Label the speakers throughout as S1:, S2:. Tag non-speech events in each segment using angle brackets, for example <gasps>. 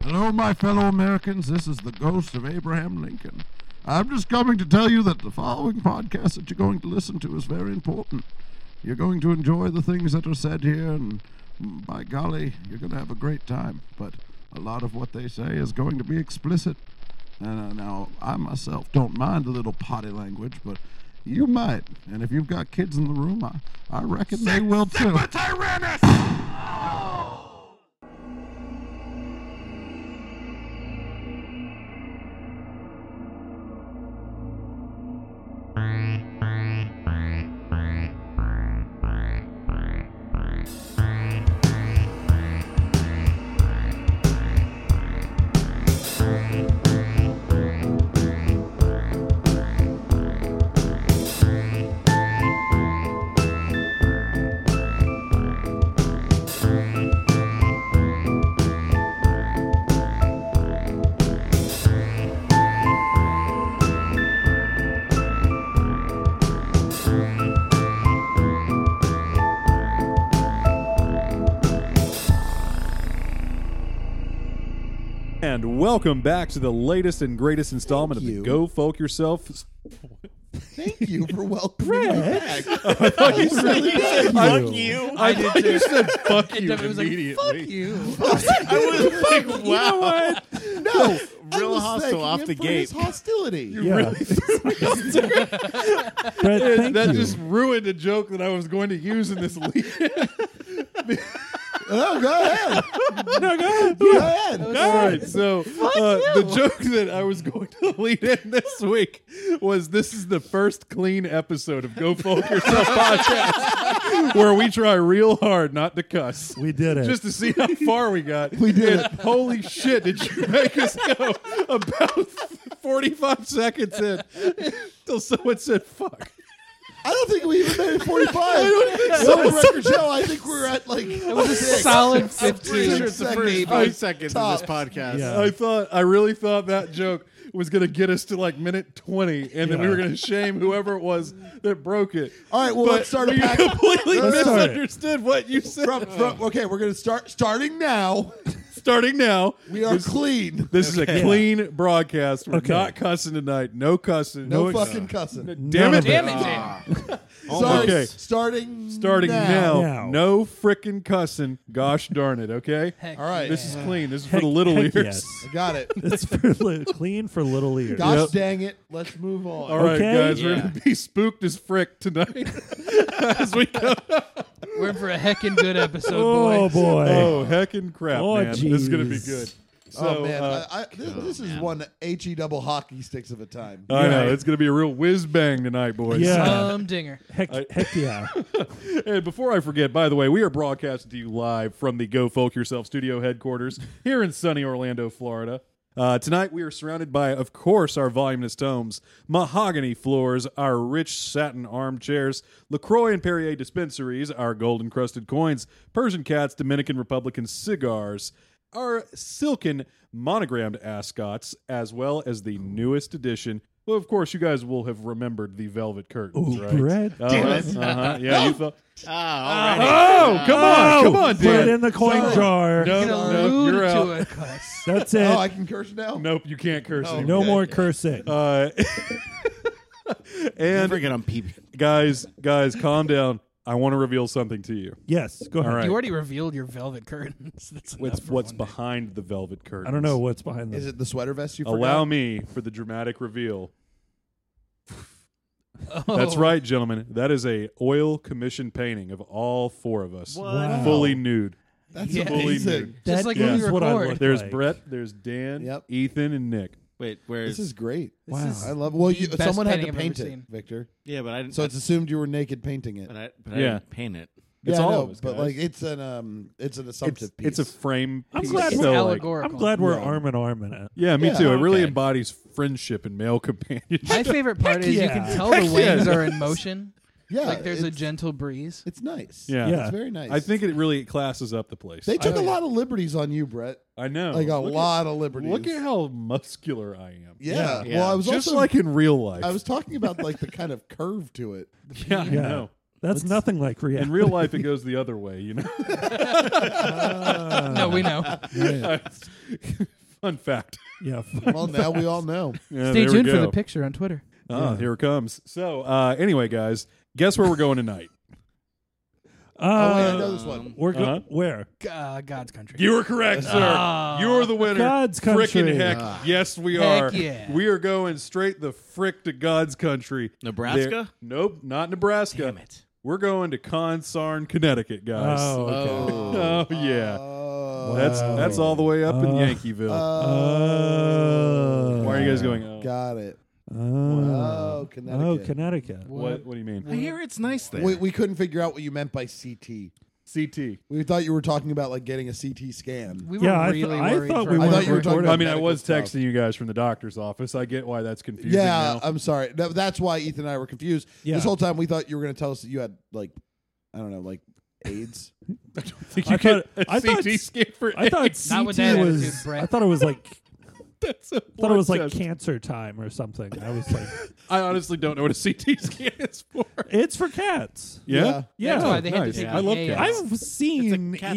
S1: Hello, my fellow Americans. This is the ghost of Abraham Lincoln. I'm just coming to tell you that the following podcast that you're going to listen to is very important. You're going to enjoy the things that are said here, and mm, by golly, you're going to have a great time. But a lot of what they say is going to be explicit. And uh, now, I myself don't mind a little potty language, but you might. And if you've got kids in the room, I, I reckon
S2: <laughs>
S1: they will too.
S2: Oh,
S3: And welcome back to the latest and greatest installment
S4: Thank
S3: of
S4: you.
S3: the Go Folk Yourself.
S4: Thank you for welcoming me back. I
S3: thought you said-
S4: really did.
S5: Fuck you. I did too.
S3: said fuck
S5: And Devin was like, fuck you.
S2: I was like,
S5: <laughs>
S2: wow.
S4: No, I
S2: Real
S4: was
S2: hostel
S4: thanking
S2: off
S4: him
S2: the
S4: for his
S2: gate.
S4: hostility.
S6: Yeah.
S4: <laughs>
S6: Brett, thank
S5: that
S6: you.
S5: just ruined a joke that I was going to use in this <laughs> lead.
S4: oh, go ahead.
S5: no, go
S4: Go ahead.
S5: All right, so uh, the joke that I was going to <laughs> lead in this week was this is the first clean episode of Go Folk Yourself <laughs> podcast where we try real hard not to cuss.
S6: we did it.
S5: <laughs> just to see how far we got.
S4: We did
S5: And Holy shit! Did you make us go about forty-five seconds in till someone said "fuck"?
S4: I don't think we even made it 45. I don't think so. record show, I think we're at like it
S5: was a
S4: solid
S2: Pretty sure it's the first
S5: I-
S2: five seconds
S4: Tops.
S2: of this podcast.
S6: Yeah.
S5: I thought I really thought that joke was gonna get us to like minute twenty, and then we
S6: Yeah.
S5: were gonna shame whoever it was that broke it.
S4: All right, well,
S5: But
S4: let's start a
S5: we
S4: pack-
S5: completely
S6: Let's start it.
S5: misunderstood what you said.
S4: From, from, okay, we're going to start starting now.
S5: Starting now,
S4: We are
S5: This,
S4: clean.
S5: this is a clean broadcast. We're
S6: Okay.
S5: not cussing tonight. No cussing.
S4: No,
S5: ex-
S4: fucking cussing.
S5: Damn
S6: None
S5: it!
S6: of it.
S5: Damn
S2: it,
S5: it!
S4: Sorry.
S5: Okay.
S4: Starting
S5: Starting now,
S6: Now.
S5: no frickin' cussing. Gosh darn it, okay?
S4: All right.
S5: This is clean. This is for
S6: Heck-
S5: the little ears.
S6: heck <laughs> yes.
S4: I got it.
S6: It's for li- clean for little ears.
S4: Gosh
S5: Yep.
S4: dang it. Let's move on.
S5: <laughs> All right,
S6: Okay.
S5: guys, we're
S2: Yeah.
S5: going to be spooked as frick tonight <laughs> as we go.
S7: We're in for a heckin' <laughs> good episode,
S6: Oh
S7: boy.
S6: boy.
S5: Oh, heckin' crap,
S6: Oh,
S5: man. This is going to be
S6: jeez.
S5: good. So,
S4: Oh man,
S5: uh,
S4: I, I, this, this is one he double hockey sticks of a time.
S5: I know.
S6: Yeah.
S5: It's going to be a real whiz bang tonight, boys.
S6: Yeah.
S7: Um, dinger.
S6: Heck,
S5: <laughs>
S6: heck yeah.
S5: And before I forget, by the way, we are broadcasting to you live from the Go Folk Yourself studio headquarters here in sunny Orlando, Florida. Uh, tonight, we are surrounded by, of course, our voluminous tomes, mahogany floors, our rich satin armchairs, LaCroix and Perrier dispensaries, our gold encrusted coins, Persian cats, Dominican Republican cigars, our silken monogrammed ascots, as well as the newest edition. Well, of course, you guys will have remembered the velvet curtains,
S6: Ooh,
S5: right?
S6: Brett.
S5: Uh,
S2: Damn
S5: uh-huh. Yeah, you felt.
S2: Ah, alrighty.
S5: Oh, come on, come on,
S6: Put it
S5: Dan.
S6: in the coin
S4: Sorry.
S6: jar.
S5: No,
S7: You
S5: no,
S7: alluded
S5: you're
S7: to
S5: out.
S7: a cuss.
S6: That's it.
S4: Oh, I can curse now.
S5: Nope, you can't curse
S4: No.
S5: anymore.
S6: no
S4: okay.
S6: more cursing.
S5: Uh,
S2: And
S5: <laughs> and
S2: forget I'm peeping.
S5: guys, guys, calm down. I want to reveal something to you.
S6: yes, go ahead.
S5: All right.
S7: <laughs> You already revealed your velvet curtains. <laughs> That's
S5: What's
S7: enough for
S5: what's
S7: one
S5: behind the velvet curtain?
S6: I don't know what's behind this.
S4: Is it the sweater vest you forgot?
S5: Allow me for the dramatic
S6: <laughs>
S5: reveal.
S7: day.
S5: That's
S7: Oh.
S5: right, gentlemen. That is a oil commission painting of all four of us,
S6: Wow.
S5: fully nude.
S4: That's
S7: Yeah.
S5: Fully
S4: amazing.
S5: nude.
S7: Just
S6: That
S7: like
S5: Yeah.
S7: when we
S6: is what I
S7: record.
S6: look-
S5: There's
S6: Like-
S5: Brett. There's Dan.
S4: Yep.
S5: Ethan and Nick.
S2: Wait, where
S4: This
S2: is?
S4: is great.
S6: Wow.
S4: I love. Well, you,
S7: the best
S4: someone had to
S7: painting I've
S4: paint it,
S7: ever seen.
S4: Victor.
S2: Yeah, but I didn't.
S4: So it's assumed you were naked painting it.
S2: but I, but I
S5: Yeah.
S2: didn't paint it.
S5: It's
S4: yeah, I
S5: all
S4: know,
S5: of us,
S4: but
S5: guys.
S4: like it's an um, it's an
S5: It's,
S4: assumptive piece.
S5: it's a frame.
S6: I'm
S5: piece,
S6: glad
S7: It's
S6: we're-
S5: so, like,
S7: allegorical.
S6: I'm glad we're
S4: Yeah.
S6: arm in arm in it.
S5: Yeah, me too. It really
S2: Okay.
S5: embodies friendship and male <laughs> companionship.
S7: My favorite part is you
S6: yeah.
S7: can tell
S5: Heck
S7: the wings
S5: yeah.
S7: are in motion.
S4: yeah.
S7: like there's a
S4: it's-
S7: gentle breeze.
S4: It's nice.
S5: Yeah.
S6: Yeah.
S4: it's very nice.
S5: I think it really classes up the place.
S4: they took
S7: I-
S4: a lot of liberties on you, Brett.
S5: I know.
S4: Like a
S5: Oh, Look
S4: lot of
S5: At,
S4: liberties.
S5: look at how muscular I am.
S4: Yeah.
S2: Yeah.
S4: Well, I was
S5: Just
S4: also
S5: like in real life.
S4: I was <laughs> talking about like the kind of curve
S5: <laughs>
S4: to it.
S5: yeah, I
S6: Yeah.
S5: know.
S6: That's nothing like reality.
S5: In real life, it goes the other way, you know?
S7: no, we know.
S5: Yeah. <laughs> Fun fact.
S6: <laughs> Yeah.
S4: Well, oh, now we
S5: <laughs>
S4: all know.
S5: Yeah,
S7: Stay
S5: there we
S7: tuned for
S5: go.
S7: the picture on Twitter.
S5: Ah, here it comes. So, uh, anyway, guys, guess where we're going tonight?
S4: Oh, wait, I
S6: Uh,
S4: know this one.
S6: we're go-
S5: Uh-huh.
S6: where?
S7: G- uh, God's country.
S5: <laughs> You were correct, sir.
S7: Ah.
S5: You're the winner.
S6: God's country.
S5: Frickin' heck, yes, we
S7: Heck
S5: are.
S7: yeah.
S5: We are going straight the frick to God's country.
S2: Nebraska?
S5: There- nope, not Nebraska.
S2: Damn it.
S5: We're going to Consarn, Connecticut, guys.
S6: Oh, okay.
S5: <laughs> Oh, yeah.
S4: Oh. uh,
S5: That's
S6: wow.
S5: that's all the way up in
S6: Oh.
S5: Yankeeville.
S6: Oh.
S5: Why are you guys going? Oh,
S4: Got it.
S6: Oh,
S4: Oh,
S6: oh
S4: Connecticut.
S6: Connecticut.
S5: what what do you mean?
S2: I hear it's nice there.
S4: we, we couldn't figure out what you meant by CT.
S5: CT.
S4: We thought you were talking about like getting a CT scan.
S7: We were
S6: Yeah, I th-
S7: really
S6: I
S7: worried.
S6: thought
S7: for
S6: we
S7: a
S4: I thought
S7: minute.
S4: you were talking about.
S5: I mean, I
S4: medical
S5: was
S4: stuff.
S5: texting you guys from the doctor's office. I get why that's confusing.
S4: Yeah,
S5: now. <laughs>
S4: I'm sorry. No, that's why Ethan and I were confused.
S6: Yeah.
S4: This whole time we thought you were going to tell us that you had like, I don't know, like
S6: <laughs>
S4: AIDS.
S5: think
S6: I
S5: you get
S6: thought-
S5: a
S6: I thought-
S5: CT scan for
S4: <laughs>
S6: I thought
S7: Not
S6: CT
S7: with that
S6: was.
S7: attitude, Brett.
S6: I thought it was like.
S5: <laughs> that's a
S6: I thought it was like
S5: blood test.
S6: cancer time or something. I was like,
S5: I honestly don't know what a CT scan is for.
S6: it's for cats.
S4: <laughs> Yeah.
S6: Yeah,
S7: That's why they had to
S5: nice.
S7: take
S5: I
S7: the
S5: love
S7: A
S5: cats.
S7: out.
S6: I've seen
S2: It's a CAT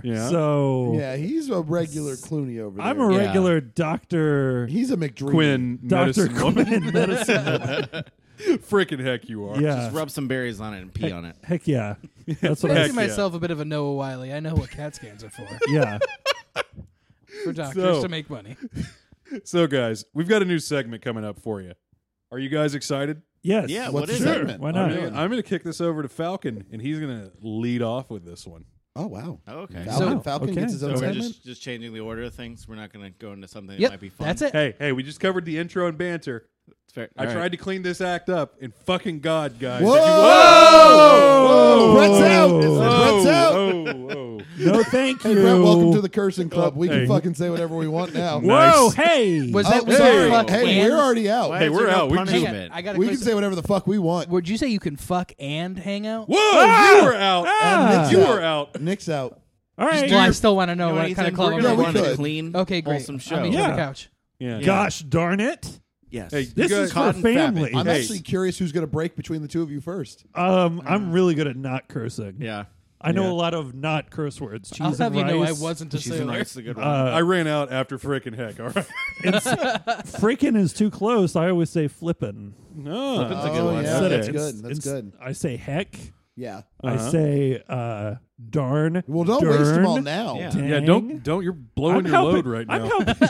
S5: scan. Yeah.
S6: so
S4: yeah, he's a regular Clooney over there.
S6: I'm a
S2: Yeah.
S6: regular doctor.
S4: He's a McDreamy.
S5: Quinn,
S6: Doctor
S5: medicine woman.
S6: Quinn medicine. woman.
S5: Freaking heck, you are.
S6: yeah,
S2: Just rub some berries on it and pee on it.
S6: heck yeah. That's what I.
S5: Heck
S7: Making
S6: s-
S7: myself a bit of a Noah Wiley. I know what cat scans are for.
S6: <laughs> Yeah,
S7: For doctors
S5: So-
S7: to make money.
S5: So, guys, we've got a new segment coming up for you. Are you guys excited?
S6: yes.
S2: Yeah,
S4: What's
S2: what is
S4: the
S2: it?
S4: segment?
S6: Why
S5: I'm
S6: not?
S5: gonna- I'm going to kick this over to Falcon, and he's going to lead off with this one.
S4: Oh wow.
S2: Oh, okay. So,
S4: Falcon,
S6: So-
S4: Falcon
S6: okay.
S4: gets his own
S6: So
S2: we're
S4: segment.
S2: just, just changing the order of things. We're not going to go into something that might
S7: Yep,
S2: be fun.
S7: that's it.
S5: Hey, hey, we just covered the intro and banter.
S2: It's fair.
S5: I
S2: All right.
S5: tried to clean this act up, and fucking God, guys.
S4: Whoa!
S5: did you-
S4: Whoa! Brett's out.
S5: Oh,
S4: Brett's out.
S5: oh, oh.
S6: No, thank
S4: Hey,
S6: you.
S4: Brett, welcome to the cursing club. We can
S5: hey.
S4: fucking say whatever we want now.
S6: Whoa,
S5: Nice.
S6: hey.
S7: Was
S4: Oh,
S7: that was
S5: hey.
S7: that fuck
S4: hey,
S7: and?
S4: we're already out.
S2: Why
S5: Hey,
S2: is
S5: we're
S2: there
S5: out.
S2: No
S5: We can
S7: Hang
S5: just-
S2: punishment?
S7: on, I got a
S4: We can
S7: question.
S4: say whatever the fuck we want.
S7: Would you say you can fuck and hang out?
S5: Whoa,
S6: Ah!
S5: you were out.
S6: Ah!
S5: You were out.
S4: Nick's out.
S6: All right.
S7: Well, I still want to know
S2: You know
S7: what
S2: what,
S7: kind of
S2: Ethan?
S7: club
S2: We're
S7: I'm
S4: gonna
S7: going
S4: run it.
S7: to.
S2: a
S4: Good.
S2: clean,
S7: Okay, great.
S2: wholesome
S7: I'm
S2: show.
S7: eating
S6: Yeah.
S7: the couch.
S5: Yeah.
S6: Gosh darn it!
S2: Yes.
S5: Hey,
S6: This
S5: you guys,
S6: is for
S2: Cotton fabric.
S6: family.
S4: I'm
S5: Hey.
S4: actually curious who's going to break between the two of you first.
S6: Um, I'm really good at not cursing.
S2: yeah.
S6: I know
S5: Yeah.
S6: a lot of not curse words. Cheese
S7: I'll have
S6: and
S7: you know I
S6: rice.
S7: wasn't a
S2: She's in
S7: sailor.
S2: rice. a good one.
S6: Uh,
S5: I ran out after freaking heck. All right.
S6: It's, frickin' is too close. I always say flippin'.
S5: No.
S2: That's a good
S4: oh,
S2: one.
S4: yeah,
S6: Instead
S4: that's
S6: of-
S4: good. That's
S6: ins-
S4: good.
S6: I say heck.
S4: Yeah.
S5: Uh-huh.
S6: I say uh, darn.
S4: Well, don't waste them
S6: dern,
S4: all now.
S2: Yeah.
S6: dang.
S5: Yeah, don't don't. You're blowing
S6: I'm
S5: your
S6: helping,
S5: load right now.
S6: I'm
S5: <laughs>
S6: helping. I'm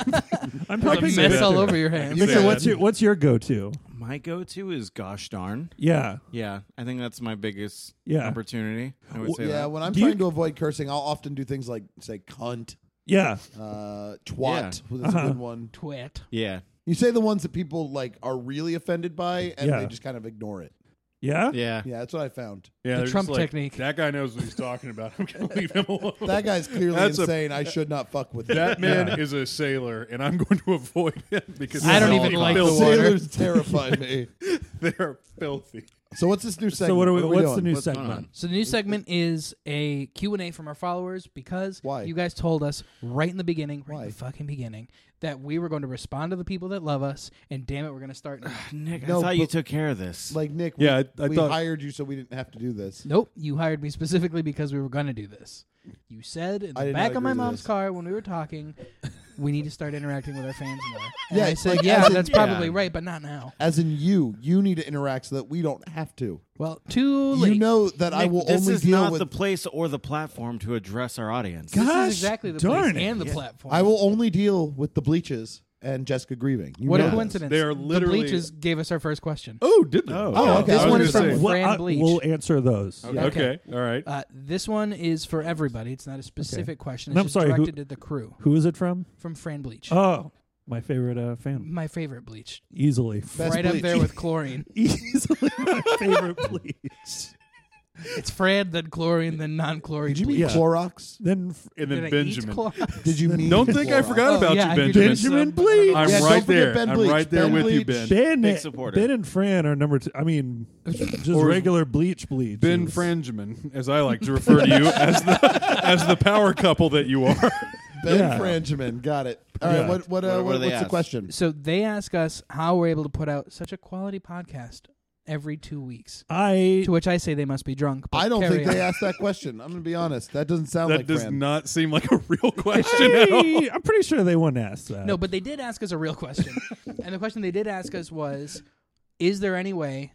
S6: helping.
S7: There's a mess
S6: Victor.
S7: all over your hands.
S6: Victor,
S5: Yeah.
S6: what's your what's your go to?
S2: My go-to is gosh darn.
S6: Yeah.
S2: Yeah, I think that's my biggest
S6: Yeah.
S2: opportunity. I would
S6: Well,
S2: say
S4: Yeah,
S2: that.
S4: when I'm
S6: Do you-
S4: trying to avoid cursing, I'll often do things like say cunt,
S6: Yeah.
S4: uh, twat. Well, that's a good one.
S7: Twit.
S2: Yeah,
S4: You say the ones that people like are really offended by, and
S6: Yeah.
S4: they just kind of ignore it.
S6: Yeah.
S2: yeah.
S4: Yeah, that's what I found.
S5: <laughs> yeah,
S7: The
S5: they're
S7: Trump
S5: just like,
S7: technique.
S5: That guy knows what he's talking about. I'm gonna leave him alone.
S4: <laughs> That guy's clearly
S5: That's a-
S4: insane. I should not fuck with him.
S5: That
S4: <laughs>
S5: man is a sailor, and I'm going to avoid him because
S7: I don't
S5: they're
S7: even
S5: all
S7: like the
S5: filthy.
S4: <laughs>
S7: water.
S4: Sailors terrify
S5: <laughs>
S4: me.
S5: They're filthy.
S4: So what's this new segment?
S6: So what are we?
S4: are
S6: what's the
S4: doing?
S6: new
S2: What's going
S6: segment?
S7: So the new segment is a Q&A from our followers because
S4: Why?
S7: you guys told us right in the beginning, right
S4: Why?
S7: in the fucking beginning, that we were going to respond to the people that love us, and damn it, we're going to start now.
S4: <sighs>
S2: Nick,
S4: No,
S2: I thought you
S4: but-
S2: took care of this.
S4: Like Nick,
S5: Yeah,
S4: we,
S5: I- I
S4: we
S5: thought-
S4: hired you so we didn't have to do this.
S7: Nope, you hired me specifically because we were going to do this. You said in
S4: I
S7: the
S4: did
S7: back
S4: not
S7: of my
S4: agree to
S7: mom's
S4: this.
S7: car when we were talking, we need to start interacting with our fans more. And
S4: Yeah,
S7: I
S4: it's
S7: said,
S4: like- as
S7: yeah,
S4: in-
S7: that's probably right, but not now.
S4: As in you, you need to interact so that we don't have to.
S7: Well, too late.
S4: You know that I
S2: Nick,
S4: will
S2: this
S4: only
S2: is
S4: deal
S2: not
S4: with
S2: the place or the platform to address our audience.
S7: this
S6: Gosh
S7: is exactly the
S6: darn
S7: place
S6: it.
S7: and the platform.
S4: I will only deal with the bleaches and Jessica grieving. You
S7: what
S4: know
S7: a
S4: this.
S7: coincidence.
S5: They are literally-
S7: The Bleaches gave us our first question.
S5: Oh, did they? Oh,
S4: okay. This
S5: I was
S4: one is
S5: gonna
S4: from
S5: say.
S7: Fran
S6: Well, I-
S7: Bleach.
S6: we'll answer those.
S7: Yeah,
S5: Okay. all right.
S7: Uh, this one is for everybody. It's not a specific question. It's
S6: And I'm
S7: just
S6: sorry, who-
S7: directed at the crew
S6: Who is it from?
S7: from Fran Bleach.
S6: Oh, my favorite uh, fan.
S7: My favorite bleach.
S6: Easily.
S4: Best
S7: right
S4: bleach.
S7: up
S4: <laughs>
S7: there with chlorine.
S6: <laughs> Easily my favorite bleach.
S7: It's Fran, then chlorine, then non chlorine
S4: Did you
S7: bleach.
S4: mean
S6: Yeah.
S4: Clorox?
S6: Then f-
S5: And
S7: Did
S5: then
S7: I eat
S5: Benjamin.
S4: <laughs>
S7: Clorox?
S4: Did you mean
S5: Don't think I
S4: Clorox?
S5: forgot
S7: Oh,
S5: about
S7: yeah, I
S5: you,
S7: heard
S5: Benjamin.
S7: said
S6: Benjamin
S7: something, but I don't know.
S5: I'm
S4: Yeah, don't
S5: right
S4: forget
S5: there.
S4: Ben
S5: I'm
S4: Bleach.
S5: right there
S4: Ben
S5: with you, Ben.
S4: Bleach.
S6: Ben,
S2: Big supporter.
S6: ben and Fran are number two. I mean, just regular bleach bleach.
S5: Ben Franjamin, as I like to refer to you as
S4: <laughs>
S5: the as the power couple that you are.
S4: Ben
S6: Yeah.
S4: Franjamin. Got it. All right.
S6: Yeah.
S4: What? What? Uh,
S2: What- what do
S4: what
S2: they
S4: what's the
S2: ask?
S4: question?
S7: So they ask us how we're able to put out such a quality podcast every two weeks.
S6: I
S7: <laughs> To which I say they must be drunk. but
S4: I don't
S7: carry
S4: think they
S7: on.
S4: asked that question. I'm going to be honest. That doesn't sound
S5: That
S4: like
S5: does
S4: Fran.
S5: not seem like a real question at all.
S6: I, am pretty sure they wouldn't ask that.
S7: No, but they did ask us a real <laughs> question. and the question they did ask us was Is there any way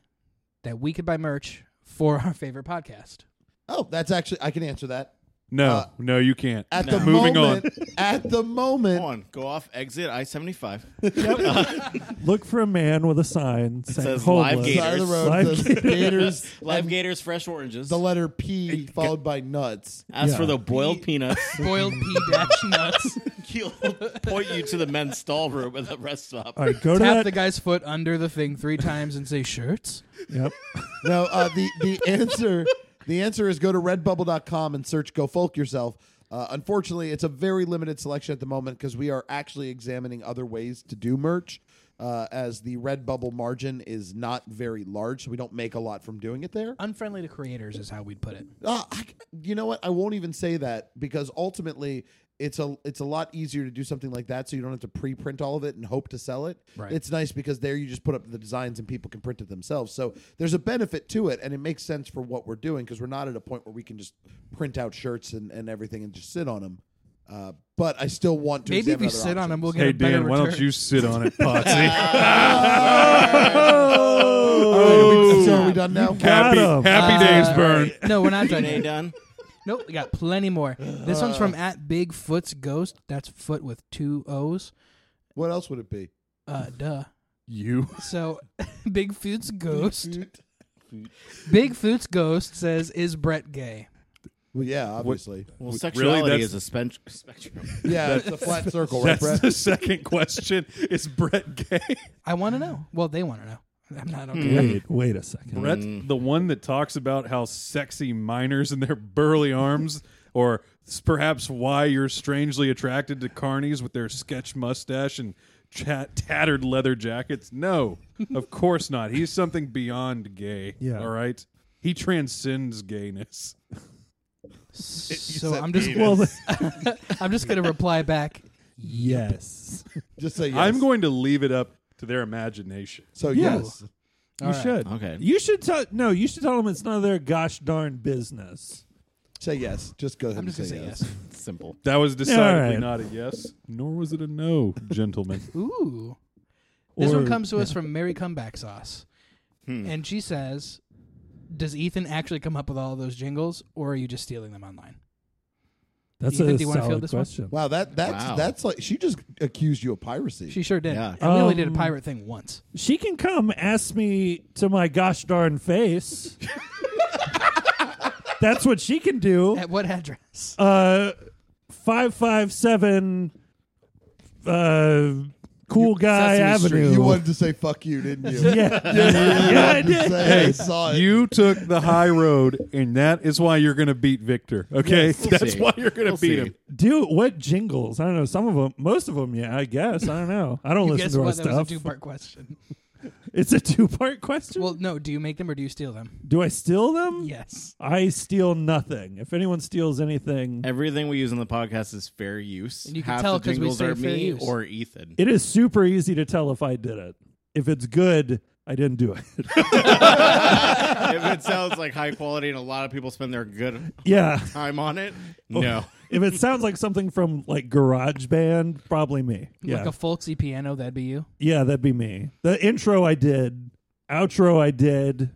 S7: that we could buy merch for our favorite podcast?
S4: Oh, that's actually I can answer that.
S5: No,
S4: Uh,
S5: no, you can't.
S4: At the
S5: Moving
S4: moment, at the moment,
S2: Go on, go off, exit I seventy <laughs> five.
S6: look for a man with a sign saying
S2: says
S6: homeless.
S2: live
S4: side of the road,
S6: Live
S4: the Gators,
S2: Live gators, fresh oranges.
S4: the letter P followed by nuts.
S2: As
S6: Yeah.
S2: for the boiled peanuts,
S7: Boiled <laughs> pea dash nuts.
S2: <laughs> he'll point you to the men's stall room at the rest stop.
S6: <laughs> All right, go to
S7: Tap
S6: that.
S7: the guy's foot under the thing three times and say shirts.
S6: Yep.
S4: No, uh, the
S5: <laughs>
S4: the answer the answer is go to redbubble.com and search "Go Folk Yourself." Uh, unfortunately, it's a very limited selection at the moment because we are actually examining other ways to do merch. Uh, as the Redbubble margin is not very large, so we don't make a lot from doing it there.
S7: Unfriendly to creators is how we'd put it.
S4: Uh, I, you know what? I won't even say that because ultimately, it's a it's a lot easier to do something like that, so you don't have to pre-print all of it and hope to sell it.
S7: Right.
S4: It's nice because there you just put up the designs and people can print it themselves. So there's a benefit to it, and it makes sense for what we're doing because we're not at a point where we can just print out shirts and, and everything and just sit on them. Uh, but I still want to.
S7: Maybe
S4: examine
S7: if we
S4: other
S7: sit on him,
S4: options.
S7: we'll get
S5: hey
S7: a better
S5: Dan, why don't
S7: return.
S5: you sit on
S4: <laughs>
S5: it, Potsy?
S4: All right, are
S7: Oh.
S4: we- so are we done now?
S5: Oh. happy,
S6: Got 'em.
S5: happy days, burn.
S7: Uh, <laughs> No, we're not done.
S2: Renee
S7: yet. Uh.
S2: done.
S7: <laughs> Nope, we got plenty more. This one's from at Bigfoot's Ghost. That's foot with two O's.
S4: What else would it be?
S7: Uh, duh.
S5: You.
S7: So, <laughs> Bigfoot's Ghost. Bigfoot's Ghost says, "Is Brett gay?"
S4: Well, yeah, obviously.
S2: Well, sexuality
S5: that's-
S2: is a spen- spectrum.
S4: Yeah, it's a flat circle, right,
S5: That's
S4: Brett?
S5: the second question. Is Brett gay?
S7: I want
S6: Hmm.
S7: to know. Well, they want to know. I'm not okay.
S6: <laughs> Wait, wait a second.
S5: Brett, the one that talks about how sexy miners and their burly
S6: <laughs>
S5: arms, or s- perhaps why you're strangely attracted to carnies with their sketch mustache and chat, tattered leather jackets.
S6: <laughs>
S5: No, of course not. He's something beyond gay.
S6: Yeah.
S5: All right. He transcends gayness.
S7: So I'm just
S6: Well, <laughs>
S7: <laughs> I'm just gonna reply back.
S6: yes.
S4: Just say yes.
S5: I'm going to leave it up to their imagination.
S4: So yes.
S6: Yes. You
S7: right.
S6: should.
S2: Okay.
S6: You should tell. No, you should tell them it's none of their gosh darn business.
S4: Say yes. Just go ahead
S7: I'm
S4: and
S7: just gonna
S4: say,
S7: say
S4: yes.
S7: yes.
S2: Simple.
S5: That was decidedly
S6: right.
S5: not a yes, nor was it a no, gentlemen.
S7: Ooh. This one
S6: Or-
S7: comes to us from Mary Comeback Sauce, and she says, "Does Ethan actually come up with all those jingles, or are you just stealing them online?"
S6: That's
S7: Ethan,
S6: a
S7: do you wanna field
S6: solid
S7: this one?
S6: question.
S4: Wow, that that's
S2: Wow.
S4: that's like she just accused you of piracy.
S7: She sure did.
S2: Yeah.
S7: And we only did a
S6: Um,
S7: pirate thing once.
S6: She can come ask me to my gosh darn face. That's what she can do.
S7: At what address?
S6: Uh, five five seven. Uh, cool guy
S2: Sesame Street.
S6: Avenue.
S4: you wanted to say fuck you, didn't you?
S6: <laughs>
S7: <laughs>
S6: yeah.
S4: yeah,
S6: I did.
S4: I saw it.
S5: You took the high road, and that is why you're going to beat Victor. Okay, that's
S2: see.
S5: why you're going to
S2: We'll
S5: beat
S2: see.
S5: him.
S6: Do what jingles? I don't know. Some of them, most of them, yeah. I guess I don't know. I don't
S7: You
S6: listen
S7: guess
S6: to our
S7: what? That was a
S6: stuff.
S7: two-part question.
S6: it's a two-part question.
S7: Well, no. Do you make them or do you steal them?
S6: Do I steal them?
S7: Yes.
S6: I steal nothing. If anyone steals anything,
S2: Everything we use in the podcast is fair use.
S7: And you can
S2: Half
S7: tell
S2: the
S7: 'cause we
S2: jingles
S7: say
S2: are
S7: fair
S2: me
S7: use.
S2: or Ethan.
S6: it is super easy to tell if I did it. If it's good, I didn't do it. <laughs>
S2: if it sounds like high quality and a lot of people spend their good
S6: yeah.
S2: time on it, no.
S6: If it sounds like something from like Garage Band, probably me. Yeah.
S7: Like a folksy piano, that'd be you.
S6: yeah, that'd be me. The intro I did, outro I did.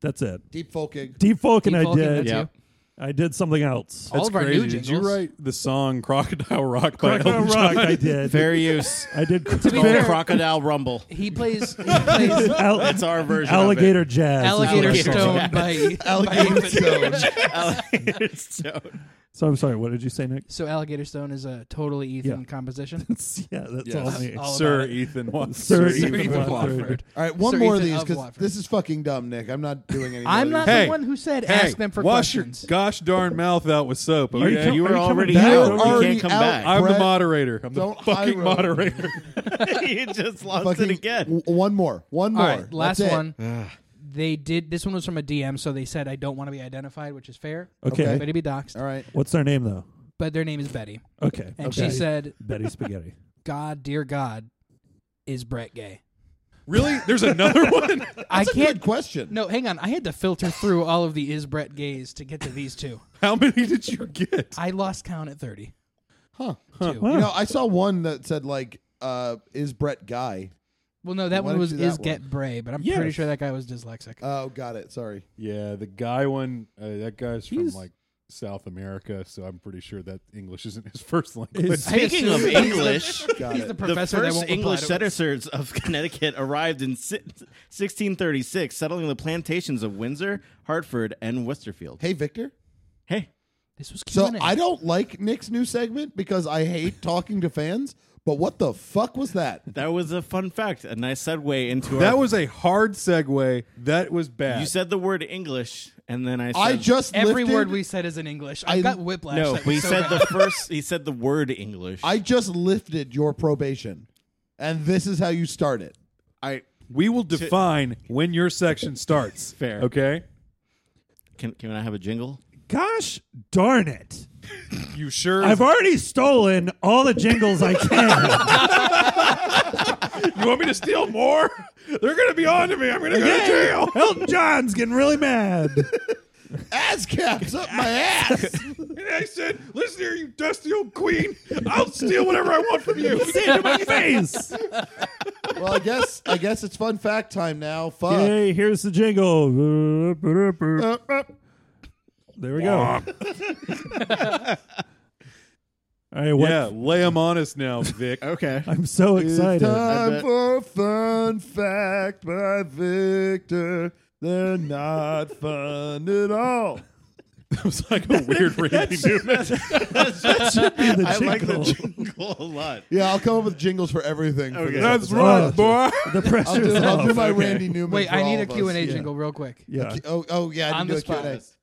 S6: That's it.
S4: Deep folking.
S6: Deep Falcon I
S7: Deep Falcon,
S6: did.
S7: that's
S2: Yep.
S6: I did something else.
S7: All
S5: That's
S7: of our
S5: crazy.
S7: new
S5: Did
S7: jingles.
S5: you write the song "Crocodile Rock" by
S6: Crocodile
S5: Elton
S6: Rock
S5: John? <laughs>
S6: I did.
S2: Fair use.
S6: I did
S7: be
S2: Called
S7: fair-
S2: Crocodile Rumble.
S7: He
S4: <laughs>
S7: plays, he plays
S6: Al-
S2: That's our version.
S6: alligator
S2: <laughs>
S6: jazz. is what I
S7: Alligator
S2: Alligator
S6: call it.
S7: Stone
S2: Jazz.
S7: by
S4: Alligator
S7: by-
S4: stone. <laughs>
S2: Of it. Alligator Stone.
S6: So I'm sorry. What did you say, Nick?
S7: So Alligator Stone is a totally Ethan
S4: <laughs>
S6: Yeah.
S7: composition.
S6: yeah, that's
S4: Yes.
S6: all me.
S7: All
S5: Sir
S7: about it.
S5: Ethan Watson.
S6: Sir
S5: Ethan
S6: Ethan
S5: Watson.
S6: Watford.
S4: All right, one
S7: Sir
S4: more
S7: Ethan
S4: of
S7: of
S4: these because
S7: Watford.
S4: this is fucking dumb, Nick. I'm not doing anything.
S7: I'm not
S5: Hey.
S7: the one who said
S5: Hey,
S7: ask them for
S5: wash
S7: questions.
S5: your gosh darn mouth out with soap. Okay?
S6: you com-
S2: You
S6: Are
S2: were
S6: coming
S2: already
S6: back?
S2: out.
S6: You're
S2: You
S4: already
S2: can't come
S4: out.
S2: back.
S5: I'm the
S4: Brett,
S5: moderator. I'm the
S4: don't
S5: fucking
S4: high road.
S5: moderator. <laughs>
S2: you just lost
S4: fucking
S2: it again.
S4: w- one more. One more.
S7: All right, last
S4: That's it.
S7: one. They did this one was from a DM, so they said I don't want to be identified, which is fair.
S6: Okay.
S7: Betty be doxxed.
S4: All right.
S6: What's their name though?
S7: But their name is Betty.
S6: Okay. <laughs>
S7: And
S6: okay.
S7: she said,
S6: Betty Spaghetti.
S7: God, dear God, is Brett gay?
S5: Really? There's another <laughs> one?
S7: I
S4: Good
S7: can't.
S4: question.
S7: No, hang on. I had to filter through all of the is Brett gays to get to these two.
S5: How many did you get?
S7: I lost count at thirty.
S4: Huh.
S7: Two.
S4: You know, I saw one that said like, uh, "Is Brett Guy?"
S7: Well, no, that
S4: Why
S7: one
S4: don't
S7: was
S4: you do
S7: is
S4: that
S7: get Bray, but I'm
S5: Yes.
S7: pretty sure that guy was dyslexic.
S4: Oh, got it. Sorry.
S5: Yeah, the guy one, uh, that guy's
S6: He's-
S5: from like South America, so I'm pretty sure that English isn't his <laughs> first language.
S6: Is-
S2: Speaking of
S7: assume he's the-
S2: English,
S4: Got
S7: He's the
S4: it.
S2: the
S7: professor that
S2: first
S7: won't reply
S2: English
S7: to us.
S2: settlers of <laughs> Connecticut arrived in si- 1636, settling the plantations of Windsor, Hartford, and Westerfield.
S4: Hey, Victor.
S2: Hey,
S7: This was
S4: So
S7: Q&A.
S4: I don't like Nick's new segment because I hate talking to fans. But what the fuck was that?
S2: that was a fun fact. A nice segue into
S5: that
S2: our-
S5: was a hard segue. That was bad.
S2: <laughs> You said the word English, and then I said
S4: I just
S7: Every
S4: lifted,
S7: word we said is in English. I,
S4: I-
S7: got whiplash.
S2: no.
S7: that was
S2: We
S7: so
S2: said
S7: bad.
S2: the first. He said the word English.
S4: I just lifted your probation, and this is how you start it.
S2: I
S5: we will define when your section <laughs> starts.
S2: Fair.
S5: Okay?
S2: can. Can I have a jingle?
S6: Gosh darn it.
S5: You sure?
S6: I've already stolen all the jingles I can.
S5: <laughs> you want me to steal more? They're going to be on to me. I'm going to go to jail.
S6: Elton John's getting really mad.
S4: Ass caps up my
S7: <laughs>
S4: ass.
S5: <laughs> And I said, listen here, you dusty old queen. I'll steal whatever I want from you.
S6: See it in
S5: <laughs>
S6: my face.
S4: well, I guess I guess it's fun fact time now. Fuck.
S6: Yay, here's the jingle. There we go. All <laughs> right, what?
S5: Yeah, lay them on us <laughs> now, Vic.
S2: Okay.
S6: I'm so excited. <laughs>
S4: Time for fun fact by Victor. They're not fun at
S7: <laughs>
S4: all.
S5: It was like a <laughs> weird reading movement.
S6: The
S2: I like the
S6: jingle.
S2: jingle a lot.
S4: Yeah, I'll come up with jingles for everything. for this
S5: That's
S4: episode.
S5: right,
S6: Oh,
S5: boy.
S6: <laughs> The
S4: I'll do,
S6: pressure's
S4: I'll
S6: off.
S4: do my Randy Newman.
S7: Wait,
S4: for
S7: I
S4: all
S7: need a
S4: of
S7: Q&A
S4: us.
S7: jingle real quick.
S6: yeah.
S4: Oh, oh yeah, I
S7: On
S4: didn't do
S7: the
S4: a Q&A.
S7: spot.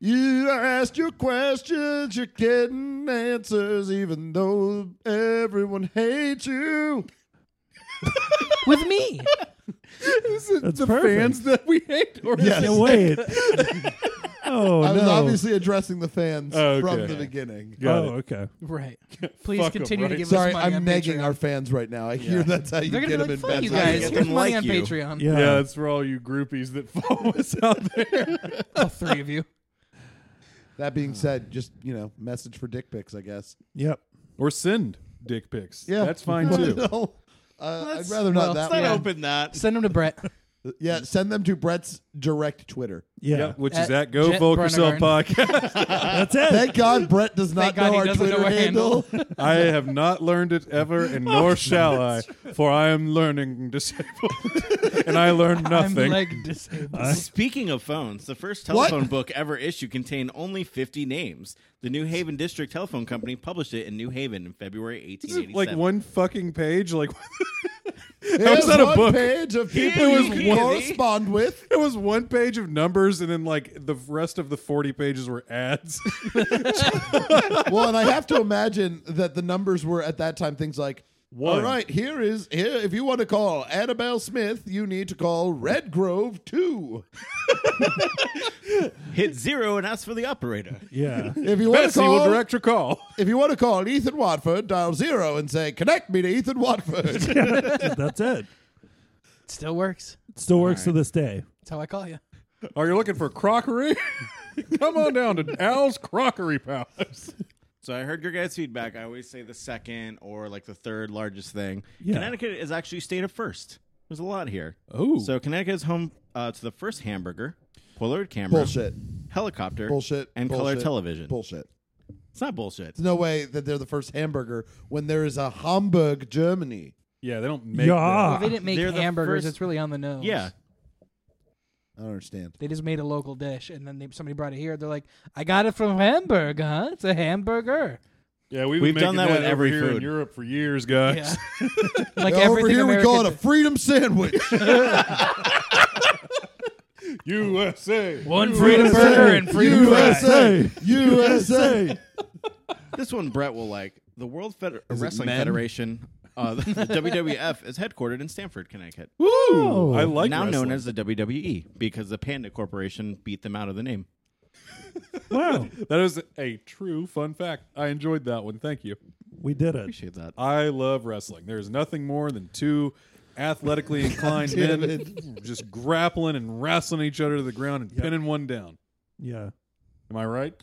S4: You asked your questions, you're getting answers, even though everyone hates you.
S7: With me.
S6: That's perfect.
S5: that we hate. Or
S4: Yes.
S6: No, wait. oh,
S4: I was
S6: no.
S4: obviously addressing the fans
S5: Oh,
S4: from
S5: okay.
S4: the beginning.
S5: Got
S6: oh, okay.
S7: Right. Please
S5: Fuck 'em,
S7: continue
S5: right?
S7: to give
S4: Sorry,
S7: us money
S4: I'm
S7: on
S4: negging
S7: Patreon.
S4: our fans right now. I hear that's how you
S7: They're
S4: get
S7: going
S4: them
S7: to
S4: in
S7: be like, fuck
S4: bed.
S7: you
S2: That's how you
S7: guys.
S2: get
S7: Here's
S2: them
S7: money
S2: like
S7: on
S2: you.
S7: Patreon.
S6: Yeah.
S5: yeah. that's for all you groupies that follow us out there.
S7: All three of you.
S4: That being said, just you know, message for dick pics, I guess.
S6: Yep.
S5: or send dick pics.
S4: Yeah,
S5: That's
S4: <laughs>
S5: fine
S4: Well,
S5: too.
S4: no, uh, I'd
S2: Let's-
S4: rather
S7: well,
S4: not
S2: Let's
S4: that
S7: it's
S4: one.
S2: not
S7: Yeah.
S2: open that.
S7: Send them to Brett.
S4: Yeah, send them to Brett's direct Twitter.
S6: Yeah.
S5: Yeah, which
S7: At
S5: is at Go
S7: Jet
S5: Vote Yourself podcast.
S6: That's it.
S4: <laughs> Thank God Brett does not
S7: Thank God
S4: know
S7: he
S4: our
S7: doesn't know
S4: Twitter
S7: our
S4: handle. <laughs>
S5: I have not learned it ever, and
S7: <laughs> Oh,
S5: nor shall I, for I am learning disabled, and I learned
S7: I'm
S5: nothing.
S7: leg disabled.
S2: Speaking of phones, the first telephone book ever issued contained only 50 names. The New Haven District Telephone Company published it in New Haven in February
S5: Is
S2: 1887.
S5: it like one fucking
S2: <laughs>
S5: page? Like
S4: Here's
S5: was that a
S4: one
S5: book?
S4: page of people
S5: It was
S4: you can
S5: one-
S4: correspond with.
S5: <laughs> it was one page of numbers, and then like the rest of the forty pages were ads. <laughs>
S4: Well, and I have to imagine that the numbers were at that time things like. All
S5: One.
S4: right, here is here. If you want to call Annabelle Smith, you need to call Red Grove Two.
S2: Hit zero and ask for the operator.
S6: yeah.
S4: If you want to
S5: Betsy will
S4: call,
S5: direct your call. <laughs>
S4: if you want to call Ethan Watford, dial zero and say, "Connect me to Ethan
S5: <laughs>
S4: Watford."
S6: That's it.
S7: It still works.
S6: It still works to this day.
S7: That's how I call you.
S5: Are you looking for crockery? <laughs> Come on down to Al's Crockery Palace.
S2: So I heard your guys' feedback. I always say the second or like the third largest thing.
S6: Yeah.
S2: Connecticut is actually state of first. There's a lot here.
S5: Oh,
S2: So Connecticut is home uh, to the first hamburger, Polaroid camera,
S4: bullshit,
S2: helicopter,
S4: bullshit,
S2: and
S4: bullshit,
S2: color television.
S4: Bullshit.
S2: It's not bullshit.
S4: There's no way that they're the first hamburger when there is a Hamburg, Germany.
S5: yeah, they don't make.
S6: Yeah.
S7: Well, they didn't make
S2: They're the
S7: hamburgers.
S2: first-
S7: It's really on the nose.
S2: Yeah.
S4: I don't understand.
S7: They just made a local dish, and then they, somebody brought it here. They're like, "I got it from Hamburg, huh? It's a
S2: <laughs>
S7: hamburger."
S5: Yeah, we've,
S2: We've
S5: been
S2: done
S5: making
S2: that with
S5: over
S2: every
S5: here in
S2: food.
S5: Europe for years, guys.
S4: <laughs>
S7: Yeah, like
S4: Now, over
S7: everything
S4: here, we
S7: American
S4: call it a freedom sandwich.
S7: <laughs>
S5: <laughs> USA.
S7: one freedom burger
S4: <laughs>
S7: and freedom fries.
S4: USA, USA.
S2: This one Brett will like. The World Feder- Wrestling Federation, uh, <laughs> the WWF, is headquartered in Stamford, Connecticut.
S5: Woo! I like
S2: now
S5: wrestling.
S2: known as the WWE because the Panda Corporation beat them out of the name.
S6: Wow.
S5: <laughs> that is a true fun fact. I enjoyed that one. Thank you.
S6: We did it.
S2: Appreciate that.
S5: I love wrestling. There is nothing more than two
S4: <laughs>
S5: athletically inclined
S4: Damn
S5: men just grappling and wrestling each other to the ground and pinning one down.
S6: Yeah.
S5: Am I right?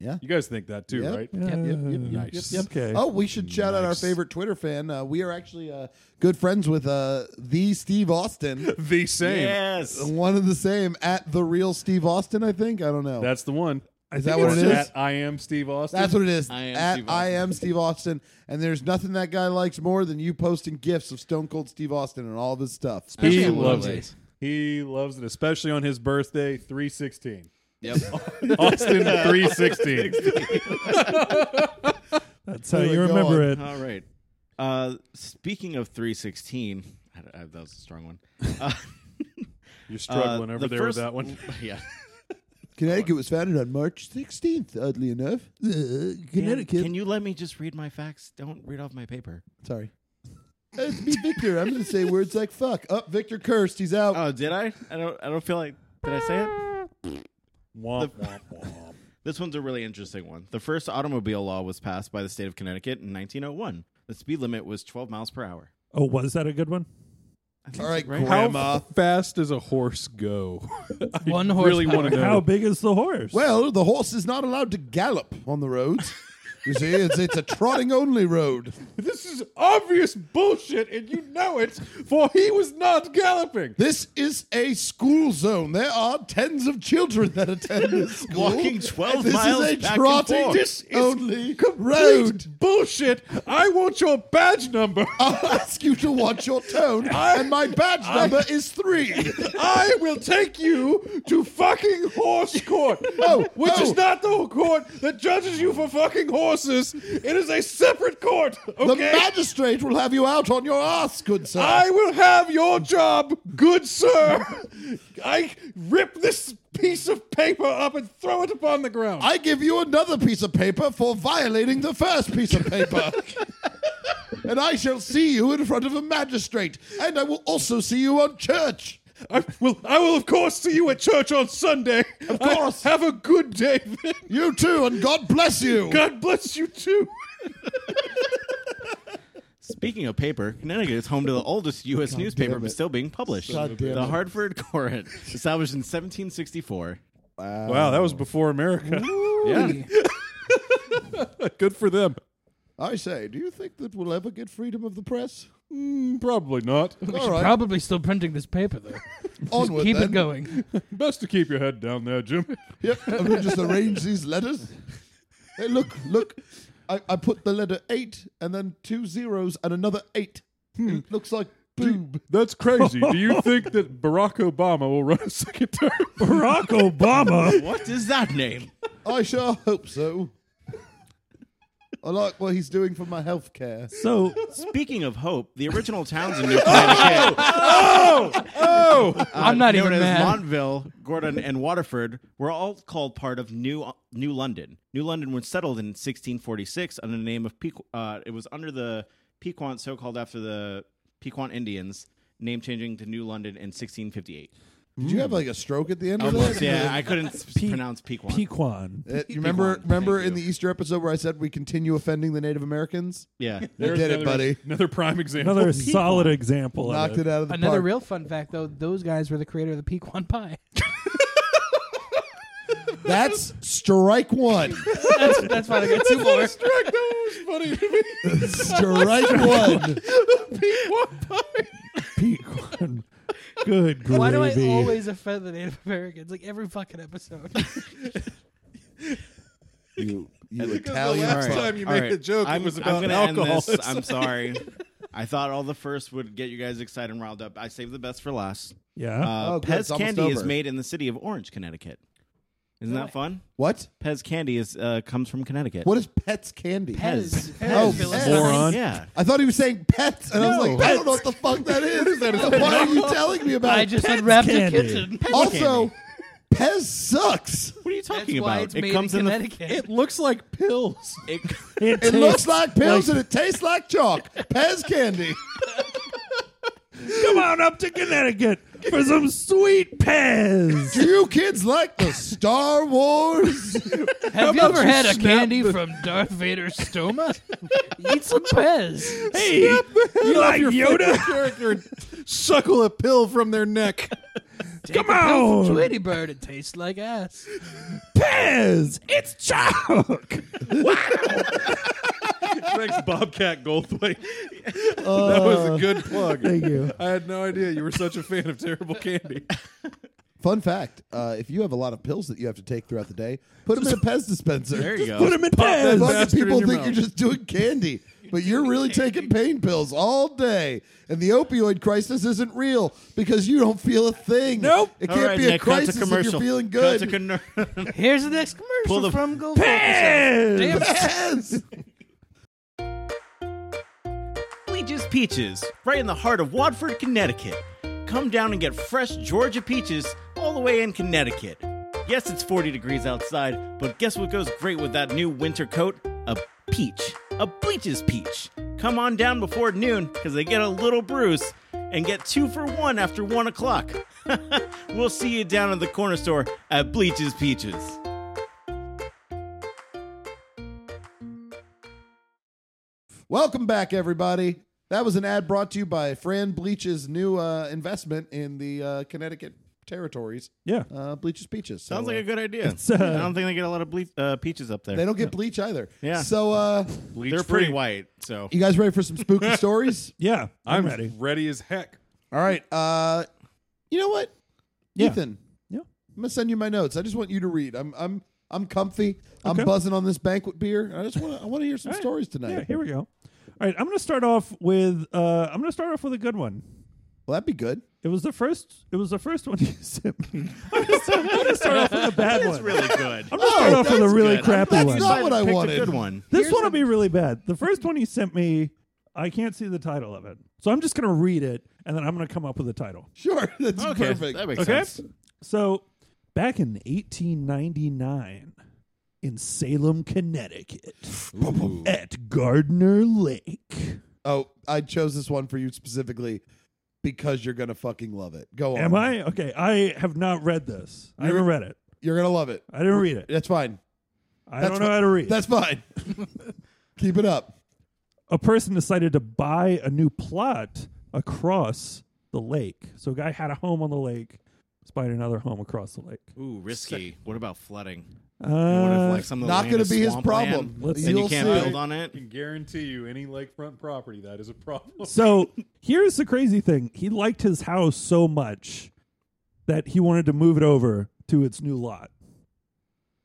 S4: Yeah.
S5: You guys think that too,
S4: Yep.
S5: right?
S4: yep, yep,
S6: Uh,
S5: yep, Nice. yep.
S6: Okay.
S4: Oh, we should shout out our
S5: Nice.
S4: favorite Twitter fan. Uh, we are actually uh, good friends with uh, the Steve Austin,
S5: The same.
S2: Yes.
S4: one of the same at the real Steve Austin. I think I don't know.
S5: That's the one.
S4: is that what it is?
S5: At I am Steve Austin.
S4: That's what it is.
S2: I am
S4: At
S2: Steve
S4: I
S2: Austin.
S4: am Steve Austin, and there's nothing that guy likes more than you posting gifs of Stone Cold Steve Austin and all of his stuff.
S5: he
S2: Especially on
S5: loves
S2: Wednesdays.
S5: it. He loves it, especially on his birthday, three
S4: <laughs>
S5: sixteen.
S2: <laughs> Yep.
S5: Austin three sixteen.
S6: That's how
S4: Really
S6: you
S4: go on.
S6: remember it.
S2: All right. Uh, speaking of 316, I, I, that was a strong one.
S5: <laughs>
S2: Uh,
S5: You're
S2: uh,
S5: struggling over
S2: the
S5: there
S2: first-
S5: with that one.
S2: <laughs> Yeah.
S4: Connecticut was founded on March 16th, oddly enough.
S2: Connecticut. Can you let me just read my facts? Don't read off my paper.
S4: Sorry. It's me, Victor. I'm going to say words like fuck. Up, Victor cursed. He's out.
S2: Oh, did I? I don't. I don't feel like. Did I say it?
S5: Womp, womp, womp.
S2: This one's a really interesting one. The first automobile law was passed by the state of Connecticut in 1901. The speed limit was 12 miles per hour.
S6: Oh, was that a good one?
S4: all right,
S2: right.
S4: Grandma.
S5: Fast does a horse go? <laughs> I
S7: One
S5: really
S7: horsepower.
S5: want to know.
S6: How big is the horse?
S4: Well, the horse is not allowed to gallop on the roads. You see, it's, it's a trotting only road.
S2: <laughs>
S5: This is obvious bullshit, and you know it, for he was not galloping.
S4: This is a school zone. There are tens of children that attend <laughs> this school.
S2: Walking 12
S4: this
S2: miles
S4: This is a
S2: back and
S4: trotting
S2: forth.
S5: This is
S4: only road.
S5: oh, Complete bullshit. I want your badge number.
S4: <laughs> I'll ask you to watch your tone, and my badge number is three.
S5: <laughs> I will take you to fucking horse court.
S4: No,
S5: which
S4: no.
S5: is not the court that judges you for fucking horses. It is a separate court.
S4: The
S5: Okay.
S4: magistrate will have you out on your ass, good sir.
S5: I will have your job, good sir. I rip this piece of paper up and throw it upon the ground.
S4: I give you another piece of paper for violating the first piece of
S7: <laughs>
S4: paper. and I shall see you in front of a magistrate, and I will also see you on church.
S5: I will. I will, of course, see you at church on Sunday. Of
S4: course.
S5: have a good day. Then.
S4: You too, and God bless
S7: <laughs>
S4: you.
S5: God bless you too.
S2: Speaking of paper, Connecticut is home to the oldest U.S. newspaper still being published.
S4: damn
S2: the
S4: it.
S2: Hartford Courant, established in 1764.
S5: Wow, that was before America.
S2: Yeah.
S5: good for them.
S4: I say, do you think that we'll ever get freedom of the press?
S5: Probably not.
S4: <laughs> All right,
S7: Probably still printing this paper though.
S4: onward
S7: Keep
S4: then.
S7: it going.
S5: Best to keep your head down there, Jim.
S4: Yep, I'm gonna just arrange these letters. Hey, look, look. I, I put the letter eight and then two zeros and another eight.
S7: Hmm.
S4: It looks like boob.
S5: That's crazy. Do <laughs> you think that Barack Obama will run a second term?
S6: Barack Obama.
S2: What is that name?
S4: I sure hope so. I like what he's doing for my health care.
S6: so
S2: Speaking of hope, the original towns in New <laughs> Connecticut,
S7: <laughs> I'm not
S2: Oh! Uh, known
S7: even
S2: as
S7: mad.
S2: Montville, Gordon, and Waterford, were all called part of New uh, New London. New London was settled in 1646 under the name of Pequ- uh, it was under the Pequot, so called after the Pequot Indians. Name changing to New London in 1658.
S4: Did you have like a stroke at the end of
S2: Almost,
S4: that?
S2: yeah, I couldn't s- pronounce Pequot.
S6: Pequan.
S4: Uh, you remember
S2: Thank
S4: remember in
S2: you.
S4: the Easter episode where I said we continue offending the Native Americans?
S2: yeah,
S4: You did it, buddy.
S5: Another prime example.
S6: Another solid example.
S4: Knocked
S6: of
S4: it out of the
S7: Another
S4: park.
S7: real fun fact though, those guys were the creator of the Pequan pie.
S4: <laughs> That's strike one.
S7: <laughs> that's, that's why they got two more.
S4: strike one.
S6: Pequan. Good gravy.
S7: Why do I always offend the Native Americans? Like every
S4: <laughs>
S7: fucking episode.
S4: You, you
S5: the
S4: Italian.
S5: last
S4: fuck.
S5: time you made
S2: All
S5: the joke,
S2: I'm,
S5: it was
S2: I'm
S5: about
S2: gonna end
S5: alcohol.
S2: this. I'm <laughs>
S4: <laughs>
S2: sorry. I thought all the first would get you guys excited and riled up. I saved the best for last.
S6: Yeah.
S2: Uh,
S4: Oh, good. It's
S2: Pez
S4: almost
S2: candy is
S4: over.
S2: made in the city of Orange, Connecticut. Isn't that fun?
S4: What?
S2: Pez candy is uh, comes from Connecticut.
S4: What is pets candy?
S2: Pez.
S4: Oh, Pez.
S6: Moron.
S2: Yeah.
S4: I thought he was saying pets, and I was like, I don't know what the fuck that is. Why are you telling me about
S7: I
S4: it?
S7: just unwrapped the
S6: candy.
S7: kitchen.
S4: also, Pez sucks.
S2: What are you talking
S7: That's why
S2: about?
S7: it's made
S2: comes
S7: in
S2: in the-
S7: Connecticut.
S5: It looks like pills.
S2: <laughs> it-
S6: it
S4: It
S6: tastes
S4: looks like pills and it tastes like chalk. Pez candy.
S6: Come on up to Connecticut for some sweet Pez.
S4: Do you kids like the Star Wars?
S7: Have you ever had a candy from Darth Vader's stoma? Eat some Pez.
S6: Hey, you like Yoda?
S5: Character suckle a pill from their neck.
S7: Come
S6: Oh.
S7: on, Tweety Bird. It tastes like ass.
S6: Pez, it's chalk.
S5: Thanks,
S2: <laughs>
S5: Bobcat Goldthwait. that was
S4: Uh.
S5: a good plug.
S6: Thank you.
S5: I had no idea you were such a fan of terrible candy.
S4: Fun fact: uh, If you have a lot of pills that you have to take throughout the day, put them in a Pez dispenser.
S2: There you go.
S6: Put him in
S5: that back.
S6: Pez.
S4: Fucking
S5: bastard in
S4: people
S5: your
S4: think
S5: mouth.
S4: you're just doing candy, but you're really taking pain pills all day. And the opioid crisis isn't real because you don't feel a thing.
S6: Nope.
S4: It
S2: All
S4: can't
S2: right,
S4: be a
S2: Nick, cut to
S4: crisis if
S2: commercial.
S4: you're feeling
S2: Cut to
S4: good.
S2: con-
S7: Here's the next commercial
S2: Pull the-
S7: from Go
S6: Pez.
S7: Damn it.
S4: Yes.
S2: Bleach's Peaches, right in the heart of Wadford, Connecticut. Come down and get fresh Georgia peaches all the way in Connecticut. Yes, it's 40 degrees outside, but guess what goes great with that new winter coat? A peach. A Bleach's Peach. Come on down before noon because they get a little bruise and get two for one after one o'clock. <laughs> we'll see you down at the corner store at Bleach's Peaches.
S4: Welcome back, everybody. That was an ad brought to you by Fran Bleach's new uh, investment in the uh, Connecticut territories.
S6: Yeah.
S4: uh, Bleach's peaches. So,
S2: Sounds like
S4: uh,
S2: a good idea.
S6: uh,
S2: I don't think they get a lot of ble- uh, peaches up there.
S4: they don't get bleach either.
S2: Yeah.
S4: So uh,
S2: They're
S5: free.
S2: pretty white, so.
S4: you guys ready for
S2: <laughs>
S4: some spooky stories?
S6: Yeah, I'm,
S5: I'm
S6: ready.
S5: ready as heck.
S4: All right. Uh, you know what,
S6: Yeah.
S4: Ethan?
S6: Yeah.
S4: I'm gonna send you my notes. I just want you to read. I'm I'm I'm comfy. I'm
S6: Okay.
S4: buzzing on this banquet beer. I just want I want to hear some
S6: All right.
S4: stories
S6: Yeah,
S4: tonight.
S6: here we go. All right, I'm going to start off with uh, I'm going to start off with a good one.
S4: Well, that'd be good. <laughs>
S6: It was the first. It was the first one you <laughs> sent me. I'm going to start off with a bad one.
S2: That's really good.
S6: I'm going to start off with a really
S4: Oh,
S6: crappy
S4: That's
S6: one.
S4: not what I
S2: Picked
S4: wanted.
S2: A good one.
S6: This one will be really bad. The first one he sent me, I can't see the title of it, so I'm just going to read it and then I'm going to come up with a title.
S4: Sure, that's
S2: Okay,
S4: perfect.
S2: that makes
S6: Okay.
S2: sense.
S6: So, back in 1899 in Salem, Connecticut, at Gardner Lake.
S4: oh, I chose this one for you specifically because you're gonna fucking love it. Go on.
S6: Am I okay? I have not read this. I
S4: You're-
S6: haven't read it.
S4: You're gonna love it.
S6: I didn't read it.
S4: That's fine.
S6: I
S4: That's
S6: don't know
S4: fi-
S6: how to read.
S4: That's fine.
S6: <laughs>
S4: Keep it up.
S6: a person decided to buy a new plot across the lake. So a guy had a home on the lake, he's buying another home across the lake.
S2: Ooh, risky. What about flooding? what
S6: Uh,
S2: if like some of the
S4: Not
S2: going
S4: gonna
S2: to
S4: be his problem.
S6: Let's-
S2: Then you
S4: You'll
S2: can't
S4: see.
S2: build on
S5: I
S2: it.
S5: can guarantee you any lakefront property that is a problem.
S6: so here's the crazy thing: he liked his house so much that he wanted to move it over to its new lot.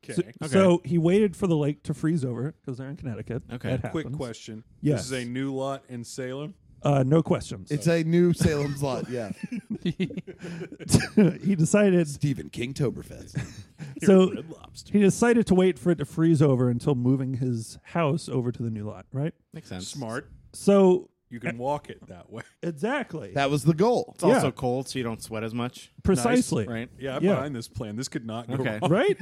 S6: So,
S5: Okay.
S6: so he waited for the lake to freeze over because they're in Connecticut.
S2: Okay.
S6: That
S5: Quick
S6: happens.
S5: question.
S6: Yes.
S5: This is a new lot in Salem.
S6: Uh, no questions.
S4: It's a new Salem's Lot.
S6: <laughs>
S4: Yeah.
S6: he decided
S4: Stephen King Toberfest.
S6: so
S5: Red Lobster.
S6: he decided to wait for it to freeze over until moving his house over to the new lot, right?
S2: Makes sense.
S5: Smart.
S6: So
S5: You
S2: <laughs>
S5: can walk it that way.
S6: exactly,
S4: That was the goal.
S2: It's also
S6: Yeah.
S2: cold, so you don't sweat as much.
S6: precisely,
S2: Right.
S5: Yeah, I'm
S6: Yeah.
S5: behind this plan. This could not go
S2: Okay.
S5: wrong.
S6: <laughs> right?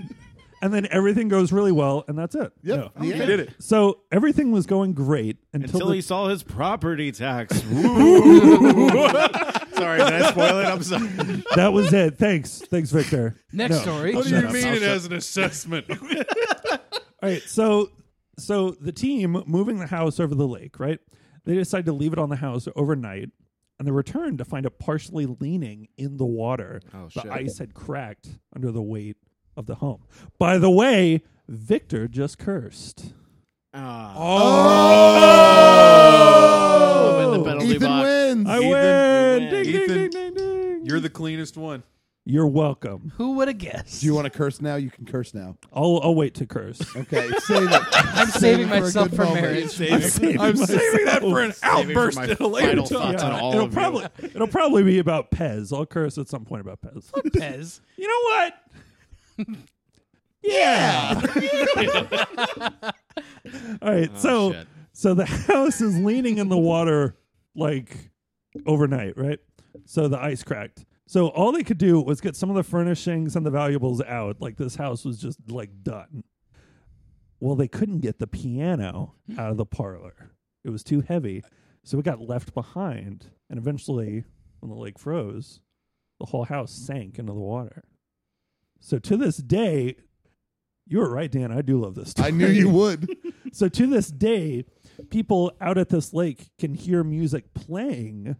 S6: and then everything goes really well, and that's it.
S4: Yep.
S6: Yeah.
S4: the
S5: He
S4: end.
S5: did it.
S6: So everything was going great until,
S2: Until
S6: the-
S2: he saw his property tax. Ooh. sorry, did I spoil it? I'm sorry.
S6: <laughs> that was it. Thanks, thanks, Victor.
S2: <laughs>
S7: Next
S6: No.
S7: story.
S5: What do you mean it has an assessment?
S6: All right, so so the team moving the house over the lake, right? They decide to leave it on the house overnight, and they return to find it partially leaning in the water.
S2: Oh,
S6: the
S2: shit.
S6: ice had cracked under the weight of the home. By the way, Victor just cursed.
S2: Ah.
S6: Oh,
S2: in the penalty
S4: Ethan
S2: box.
S4: wins.
S6: <laughs> I
S2: Ethan, you
S6: win!
S2: win.
S6: Ding, ding,
S5: Ethan.
S6: ding, ding, ding.
S5: You're the cleanest one.
S6: You're welcome.
S7: Who would have guessed?
S4: Do you want to curse now? You can curse now.
S6: I'll I'll wait to curse. <laughs>
S4: Okay, save it.
S7: I'm saving myself for marriage.
S2: Saving-
S6: I'm saving that for an
S2: saving for my final thoughts on all
S6: it'll
S2: of you.
S6: probably it'll probably be about Pez. I'll curse at some point about Pez.
S7: Pez.
S6: <laughs> You know what? yeah. All right. so
S2: shit.
S6: so the <laughs> house is leaning in the water like overnight, right? So the ice cracked. So all they could do was get some of the furnishings and the valuables out. Like this house was just like done. Well, they couldn't get the piano out of the parlor. It was too heavy. So it got left behind. And eventually, when the lake froze, the whole house sank into the water. So to this day, you were right, Dan. I do love this. Story.
S4: I knew you would.
S2: <laughs>
S6: So to this day, people out at this lake can hear music playing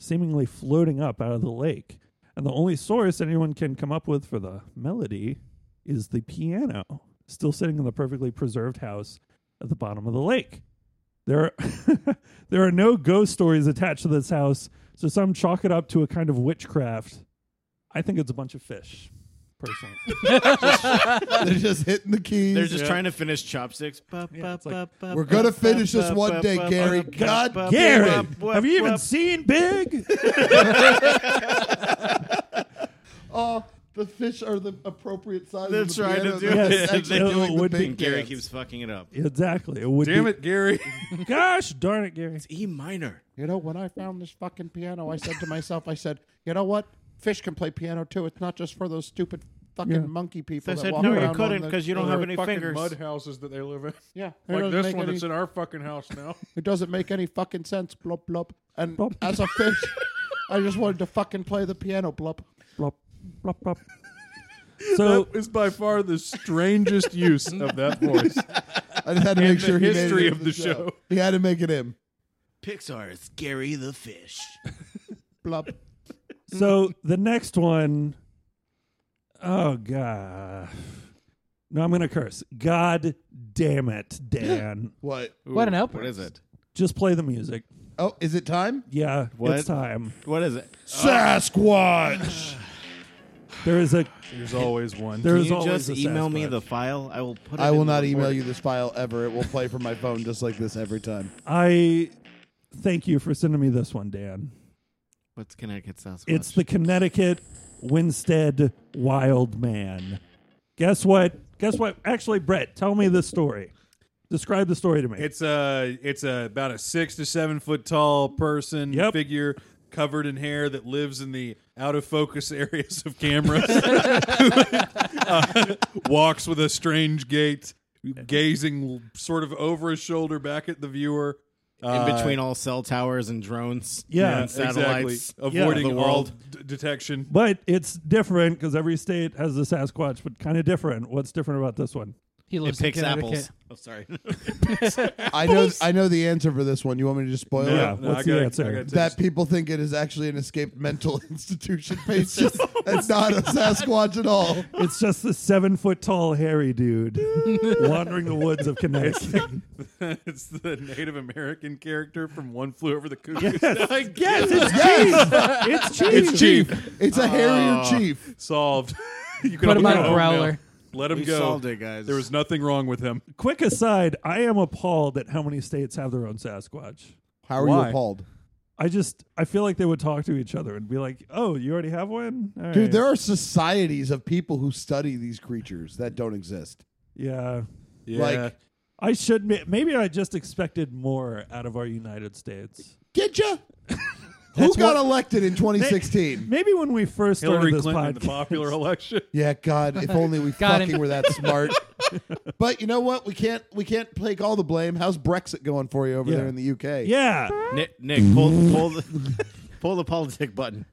S6: seemingly floating up out of the lake. And the only source anyone can come up with for the melody is the piano, still sitting in the perfectly preserved house at the bottom of the lake. There <laughs> are, there are no ghost stories attached to this house, so some chalk it up to a kind of witchcraft. I think it's a bunch of fish, personally.
S4: They're just hitting the keys.
S2: They're just trying to finish chopsticks. Ba,
S6: Yeah,
S2: ba,
S6: it's like-
S2: ba, ba,
S4: We're
S2: ba,
S4: gonna
S2: ba,
S4: finish
S2: ba,
S4: this one
S2: ba,
S4: day,
S2: ba,
S4: Gary.
S2: ba,
S4: God
S2: ba,
S6: Gary,
S2: ba, ba,
S6: have you
S2: ba,
S6: even
S2: ba.
S6: seen Big?
S4: Oh, the fish are the appropriate size.
S2: They're
S4: of the
S2: trying to
S4: piano.
S2: do
S4: They're
S2: it.
S4: actually
S2: They
S6: do
S4: doing
S6: it
S4: the
S6: would be-
S4: big
S2: Gary
S4: dance.
S2: keeps fucking it up.
S6: exactly. It would
S8: Damn
S6: be-
S8: it, Gary.
S6: Gosh darn it, Gary.
S2: E minor.
S4: You know, when I found this fucking piano, I said to myself, I said, you know what? Fish can play piano too. It's not just for those stupid fucking
S6: Yeah.
S4: monkey people.
S2: They
S4: that
S2: said,
S4: walk
S2: "No, you
S4: around on
S2: couldn't
S4: the-
S2: 'cause you don't
S4: on
S2: have
S4: the-
S2: any
S5: fucking
S2: fingers.
S5: mud houses that they live in.
S4: Yeah, it
S5: Like
S4: doesn't
S5: this
S4: make
S5: one
S4: any-
S5: that's in our fucking house now.
S4: <laughs> It doesn't make any fucking sense. Blop blop. And
S6: Blop.
S4: as a fish, I just wanted to fucking play the piano. Blop.
S6: Blop, blop, <laughs> blop. So
S5: It's by far the strangest use
S2: <laughs>
S5: of that voice.
S4: I just had to make
S5: the
S4: sure he made
S5: history
S4: it
S5: of
S4: in
S5: the show.
S4: He had to make it in.
S2: Pixar is Gary the Fish.
S4: Blop.
S6: so the next one oh god. No, I'm gonna curse. God damn it, Dan.
S4: What?
S7: What an outburst.
S2: What is it?
S6: Just play the music.
S4: Oh, is it time?
S6: Yeah,
S2: What?
S6: it's time.
S2: What is it?
S4: Sasquatch.
S6: There is a
S5: There's always one.
S6: there
S2: Can
S6: is
S2: you
S6: always
S2: just
S6: a
S2: email me
S6: Sasquatch.
S2: the file? I will put. It
S4: I will
S2: in the
S4: not email
S2: report.
S4: you this file ever. It will play from my phone just like this every time.
S6: I thank you for sending me this one, Dan.
S2: What's Connecticut Sasquatch?
S6: It's the Connecticut Winstead Wild Man. Guess what? Guess what? Actually, Brett, tell me the story. Describe the story to me.
S5: It's a it's a about a six to seven foot tall person
S6: Yep.
S5: figure covered in hair that lives in the out of focus <laughs> areas of cameras. Uh, walks with a strange gait, gazing sort of over his shoulder back at the viewer.
S2: in between all cell towers and drones.
S6: Uh, Yeah,
S2: and satellites.
S5: exactly.
S6: Yeah.
S5: avoiding
S2: The
S5: all
S2: world.
S5: d- detection. <laughs>
S6: but it's different because every state has the Sasquatch, but kind of different. What's different about this one?
S7: He
S2: It
S7: lives
S2: picks
S7: in Connecticut.
S2: apples.
S6: <laughs>
S2: Oh, sorry. <laughs>
S4: I know. I know the answer for this one. You want me to just spoil
S6: Yeah.
S4: it?
S6: what's the answer?
S4: That people think it is actually an escaped mental <laughs> institution patient. That's not a Sasquatch at all.
S6: It's just the seven foot tall hairy dude wandering the woods of Connecticut.
S5: it's the Native American character from One Flew Over the
S2: <laughs>
S5: Cuckoo's
S6: Yes.
S5: Nest.
S6: yes, it's cheap. It's cheap.
S5: It's cheap.
S4: It's a harrier chief.
S5: Solved.
S2: <laughs>
S5: you
S7: What
S5: can
S7: about
S5: let
S7: a
S5: him go.
S7: growler?
S5: Let him
S2: We
S5: go.
S2: solved it, guys.
S5: There was nothing wrong with him.
S6: Quick aside, I am appalled at how many states have their own Sasquatch.
S4: How are
S5: Why?
S4: you appalled?
S6: I just I feel like they would talk to each other and be like, "Oh, you already have one, All
S4: Dude,
S6: right."
S4: there are societies of people who study these creatures that don't exist.
S6: yeah."
S5: Yeah.
S4: Like-
S6: I should ma- maybe I just expected more out of our United States.
S4: Get <laughs> ya? Who got elected <laughs> in 2016?
S6: Maybe when we first
S5: Hillary
S6: started this
S5: Clinton in the
S6: podcast,
S5: popular <laughs> election.
S4: yeah, God,
S7: <laughs>
S4: if only we
S7: Got him.
S4: fucking were that smart. <laughs> but you know what? We can't we can't take all the blame. How's Brexit going for you over
S6: Yeah.
S4: there in the UK?
S6: yeah,
S2: Nick, Nick, pull, pull the <laughs> pull the politic button.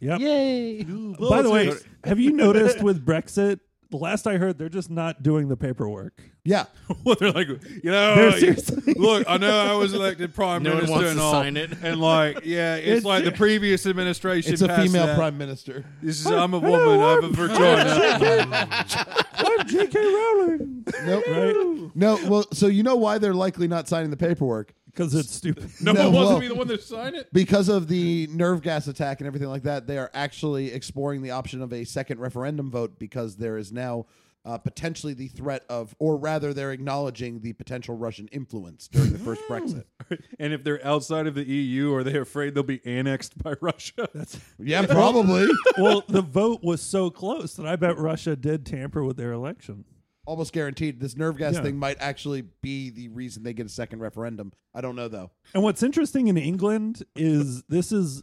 S6: yep.
S7: Yay!
S6: By the way, have you noticed with Brexit? The last I heard, they're just not doing the paperwork.
S4: <laughs> Yeah.
S5: Well, they're like, you know,
S6: They're seriously-
S5: look, I know I was elected prime
S2: No one
S5: minister
S2: wants
S5: and
S2: to
S5: all,
S2: sign it.
S5: and like, yeah, it's,
S6: It's-
S5: like the previous administration.
S4: It's a
S5: passed
S4: female
S5: that.
S4: prime <laughs> minister.
S5: This is I'm a woman. I have a vagina.
S6: I'm J.K. <laughs> Rowling,
S4: Nope.
S6: right?
S4: No, well, so you know why they're likely not signing the paperwork?
S6: Because it's stupid.
S5: No,
S4: No,
S5: one wants
S4: well-
S5: to be the one <laughs> that signed it.
S4: Because of the nerve gas attack and everything like that, they are actually exploring the option of a second referendum vote because there is now uh, potentially the threat of, or rather, they're acknowledging the potential Russian influence during the first
S6: <laughs>
S7: Hmm.
S4: Brexit.
S5: And if they're outside of the EU, are they afraid they'll be annexed by <laughs> Russia? That's
S4: Yeah, probably.
S6: well, the vote was so close that I bet Russia did tamper with their election.
S4: <laughs> Almost guaranteed. This nerve gas
S6: Yeah.
S4: thing might actually be the reason they get a second referendum. I don't know, though.
S6: And what's interesting in England is this is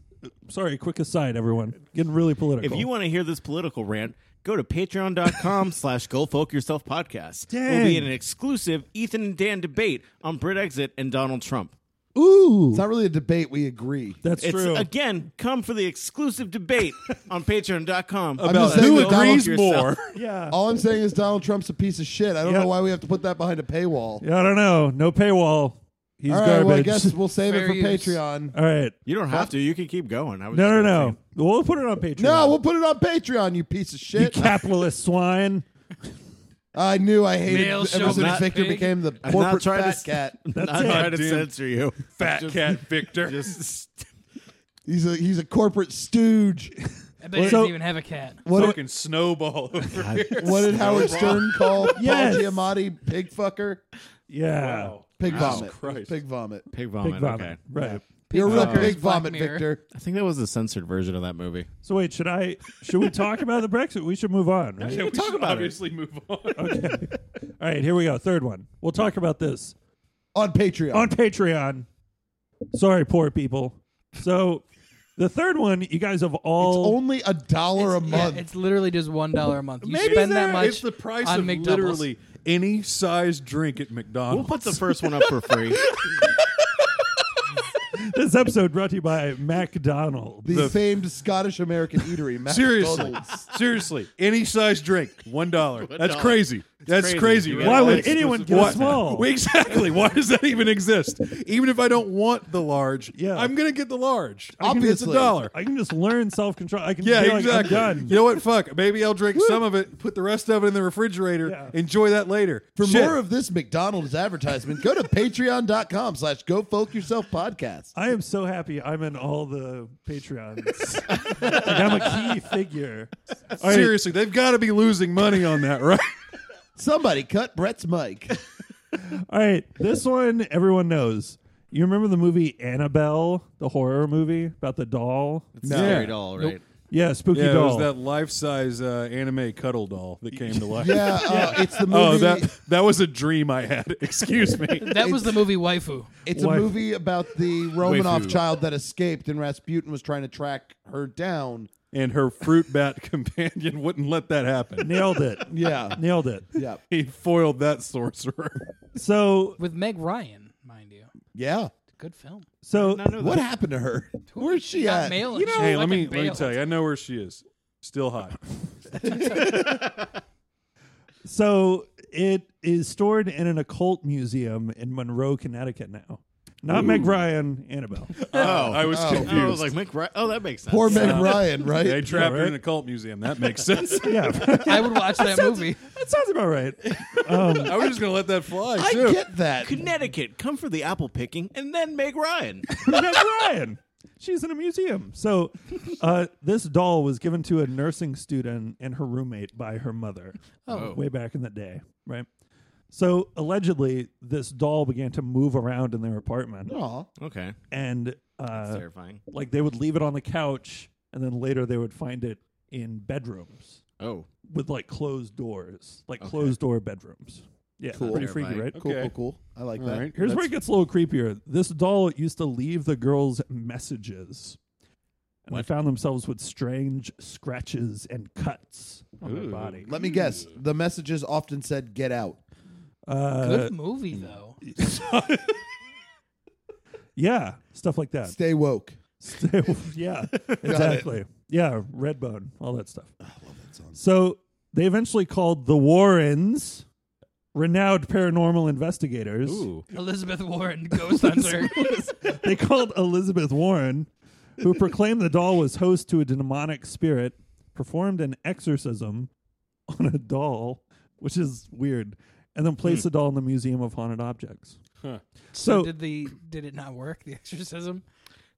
S6: sorry, quick aside, everyone. Getting really political.
S2: If you want to hear this political rant, go to patreon.com <laughs> slash go folk yourself podcast. We'll
S6: Dang.
S2: be in an exclusive Ethan and Dan debate on Brit Exit and Donald Trump.
S4: It's not really a debate. We agree.
S6: That's
S2: It's
S6: true.
S2: again, come for the exclusive
S6: <laughs>
S2: debate on patreon.com.
S4: just
S2: slash
S4: saying
S2: go
S4: that Donald-
S2: folk yourself.
S6: yeah.
S4: <laughs> All I'm saying is Donald Trump's a piece of shit. I don't
S6: Yeah.
S4: know why we have to put that behind a paywall.
S6: yeah. I don't know. No paywall. He's
S4: All right,
S6: garbage.
S4: well, I guess we'll save
S7: Fair
S4: it for
S7: use.
S4: Patreon.
S6: <laughs> All right.
S2: <laughs> You don't have to. You can keep going. I was
S6: No, no,
S2: just
S6: no.
S2: gonna
S6: We'll put it on Patreon.
S4: No, we'll put it on Patreon, you piece of
S6: you
S4: shit.
S6: capitalist
S2: <laughs>
S6: swine.
S4: I knew I hated
S7: Male
S4: ever
S7: shall
S4: since
S2: not
S4: Victor
S7: pig.
S4: became the
S2: I'm not
S4: corporate
S2: trying to
S4: fat
S2: s-
S4: cat.
S2: think. <laughs>
S6: That's
S2: I'm
S6: it.
S2: not trying to
S5: Dude.
S2: censor you.
S5: Fat cat Victor.
S2: Just
S4: He's a he's a corporate stooge.
S7: I bet he
S6: So-
S7: doesn't even have a cat.
S4: What did,
S5: fucking snowball <laughs> over here.
S4: what did Howard Stern call
S6: Yes.
S4: Paul Giamatti? Pig fucker,
S6: Yeah.
S4: pig
S2: Jesus
S4: vomit,
S5: Christ.
S4: pig vomit.
S2: pig vomit.
S6: Big vomit.
S2: Okay.
S6: Right.
S4: You're a real
S7: fucker is
S4: pig
S7: Black
S4: vomit,
S7: Mirror.
S4: Victor.
S2: I think that was the censored version of that movie.
S6: So wait, should I should we talk about the Brexit? We should move on, right?
S5: Yeah, we
S2: talk
S5: should
S2: about it.
S5: obviously move on.
S6: Okay. All right, here we go. Third one. We'll talk about this
S4: On Patreon.
S6: on Patreon. Sorry, poor people. So the third one, you guys have
S4: it's
S6: all
S4: only a dollar a
S7: Yeah,
S4: month.
S7: it's literally just one dollar a month. You
S5: Maybe
S7: spend
S5: there-
S7: that much.
S5: It's the price
S7: on
S5: of
S7: McDoubles.
S5: literally any size drink at
S2: We'll
S5: McDonald's.
S2: put the first one up for free.
S6: this episode brought to you by McDonald's.
S4: the,
S5: the-
S4: famed Scottish American eatery. Mac
S5: Seriously,
S4: Donald's.
S5: seriously, any size drink, one dollar. That's
S2: dollar.
S5: crazy. That's
S2: crazy.
S5: crazy.
S2: You
S5: right?
S2: gotta
S6: Why
S2: Yeah,
S6: would
S2: it's-
S6: anyone
S2: it's-
S6: get a
S2: what?
S5: <laughs>
S6: small?
S5: Well, Exactly. Why does that even exist? Even if I don't want the large,
S6: Yeah.
S5: I'm gonna get the large. it's a
S4: Obviously.
S5: dollar.
S6: I can just learn self control. I can
S5: Yeah,
S6: be like, I'm
S5: exactly.
S6: done.
S5: You know what? Fuck. Maybe I'll drink some of it, put the rest of it in the refrigerator,
S6: Yeah.
S5: enjoy that later.
S4: For
S5: Shit.
S4: more of this McDonald's advertisement, go to patreon.com slash go folk yourself podcast.
S6: I am so happy I'm in all the Patreons. like I'm a key figure. All right,
S5: seriously, they've got to be losing money on that, right?
S4: Somebody cut Brett's mic.
S6: all right. This one everyone knows. You remember the movie Annabelle, the horror movie about the doll?
S2: Scary doll, right?
S6: Yeah, spooky
S5: Yeah, it
S6: doll.
S5: was that life-size uh, anime cuddle doll that came to life.
S4: Yeah, uh, it's the
S5: <laughs>
S4: movie.
S5: Oh, that that was a dream I had. <laughs> Excuse me.
S7: That was the movie Waifu.
S4: it's
S6: Why-
S4: a movie about <laughs> the Romanov
S5: Waifu.
S4: child that escaped, and Rasputin was trying to track her down.
S5: and her fruit bat <laughs> companion wouldn't let that happen.
S6: Nailed it.
S4: Yeah,
S6: Nailed it.
S4: yeah,
S5: He foiled that sorcerer.
S6: So
S7: with Meg Ryan, mind you.
S4: yeah.
S7: Good film.
S6: so
S4: What happened to her?
S7: <laughs>
S4: Where's she
S7: Got
S4: at?
S7: mail and
S6: You know-
S7: she
S5: hey, let
S7: fucking
S5: me let me
S7: bailed.
S5: tell you. I know where she is. Still
S4: <laughs>
S5: hot.
S6: so it is stored in an occult museum in Monroe, Connecticut now. Not Meg Ryan, Annabelle.
S2: Oh,
S5: I was confused.
S2: I was like, Mick, Ry- oh, that makes sense.
S4: Poor Meg Ryan, right?
S5: they trapped her
S6: right?
S5: in a cult museum. That makes <laughs> sense.
S6: Yeah,
S7: <laughs>
S6: <laughs>
S7: I would watch that movie.
S6: that sounds about right. <laughs>
S5: I was just gonna let that fly
S4: I
S5: too.
S4: get that.
S2: Connecticut, come for the apple picking, and then Meg Ryan.
S6: Meg Ryan. She's in a museum. So, uh, this doll was given to a nursing student and her roommate by her mother
S7: Oh.
S6: way back in the day, right? So, allegedly, this doll began to move around in their apartment.
S4: Aw.
S2: Okay,
S6: And,
S2: that's
S6: uh,
S2: terrifying.
S6: like, they would leave it on the couch, and then later they would find it in bedrooms
S2: Oh,
S6: with, like, closed doors, like closed door bedrooms. Yeah,
S4: Cool.
S6: pretty freaky, right?
S4: Cool,
S5: Okay.
S4: cool, cool. I like that.
S5: right.
S6: Here's where it gets a little creepier. This doll used to leave the girls messages. And they found themselves with strange scratches and cuts on their body.
S4: Let me guess. The messages often said "get out."
S6: Uh,
S7: Good movie though.
S6: yeah, stuff like that. <laughs>
S4: Stay woke.
S6: Still- <laughs> yeah, exactly. Yeah, Redbone, all that stuff. I love that song. So they eventually called the Warrens, renowned paranormal investigators.
S2: ooh,
S7: Elizabeth Warren, Ghost Hunter.
S6: they called Elizabeth Warren, who proclaimed the doll was host to a demonic spirit, performed an exorcism on a doll, which is weird, and then
S3: Hmm.
S6: placed the doll in the Museum of Haunted Objects. So,
S7: did the did it not work? The exorcism.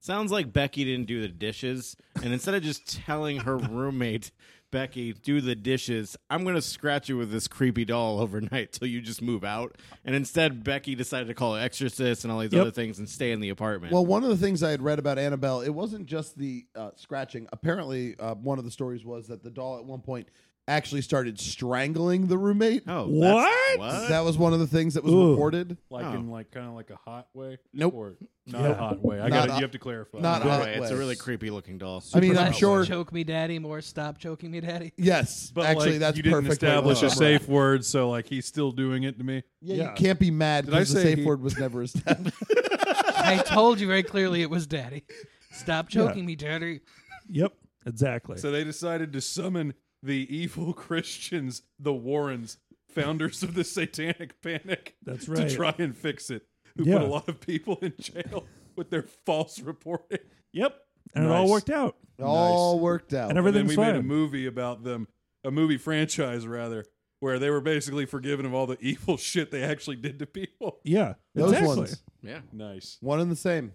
S2: sounds like Becky didn't do the dishes, and instead of just telling her roommate Becky do the dishes, I'm gonna scratch you with this creepy doll overnight till you just move out. And instead, Becky decided to call an exorcist and all these
S6: Yep.
S2: other things and stay in the apartment.
S4: Well, one of the things I had read about Annabelle, it wasn't just the uh, scratching. Apparently, uh, one of the stories was that the doll at one point actually started strangling the roommate.
S2: oh,
S6: What?
S2: that's- what?
S4: That was one of the things that was
S6: Ooh.
S4: reported.
S5: Like
S2: Oh.
S5: in like kind of like a hot way.
S4: Nope.
S5: Or not
S6: Yeah.
S5: a hot way. I
S4: Not
S5: got
S4: a-
S5: to You have to clarify.
S4: not a hot
S2: Anyway, it's a
S4: way.
S2: really creepy looking doll.
S4: I mean, I'm
S7: Less
S4: sure.
S7: Choke me, daddy. More stop choking me, daddy.
S4: Yes,
S5: But
S4: actually,
S5: like,
S4: that's
S5: you didn't
S4: perfect.
S5: establish
S4: way
S5: a
S4: to describe it.
S5: safe word, so like he's still doing it to me.
S4: Yeah,
S6: Yeah.
S4: you can't be mad
S5: Did I
S4: because the
S5: say
S4: safe
S5: he-
S4: word was never established.
S7: I told you very clearly it was daddy. Stop choking me, daddy.
S6: yep, exactly.
S5: So they decided to summon the evil
S3: <laughs>
S5: Christians, the Warrens, founders of the Satanic Panic.
S6: That's
S5: To
S6: right.
S5: try and fix it.
S3: who
S6: Yeah.
S3: put a lot of people in jail with their false reporting.
S6: Yep. And it all
S5: Nice.
S6: worked out.
S4: It all worked out.
S6: And
S3: Oh, And then
S6: everything's
S3: we
S6: fine.
S3: made a movie about them, a movie franchise rather, where they were basically forgiven of all the evil <laughs> shit they actually did to people.
S6: Yeah.
S4: Those
S6: exactly.
S4: ones,
S2: Yeah.
S3: Nice.
S4: one and the same.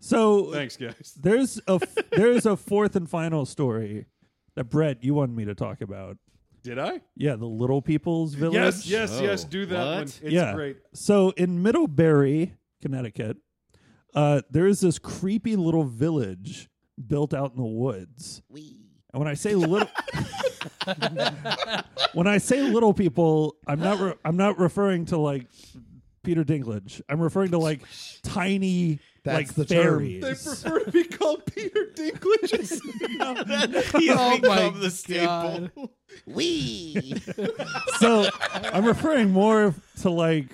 S6: So
S3: Thanks, guys.
S6: there's a
S3: <laughs>
S6: f- there's a fourth and final story that Brett you wanted me to talk about.
S3: Did I?
S6: Yeah, the Little People's Village.
S3: Yes, yes, yes.
S2: Oh,
S3: Do that
S2: what?
S3: one. It's
S6: yeah.
S3: great.
S6: So in Middlebury, Connecticut, uh, there is this creepy little village built out in the woods. And when I say little, <laughs> when I say little people, I'm not re- I'm not referring to like Peter Dinklage. I'm referring to like tiny
S4: That's
S6: like
S4: the term.
S6: fairies.
S3: They prefer to be called Peter Dinklage.
S2: He has
S7: Oh
S2: become
S7: my
S2: the staple.
S7: God.
S2: Wee.
S6: so I'm referring more to like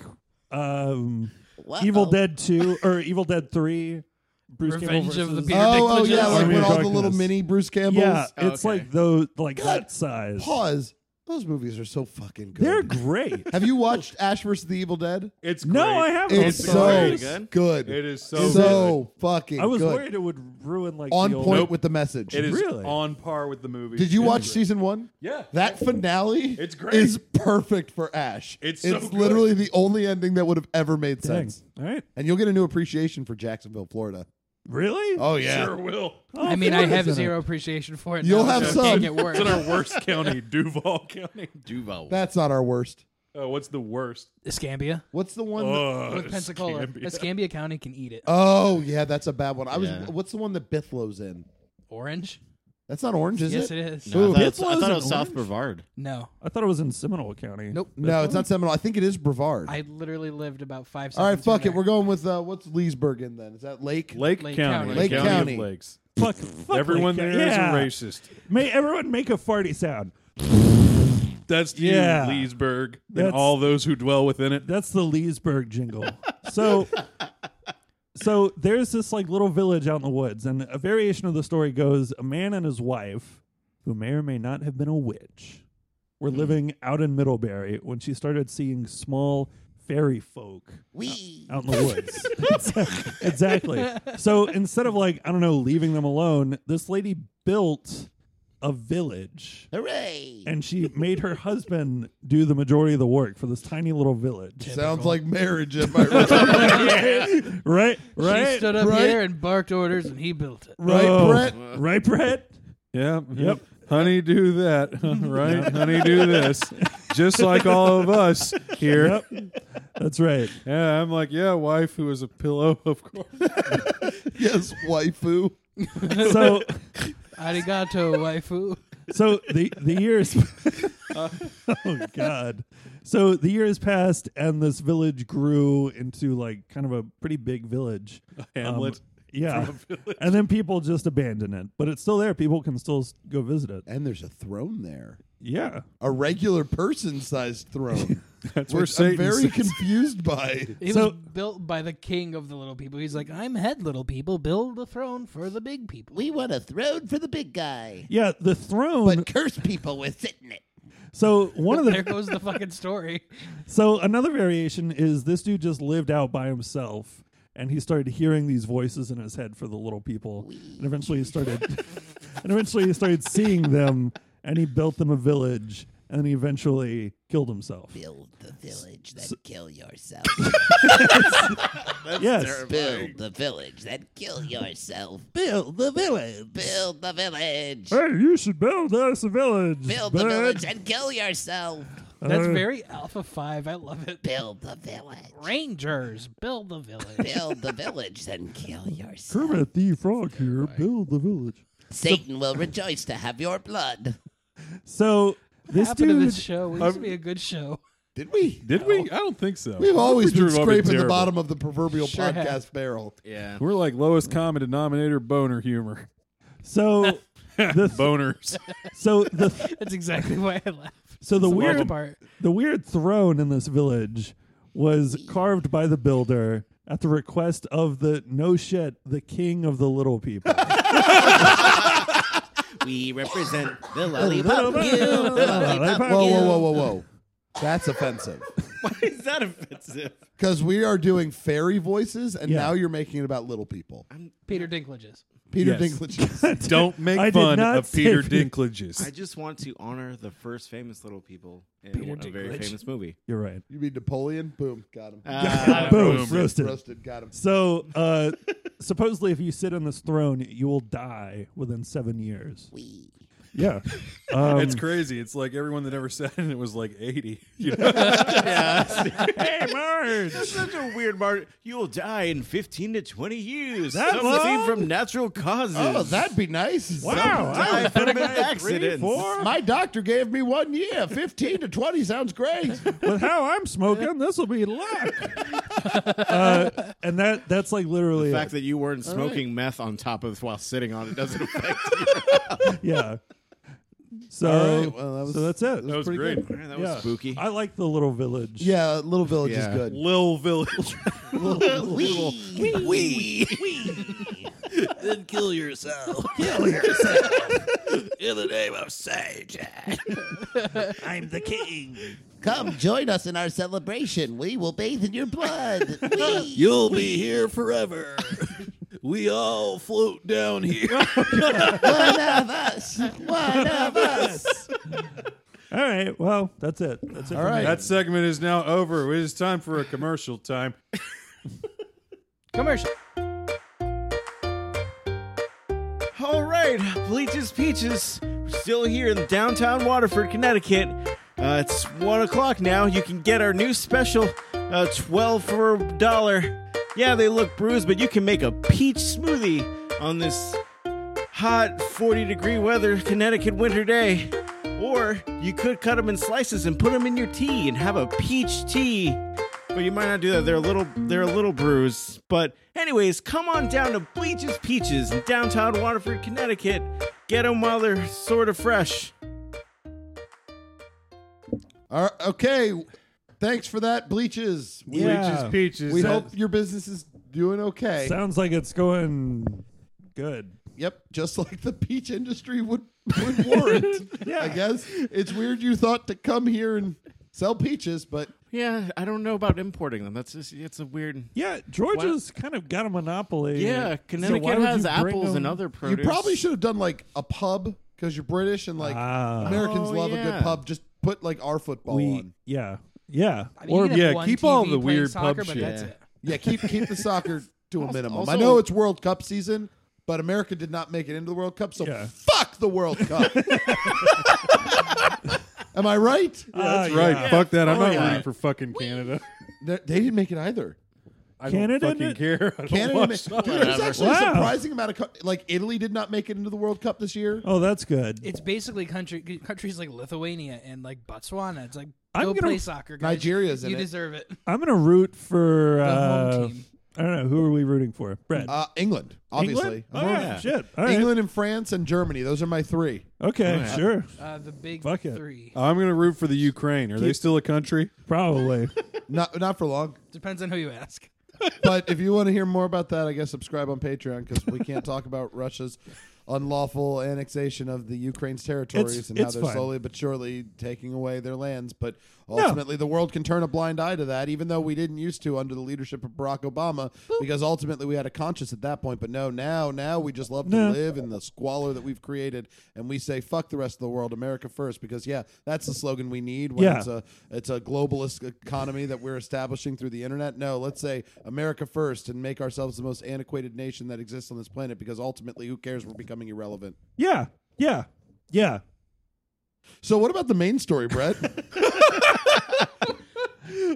S6: um, Evil Dead Two or Evil Dead Three. Bruce Campbell
S7: Revenge of the
S6: versus-
S7: Peter
S4: Oh, oh
S7: Dinklage's
S4: yeah, like
S6: Army
S4: when
S6: of
S4: all the
S6: Darkness.
S4: little mini Bruce Campbells.
S6: Yeah,
S2: Oh,
S6: it's
S2: okay.
S6: like those like that size.
S4: Pause. Those movies are so fucking good. <laughs>
S6: They're great.
S4: Have you watched Ash versus the Evil Dead?
S3: it's great.
S6: no, I haven't.
S4: It's,
S2: It's
S4: so
S2: great.
S4: good.
S2: good.
S3: It is so
S4: so,
S3: good.
S4: fucking
S6: I was
S4: good.
S6: worried it would ruin like
S4: On
S6: the old-
S4: point with the message.
S3: It is
S6: Really?
S3: on par with the movie.
S4: Did you
S3: It's
S4: watch
S3: great.
S4: season one?
S3: Yeah.
S4: That finale
S3: It's great.
S4: is perfect for Ash.
S3: It's so good.
S4: literally the only ending that would have ever made
S6: Dang.
S4: sense.
S6: All right.
S4: And you'll get a new appreciation for Jacksonville, Florida.
S6: Really?
S4: Oh yeah.
S3: Sure will.
S6: Oh,
S7: I mean, I
S6: Florida's
S7: have
S6: in it.
S7: zero appreciation for it.
S4: You'll
S7: now,
S4: have
S7: so it can't
S4: some.
S7: get worse.
S3: It's in our worst county, Duval County.
S2: Duval.
S4: That's not our worst.
S3: Oh, what's the worst?
S7: Escambia
S4: What's the one? that-
S3: Oh,
S7: with Pensacola. Escambia. County can eat it.
S4: oh yeah, that's a bad one. I was.
S2: Yeah.
S4: What's the one that Bithlo's in?
S7: Orange?
S4: That's not orange, is
S7: yes,
S4: it?
S7: it is.
S2: No, I thought, it's, I
S6: Buffalo's
S2: thought
S6: in
S2: it was South
S6: orange?
S2: Brevard.
S7: No.
S6: I thought it was in Seminole County.
S7: Nope.
S4: No, it's not Seminole. I think it is Brevard.
S7: I literally lived about five seconds.
S4: All right,
S7: from
S4: fuck it.
S7: there.
S4: We're going with uh, what's Leesburg in then? Is that Lake?
S5: Lake,
S7: Lake
S5: County.
S7: County.
S4: Lake
S5: County of
S4: County.
S5: Lakes.
S6: Fuck, fuck
S5: Everyone
S6: like
S5: there
S6: that.
S5: is
S6: yeah.
S5: a racist.
S6: May everyone make a farty sound.
S3: That's
S6: Yeah.
S3: you, Leesburg,
S6: That's-
S3: and all those who dwell within it.
S6: That's the Leesburg jingle. so so there's this like little village out in the woods and a variation of the story goes a man and his wife who may or may not have been a witch were living out in Middlebury when she started seeing small fairy folk out in the woods. Exac- exactly. So instead of like I don't know leaving them alone, this lady built a village.
S2: Hooray.
S6: And she made her husband do the majority of the work for this tiny little village.
S4: Sounds like marriage. If I <laughs> remember.
S6: Right, right,
S7: He stood up
S4: right.
S7: here and barked orders, and he built it.
S4: right,
S6: Oh,
S4: Brett.
S6: Right, Brett.
S3: Yeah.
S6: Yep.
S3: Honey, do that. <laughs> right? Honey, do this. Just <laughs> like all of us here.
S6: Yep, that's right.
S3: Yeah, I'm like, yeah, wife who is a pillow, <laughs> of course.
S4: Yes, waifu.
S6: So,
S3: <laughs>
S7: Arigato, waifu.
S6: so the the years. <laughs> oh God! So the years passed, and this village grew into like kind of a pretty big village. Um,
S3: Hamlet.
S6: yeah, and then people just abandon it, but it's still there. People can still s- go visit it.
S4: And there's a throne there.
S6: Yeah,
S4: A regular person sized <laughs> throne.
S3: That's where
S4: which
S3: Satan
S4: I'm very
S3: sits.
S4: confused by.
S7: It
S6: So-
S7: was built by the king of the little people. He's like, I'm head little people. Build a throne for the big
S3: <laughs>
S7: people.
S9: We want a throne for the big guy,
S6: yeah. The throne.
S9: but curse people with sitting it.
S6: so one of the
S7: there goes the fucking story.
S6: So another variation is this dude just lived out by himself and he started hearing these voices in his head for the little people. And eventually he started <laughs> and eventually he started seeing them and he built them a village and then he eventually killed himself.
S9: Build the village, then kill yourself.
S6: yes.
S9: Build the village, then kill yourself.
S6: Build the village.
S9: Build the village.
S6: Hey, you should build us a village.
S9: Build the
S6: bud.
S9: village and kill yourself.
S7: That's
S6: Uh,
S7: very Alpha 5. I love it.
S9: Build the village.
S7: Rangers, build the village.
S9: Build the village, then kill yourself.
S6: Kermit the
S9: <laughs>
S6: Frog here. Build the village.
S9: Satan will rejoice to have your blood.
S6: So this
S7: happened to
S6: dude
S7: this show. It used to be a good show.
S4: Did we?
S3: Did we? I don't think so.
S4: We've always
S3: We drew
S4: been
S3: up a
S4: scraping the
S3: terrible-
S4: bottom of the proverbial
S7: Sure
S4: podcast
S7: have.
S4: barrel.
S2: Yeah.
S3: We're like lowest common denominator boner humor.
S7: <laughs>
S6: so the
S4: <laughs>
S3: Boners.
S6: so the
S7: That's exactly why I laughed.
S6: So the
S7: It's
S6: weird-
S7: worst part.
S6: The weird throne in this village was carved by the builder at the request of the no shit, the king of the little people.
S2: <laughs> We represent the lollipop. <laughs> you, the
S6: Lollipop
S2: lollipop.
S4: Whoa,
S2: you.
S4: whoa, whoa, whoa, whoa. That's offensive.
S2: <laughs> Why is that offensive?
S4: Because we are doing fairy voices, and
S6: Yeah.
S4: now you're making it about little people.
S7: Peter Dinklage's.
S4: Peter
S6: <laughs>
S3: Yes.
S4: Dinklage.
S3: <laughs> Don't make
S6: I did
S3: fun
S6: not
S3: of
S6: say <laughs>
S3: Peter
S6: Peter-
S3: Dinklage's.
S2: I just want to honor the first famous little people in
S7: Peter
S2: a very
S7: Dinklage.
S2: famous movie.
S6: You're
S3: <laughs>
S6: right.
S4: you mean Napoleon? Boom, got him.
S7: Uh,
S2: Ah,
S6: Boom, roasted.
S4: Roasted, got him.
S6: So, uh, supposedly, if you sit on this throne, you will die within seven years.
S9: We.
S6: Yeah, um,
S3: it's crazy. It's like everyone that ever said it, it was like 80. You know?
S6: <laughs> hey,
S3: <laughs>
S6: Marge.
S2: Such a weird Martin. You will die in 15 to 20 years.
S6: That
S2: Some
S6: long?
S2: leave from natural causes.
S4: <laughs> Oh, that'd be nice.
S6: Wow,
S2: die
S6: I
S2: from an
S6: three,
S2: accident.
S6: four.
S4: My doctor gave me one year. 15 to 20 sounds <laughs> great.
S6: <laughs> With how I'm smoking, this will be
S3: <laughs>
S6: luck. uh, and that that's like literally
S2: The
S6: it.
S2: fact that you weren't smoking meth on top of while sitting on it
S6: <laughs>
S2: doesn't affect you.
S6: yeah. So,
S4: All right, well, that was-
S6: so that's it.
S3: That was great.
S2: Man, that
S6: Yeah.
S2: was spooky.
S6: I like the little village.
S4: Yeah, Little Village
S2: Yeah.
S4: is good.
S3: Lil Village.
S9: We. We. then kill yourself. Kill yourself. In the name of Sage.
S6: I'm the king.
S10: <laughs>
S9: Come join us in our celebration. We will bathe in your blood. We.
S10: <laughs> You'll be here forever. we all float down here.
S9: <laughs> One of us.
S10: <laughs>
S9: One of us.
S6: All right. Well, that's it. That's it.
S4: All
S6: for me.
S4: right.
S3: That segment is now over. It is time for a commercial time.
S7: Commercial.
S2: All right, Bleaches Peaches. We're still here in downtown Waterford, Connecticut. Uh, it's one o'clock now. You can get our new special, uh, twelve for a dollar. Yeah, they look bruised, but you can make a peach smoothie on this hot forty degree weather Connecticut winter day. Or you could cut them in slices and put them in your tea and have a peach tea. But you might not do that. They're a little they're a little bruised. But anyways, come on down to Bleach's Peaches in downtown Waterford, Connecticut. Get them while they're sort of fresh.
S4: All right, okay. Thanks for that, Bleaches. We,
S6: Yeah.
S3: Peaches.
S4: we
S3: <laughs>
S4: hope your business is doing okay.
S6: Sounds like it's going good.
S4: Yep, just <laughs> like the peach industry would, would
S6: <laughs>
S4: warrant. I guess it's weird you thought to come here and sell peaches, but
S2: Yeah, I don't know about importing them. That's just it's a weird.
S6: Yeah, Georgia's kind of got a monopoly.
S2: Yeah,
S6: So
S2: Connecticut
S6: why would
S2: has
S6: you bring
S2: apples and
S6: them-
S2: other produce.
S4: you probably should have done like a pub because you're British and like
S6: Ah.
S4: Americans
S2: Oh,
S4: love a
S2: yeah.
S4: good pub. Just put like our football
S6: We,
S4: on.
S6: yeah, yeah.
S7: I mean,
S3: Or,
S7: you could have
S3: yeah,
S7: one
S3: keep all
S7: TV
S3: the
S7: playing
S3: weird
S7: soccer,
S3: pub
S7: but
S3: shit.
S7: That's
S2: Yeah.
S7: it.
S4: Yeah, keep keep
S2: <laughs>
S4: the soccer to a minimum. I
S2: also-
S4: know it's World Cup season, but America did not make it into the World Cup, so
S6: Yeah.
S4: fuck the World
S6: <laughs>
S4: Cup. Am I right?
S6: that's
S3: Right. Fuck that. I'm
S2: Oh,
S3: not
S2: yeah.
S3: rooting for fucking Canada.
S4: They they didn't make it either.
S3: I
S6: Canada
S3: don't fucking
S6: did-
S3: care. I don't
S4: Canada,
S3: watch
S4: ma-
S3: soccer.
S4: dude, there's actually a
S6: Wow.
S4: surprising amount of co- like Italy did not make it into the World Cup this year.
S6: Oh, that's good.
S7: It's basically country countries like Lithuania and like Botswana. It's like
S6: I'm
S7: go
S6: gonna-
S7: play soccer. Guys.
S4: Nigeria's in
S7: you
S4: it.
S7: deserve it.
S6: I'm gonna root for.
S7: The
S6: Uh,
S7: home team.
S6: I don't know who are we rooting for. Brett.
S4: Uh, England, obviously.
S6: England? Oh, yeah. Shit. All right.
S4: England and France and Germany. Those are my three.
S6: Okay. Sure.
S7: Uh, the big
S6: Fuck it.
S7: three
S5: Uh,
S3: I'm going to root for the Ukraine. Are they still a country?
S4: <laughs>
S6: Probably.
S4: Not not for long.
S7: depends on who you ask.
S4: But if you want to hear more about that, I guess subscribe on Patreon because we can't talk about Russia's unlawful annexation of the Ukraine's territories
S6: It's-
S4: and how
S6: it's
S4: they're
S6: fine.
S4: slowly but surely taking away their lands. But ultimately, the world can turn a blind eye to that, even though we didn't used to under the leadership of Barack Obama, because ultimately we had a conscience at that point. But no, now, now we just love to
S6: No.
S4: live in the squalor that we've created, and we say fuck the rest of the world, America first, because yeah, that's the slogan we need when
S6: Yeah.
S4: it's a it's a globalist economy that we're establishing through the internet. No, let's say America first and make ourselves the most antiquated nation that exists on this planet because ultimately, who cares? We're becoming irrelevant.
S6: yeah. Yeah. Yeah.
S4: So, what about the main story,
S6: <laughs>
S4: Brett?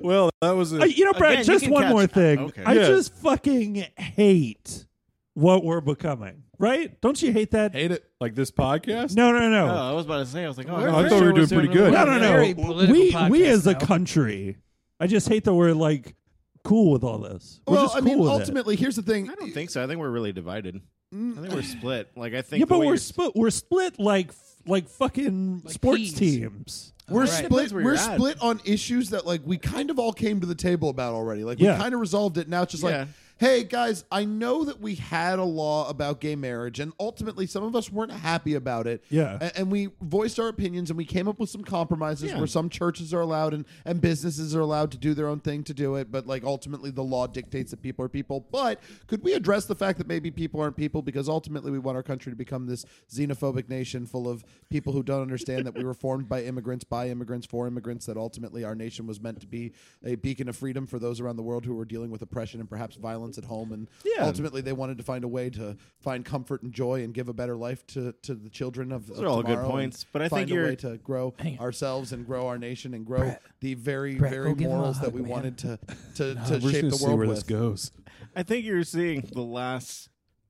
S3: Well, that was a.
S6: I- you know, Brad,
S2: Again, you
S6: just
S2: can
S6: one
S2: catch-
S6: more thing.
S2: okay.
S6: I
S3: Yeah.
S6: just fucking hate what we're becoming, right? Don't you hate that?
S4: Hate it.
S3: like this podcast?
S6: No, no, no.
S2: Oh, I was about to say. I was like, oh,
S3: I thought we were doing pretty good.
S6: no,
S7: a very
S6: no, no.
S7: political
S6: We, we
S7: podcast
S6: as a
S7: now.
S6: country, I just hate that we're like cool with all this. We're
S4: well,
S6: just
S4: I
S6: cool
S4: mean,
S6: with
S4: ultimately, here's the thing.
S2: I don't think so. I think we're really divided. I think we're split. Like I
S6: it.
S2: think.
S6: Yeah,
S2: the
S6: but
S2: way
S6: we're
S2: you're-
S6: split. We're split like like fucking
S7: Like
S6: sports
S7: peas.
S6: teams.
S4: We're
S7: Right.
S4: split.
S2: Depends where
S4: We're
S2: you're at.
S4: split on issues that like we kind of all came to the table about already. Like
S6: Yeah.
S4: we kind of resolved it. Now it's just
S2: Yeah.
S4: like, hey guys, I know that we had a law about gay marriage, and ultimately some of us weren't happy about it.
S6: Yeah.
S4: A- And, we voiced our opinions, and we came up with some compromises where some churches are allowed and and businesses are allowed to do their own thing to do it, but like ultimately the law dictates that people are people. But could we address the fact that maybe people aren't people because ultimately we want our country to become this xenophobic nation full of people who don't understand that we were formed by immigrants, by immigrants, for immigrants, that ultimately our nation was meant to be a beacon of freedom for those around the world who were dealing with oppression and perhaps violence at home. And ultimately, they wanted to find a way to find comfort and joy and give a better life to, to the children of Those
S2: are all good points, but I think
S4: find a
S2: you're-
S4: way to grow
S7: on.
S4: ourselves and grow our nation and grow
S7: Brett.
S4: the very,
S7: Brett,
S4: very
S7: go give him a
S4: morals that
S7: hug,
S4: we
S7: man.
S4: wanted
S7: <laughs>
S4: to, to,
S5: We're
S4: to
S5: just
S4: shape
S5: gonna
S4: the
S5: see
S4: world
S5: where
S4: with.
S5: this goes.
S2: I think you're seeing the last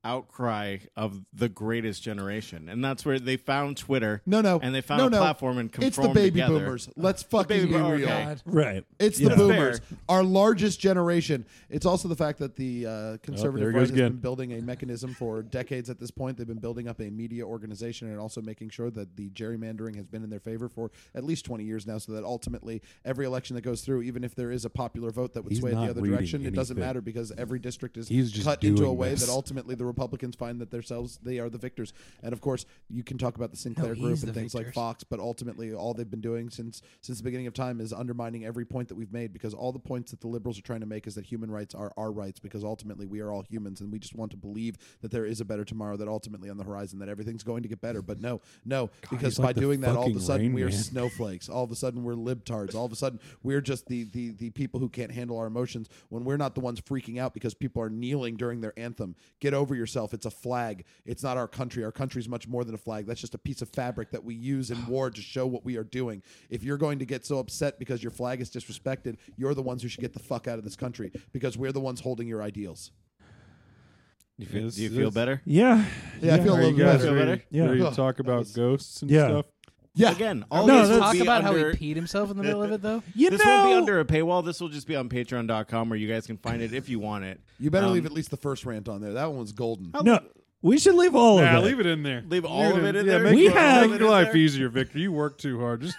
S2: outcry of the greatest generation, and that's where they found Twitter.
S4: No, no.
S2: and they found
S4: no,
S2: a
S4: no.
S2: platform and conformed
S4: It's the baby
S2: together.
S4: boomers. Let's fucking
S2: baby
S4: be
S2: boomer,
S4: real.
S2: okay.
S6: Right.
S4: It's the
S6: Yeah.
S4: boomers,
S2: Fair.
S4: our largest generation. It's also the fact that the uh, conservative
S5: Oh, there
S4: right
S5: goes
S4: has
S5: again.
S4: been building a mechanism for decades at this point. They've been building up a media organization and also making sure that the gerrymandering has been in their favor for at least 20 years now, so that ultimately every election that goes through, even if there is a popular vote that would
S5: He's
S4: sway it
S5: not
S4: the other
S5: reading
S4: direction, it doesn't
S5: anything.
S4: matter because every district is
S5: He's just
S4: cut into a
S5: doing
S4: way
S5: this.
S4: that ultimately the Republicans find that themselves they are the victors. And of course, you can talk about the Sinclair
S7: he's
S4: group
S7: the
S4: and things like
S7: victors.
S4: Fox. Fox, but ultimately all they've been doing since since the beginning of time is undermining every point that we've made because all the points that the liberals are trying to make is that human rights are our rights because ultimately we are all humans and we just want to believe that there is a better tomorrow that ultimately on the horizon that everything's going to get better but no no because
S5: he's like
S4: by
S5: the
S4: doing that all of a
S5: fucking
S4: sudden
S5: Rain
S4: we are
S5: Man.
S4: snowflakes all of a sudden we're libtards all of a sudden we're just the the the people who can't handle our emotions when we're not the ones freaking out because people are kneeling during their anthem get over yourself it's a flag it's not our country our country's much more than a flag that's just a piece of fabric that we use in war to show what we are doing if you're going to get so upset because your flag is disrespected you're the ones who should get the fuck out of this country because we're the ones holding your ideals
S2: Do you feel,
S5: Yes,
S2: do you feel
S5: yes.
S2: better?
S6: Yeah.
S4: yeah, i feel
S5: Are
S4: a little
S5: you
S4: bit
S5: guys
S4: better
S2: better.
S5: ready,
S6: Yeah.
S5: ready to
S4: Ugh,
S5: talk about
S4: was-
S5: ghosts and
S6: Yeah.
S5: stuff?
S4: yeah
S2: Again, all
S6: No,
S2: this
S6: that's-
S2: will
S7: Talk
S2: be
S7: about how he
S2: under-
S7: peed himself in the middle of it, <laughs> though.
S6: You
S2: this
S6: know,
S2: won't be under a paywall. This will just be on Patreon.com, where you guys can find it if you want it.
S4: you better
S2: Um,
S4: leave at least the first rant on there that one was golden
S6: no, we should leave all
S5: Yeah,
S6: of it.
S5: leave it in there.
S2: Leave all
S5: Leave
S2: of it in
S5: yeah,
S2: there.
S5: Make
S6: We
S5: your,
S6: have-
S5: make your life easier, Victor. You work too hard. Just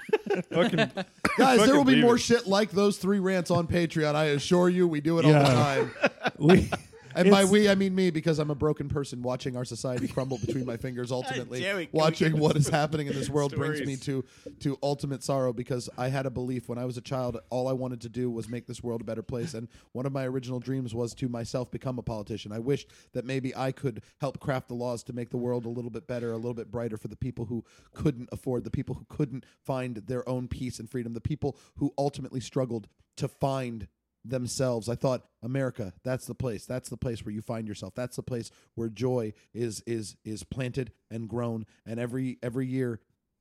S5: fucking
S4: Guys, there
S5: Fucking
S4: will be
S5: leave
S4: more
S5: it.
S4: shit like those three rants on Patreon. I assure you, we do it all the
S6: Yeah.
S4: time.
S6: We,
S4: And by
S6: <laughs> It's-
S4: we, I mean me, because I'm a broken person watching our society crumble between
S2: <laughs>
S4: my fingers. Ultimately,
S2: damn it, can we
S4: watching
S2: get
S4: what is happening in this world brings me
S2: stories?
S4: to to ultimate sorrow. Because I had a belief when I was a child, all I wanted to do was make this world a better place. And one of my original dreams was to myself become a politician. I wished that maybe I could help craft the laws to make the world a little bit better, a little bit brighter for the people who couldn't afford, the people who couldn't find their own peace and freedom, the people who ultimately struggled to find themselves. I thought America, that's the place. That's the place where you find yourself. That's the place where joy is is is planted and grown. And every every year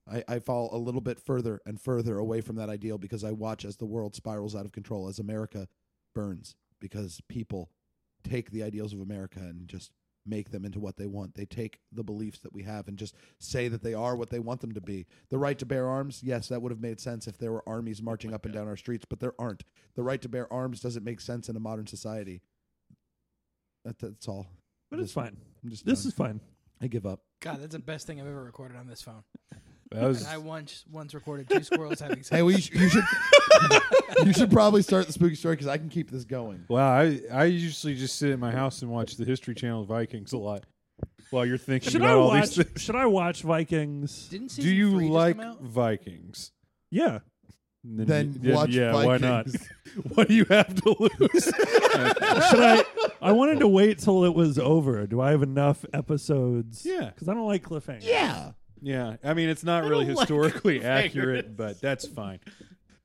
S4: I, I fall a little bit further and further away from that ideal because I watch as the world spirals out of control, as America burns, because people take the ideals of America and just make them into what they want. They take the beliefs that we have and just say that they are what they want them to be. The right to bear arms, yes, that would have made sense if there were armies marching up and down our streets, but there aren't. The right to bear arms doesn't make sense in a modern society. That, that's all.
S6: but it's fine.
S4: I'm just
S6: This
S4: done.
S6: is fine.
S4: I give up.
S7: God, that's the best thing I've ever recorded on this phone.
S5: that was,
S7: And I once once recorded two squirrels having sex.
S4: Hey, well, you, sh- you should <laughs> you should probably start the spooky story because I can keep this going.
S5: wow. I, I usually just sit in my house and watch the History Channel Vikings a lot while you're thinking
S6: Should
S5: about
S6: I
S5: all
S6: watch?
S5: these things.
S6: Should I watch Vikings?
S7: Didn't
S5: Do
S7: season
S5: you
S7: three
S5: like
S7: just come out?
S5: Vikings?
S6: Yeah. <laughs>
S5: And
S4: Then
S5: you-
S4: watch
S5: yeah, why not?
S4: <laughs> Vikings.
S5: what do you have to
S6: <laughs>
S5: lose?
S6: Should I? I wanted to wait till it was over. Do I have enough episodes?
S5: Yeah.
S6: Because I don't like cliffhangers.
S9: Yeah.
S5: <laughs> yeah, I mean it's not really
S7: <laughs>
S5: historically accurate, but that's fine.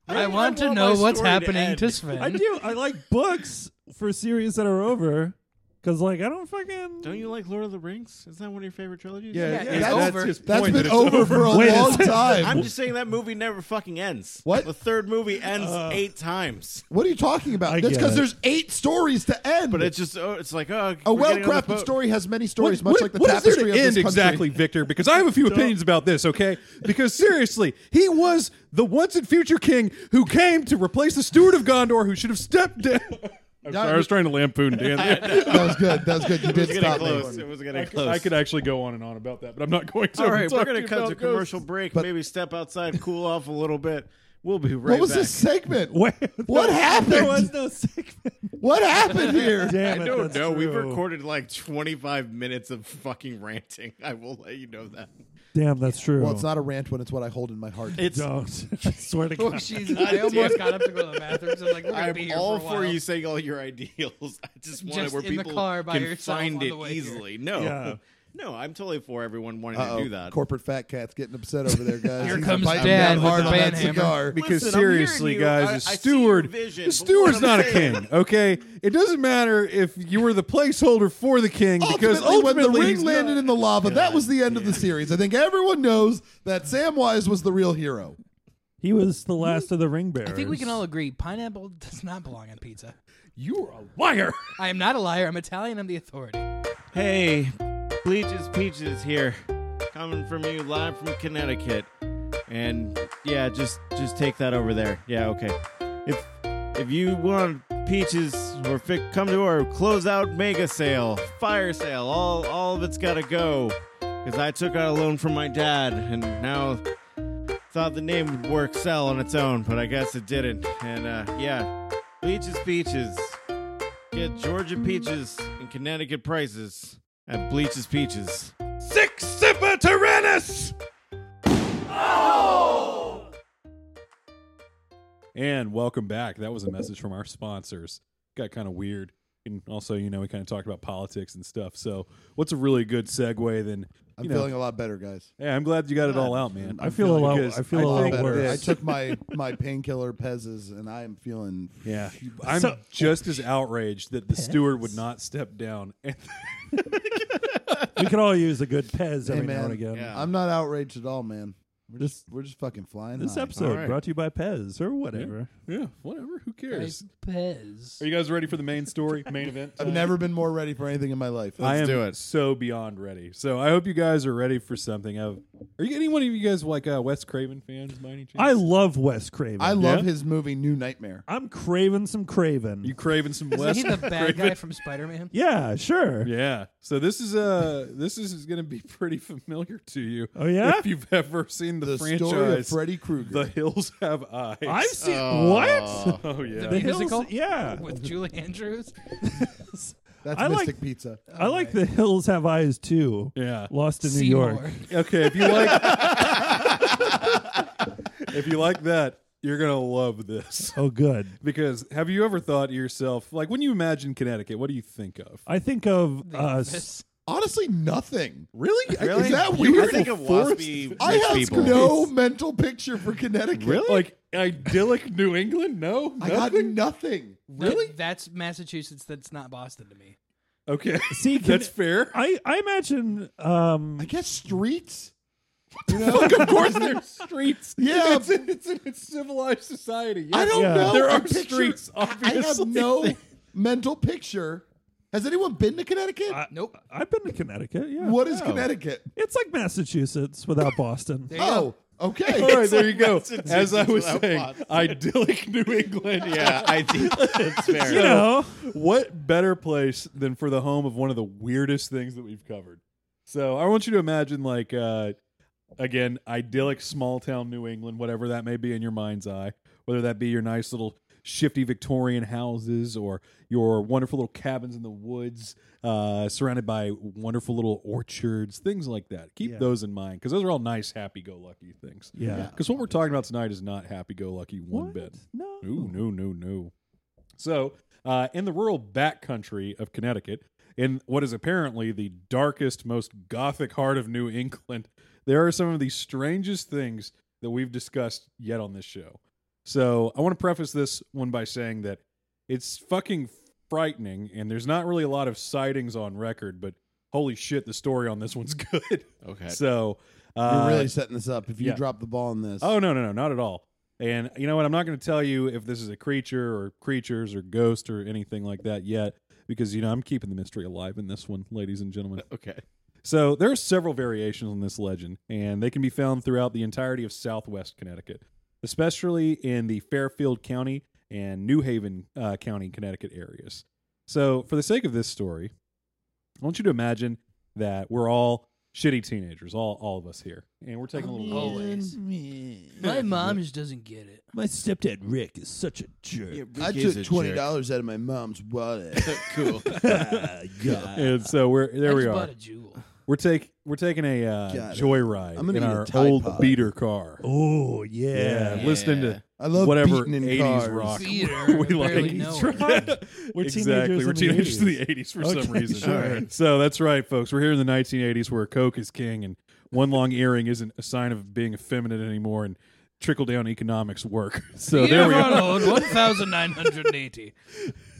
S7: I, want to
S2: want
S7: know
S2: my
S7: what's
S2: story to
S7: happening to,
S2: end.
S7: Sven.
S6: I do. I like books for series that are over. Because like I don't fucking.
S2: Don't you like Lord of the Rings? Isn't that one of your favorite trilogies?
S5: Yeah,
S7: <laughs> Yeah,
S5: yeah,
S7: it's
S5: that's
S7: over.
S5: his
S4: That's
S5: point,
S4: been
S5: that it's
S4: over for a
S6: Wait a
S4: long
S6: second.
S4: time.
S2: I'm just saying that movie never fucking ends.
S4: What?
S2: The third movie ends eight times.
S4: what are you talking about?
S6: I
S4: That's
S6: get
S4: because
S6: it.
S4: there's eight stories to end.
S2: But <laughs> it's just, oh, it's like, oh,
S4: a
S2: we're getting on the
S4: well-crafted
S2: boat.
S4: story has many stories,
S5: What- what-
S4: much like the
S5: what is there
S4: tapestry
S5: to
S4: of this
S5: end
S4: country.
S5: exactly, Victor? Because I have a few opinions about this. Okay, because seriously, he was the once and future king who came to replace the Steward of Gondor, who should have stepped down. I'm sorry, I was trying to lampoon Dan. <laughs>
S7: <laughs>
S5: I,
S4: That was good. That was good. You
S2: It was
S4: did
S2: getting
S4: stop
S2: close.
S4: me.
S2: It was getting
S5: could,
S2: close.
S5: I could actually go on and on about that, but I'm not going to.
S2: All right,
S5: Talk
S2: we're going
S5: you
S2: to cut
S5: about
S2: to commercial
S5: ghosts.
S2: break.
S4: But-
S2: maybe step outside, cool off a little bit. We'll be right
S4: What was
S2: back.
S4: this segment?
S6: <laughs> Wait,
S4: What
S6: There was
S4: happened?
S6: no segment.
S4: What happened
S6: <laughs>
S4: here?
S6: Damn
S2: I
S6: it,
S2: don't
S6: that's
S2: know. We've
S6: true.
S2: recorded like 25 minutes of fucking ranting. <laughs> I will let you know that.
S6: Damn, that's true.
S4: Well, it's not a rant when it's what I hold in my heart.
S2: It's
S6: <laughs> Don't. I swear to
S7: <laughs> Oh,
S6: God.
S7: Jesus. I almost got up to go to the bathroom. So I'm like, we're going to
S2: I'm
S7: be here
S2: all
S7: for, a
S2: for,
S7: while.
S2: you saying all your ideals. <laughs> I just want it
S7: Just
S2: where
S7: in the
S2: people
S7: car by
S2: can
S7: yourself
S2: find
S7: on the
S2: it
S7: way here.
S2: easily. No,
S6: Yeah.
S2: <laughs> no, I'm totally for everyone wanting
S4: Uh-oh.
S2: to do that.
S4: Corporate fat cat's getting upset over there, guys.
S7: Here
S4: He's
S7: comes
S4: biting
S7: Dad
S4: down
S7: with
S4: hard
S7: the
S4: on that
S7: banhammer.
S4: cigar.
S5: Because
S2: Listen, I'm hearing
S5: seriously,
S2: you.
S5: guys,
S2: I-
S5: a
S2: I see your
S5: steward,
S2: vision,
S5: a
S2: but
S5: steward's
S2: what I'm
S5: not a
S2: saying-
S5: king. Okay, it doesn't matter if you were the placeholder for the king because
S4: Ultimately,
S5: ultimately
S4: when the
S5: he's
S4: ring landed
S5: not-
S4: in the lava, that was the end of the series. I think everyone knows that Samwise was the real hero.
S6: He was the last of the ring bearers.
S7: I think we can all agree pineapple <laughs> does not belong on pizza.
S5: You're a liar.
S7: I am not a liar. I'm Italian. I'm the authority.
S2: Hey, Bleaches Peaches here, coming from you live from Connecticut, and yeah, just just take that over there. Yeah, okay. If if you want peaches or fi- come to our closeout mega sale, fire sale, all all of it's gotta go, because I took out a loan from my dad, and now thought the name would work sell on its own, but I guess it didn't. And uh, yeah, Bleaches Peaches. Get Georgia peaches and Connecticut prices at Bleach's Peaches.
S5: Six Sippa Tyrannus. And welcome back. That was a message from our sponsors. Got kind of weird. And also, you know, we kind of talked about politics and stuff. So, what's a really good segue then?
S4: I'm
S5: You know,
S4: feeling a lot better, guys.
S5: hey, I'm glad you got it all out, man.
S6: I feel a lot.
S5: because
S6: I feel a
S4: I
S6: lot
S4: feel better.
S6: worse.
S4: I took my my painkiller Pez's, and I am feeling.
S5: Yeah, I'm
S6: So-
S5: just as outraged that the steward would not step down. And <laughs>
S6: we could all use a good Pez
S4: Hey,
S6: every now
S4: man.
S6: and again.
S2: Yeah.
S4: I'm not outraged at all, man. We're just we're just fucking flying.
S6: This
S4: high.
S6: episode
S2: right.
S6: brought to you by Pez or whatever.
S5: yeah, whatever. Who cares?
S7: Pez.
S5: Are you guys ready for the main story, main <laughs> event?
S4: I've never been more ready for anything in my life.
S5: I am
S2: do it.
S5: so beyond ready. So I hope you guys are ready for something. Of are you any one of you guys like uh, Wes Craven fans by any chance?
S6: I love Wes Craven.
S4: I love
S5: Yeah?
S4: his movie New Nightmare.
S6: I'm craving some Craven.
S5: you craving
S6: <laughs>
S5: some
S7: Isn't
S5: Wes?
S7: he the bad
S5: Craven?
S7: guy from Spider Man?
S6: yeah, sure.
S5: <laughs> Yeah. So this is uh this is going to be pretty familiar to you.
S6: Oh, yeah?
S5: If you've ever seen the,
S4: The
S5: franchise
S4: story of Freddy
S5: The
S4: Krueger.
S5: Hills Have Eyes.
S6: I've seen what
S5: <laughs> oh yeah.
S6: the
S7: musical?
S6: Hills, yeah,
S7: With Julie Andrews?
S4: That's
S6: I like-
S4: Mystic Pizza.
S6: I like the Hills Have Eyes too.
S5: Yeah.
S6: Lost in New
S7: Seymour.
S6: York.
S5: Okay, if you like <laughs> if you like that, you're gonna love this. <laughs>
S6: Oh, good.
S5: Because have you ever thought to yourself, like when you imagine Connecticut, what do you think of?
S6: I think of
S7: The
S6: uh,
S7: Office.
S4: Honestly, nothing.
S5: Really?
S4: Is that
S2: You
S4: weird?
S2: were think of
S5: Forest-
S2: waspy
S4: I
S2: rich
S4: have
S2: people.
S4: no mental picture for Connecticut.
S5: Like idyllic New England? No?
S4: I got
S5: Nothing?
S4: nothing.
S7: That- that's Massachusetts. That's not Boston to me.
S5: Okay.
S6: See,
S5: <laughs>
S6: can-
S5: That's fair.
S6: I I imagine um
S4: I guess streets.
S5: of
S4: <laughs>
S5: course there's streets. <laughs>
S4: Yeah.
S5: It's in it's, in a civilized society.
S4: I
S5: Yes.
S4: don't
S6: Yeah.
S4: know.
S5: There
S4: I
S5: are
S4: picture-
S5: streets,
S4: I have
S5: obviously.
S4: no mental picture. Has anyone been to Connecticut?
S6: I,
S7: Nope.
S6: I've been to Connecticut. Yeah,
S4: what is Connecticut?
S6: It's like Massachusetts without Boston.
S4: Oh, okay.
S5: All right, there you go.
S2: Massachusetts
S5: As I was
S2: without
S5: saying,
S2: Boston.
S5: idyllic New England.
S2: Yeah, <laughs> I think that's fair.
S6: you know,
S5: what better place than for the home of one of the weirdest things that we've covered? So I want you to imagine, like, uh, again, idyllic small town New England, whatever that may be in your mind's eye, whether that be your nice little shifty Victorian houses or your wonderful little cabins in the woods, uh, surrounded by wonderful little orchards, things like that. Keep
S6: Yeah.
S5: those in mind because those are all nice, happy go lucky things.
S6: yeah.
S5: Because what we're talking about tonight is not happy go lucky one
S6: What?
S5: bit.
S6: No.
S5: No, no, no, no. So, uh, in the rural backcountry of Connecticut, in what is apparently the darkest, most gothic heart of New England, <laughs> there are some of the strangest things that we've discussed yet on this show. So, I want to preface this one by saying that it's fucking frightening, and there's not really a lot of sightings on record, but holy shit, the story on this one's <laughs> good.
S2: Okay.
S5: So,
S4: <laughs> You're
S5: uh,
S4: really setting this up. If you
S5: yeah.
S4: drop the ball on this,
S5: Oh no, no, no, not at all. And you know what? I'm not going to tell you if this is a creature or creatures or ghost or anything like that yet, because you know I'm keeping the mystery alive in this one, ladies and gentlemen.
S2: Okay.
S5: So there are several variations on this legend, and they can be found throughout the entirety of Southwest Connecticut, especially in the Fairfield County and New Haven uh, County, Connecticut areas. So, for the sake of this story, I want you to imagine that we're all shitty teenagers, all all of us here, and we're taking a little.
S7: Always. My mom just doesn't get it.
S6: My stepdad Rick is such a jerk.
S4: I took twenty dollars out of my mom's wallet.
S2: <laughs> cool.
S5: And so we're there.
S7: I
S5: we
S7: just
S5: are.
S7: bought a jewel.
S5: We're take we're taking a uh,
S4: Got it.
S5: joyride
S4: I'm gonna
S5: in
S4: need a
S5: our
S4: Tide
S5: old
S4: Pod.
S5: beater car.
S6: Oh yeah.
S5: Yeah, listening to
S4: I love
S5: whatever
S4: beating in
S5: '80s
S4: cars.
S5: rock <laughs>
S7: Theater,
S5: we
S7: I
S5: <laughs>
S7: barely
S5: like.
S7: know
S6: That's
S7: it.
S6: right. We're
S5: exactly.
S6: teenagers.
S5: We're
S6: in
S5: teenagers in
S6: the 80s.
S5: the 80s for some
S6: Okay,
S5: reason.
S6: sure.
S5: So that's right, folks. We're here in the 1980s where Coke is king and one long earring isn't a sign of being effeminate anymore and trickle down economics work. <laughs> So there we are. <laughs>
S7: one thousand nine hundred eighty.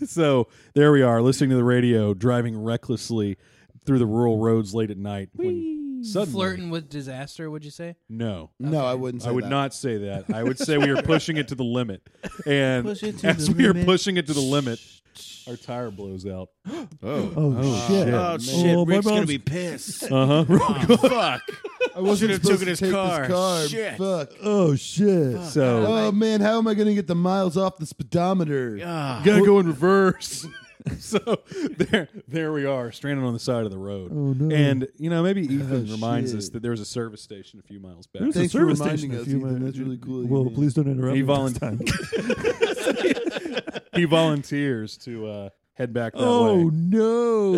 S5: So there we are, listening to the radio, driving recklessly through the rural roads late at night. When suddenly,
S7: Flirting with disaster, would
S5: <laughs>
S7: you say?
S5: No.
S4: <laughs> No, I wouldn't. Say
S5: I would
S4: that.
S5: not say that. I would say we
S6: <laughs>
S5: are pushing it to the limit. And
S10: Push it to
S5: as
S10: the
S5: we are
S10: limit.
S5: pushing it to the limit, our tire blows out.
S6: Oh, shit.
S2: Oh shit,
S6: Oh, my
S2: Rick's gonna
S6: mom's-
S2: be pissed.
S5: Uh huh.
S2: Oh, fuck.
S4: I wasn't
S2: Should've took
S4: supposed to
S2: his
S4: take
S2: car.
S4: This car.
S2: Shit.
S4: Fuck.
S6: Oh shit.
S5: So
S4: Oh man, how am I going to get the miles off the speedometer?
S2: Ah.
S5: gotta go in reverse. <laughs> so there, there we are, stranded on the side of the road.
S6: Oh, no. Oh,
S5: And you know, maybe Ethan reminds us
S4: shit.
S5: that there's a service station a few miles back.
S6: There's
S4: Thanks
S6: a
S4: for
S6: service
S4: reminding
S6: station.
S4: us,
S6: if you
S4: Ethan.
S6: want.
S4: That's really cool of you,
S6: Well,
S4: man.
S6: please don't interrupt.
S5: He
S6: me next time.
S5: <laughs> he volunteers to uh, head back that
S6: Oh
S5: way.
S4: <laughs>
S6: no.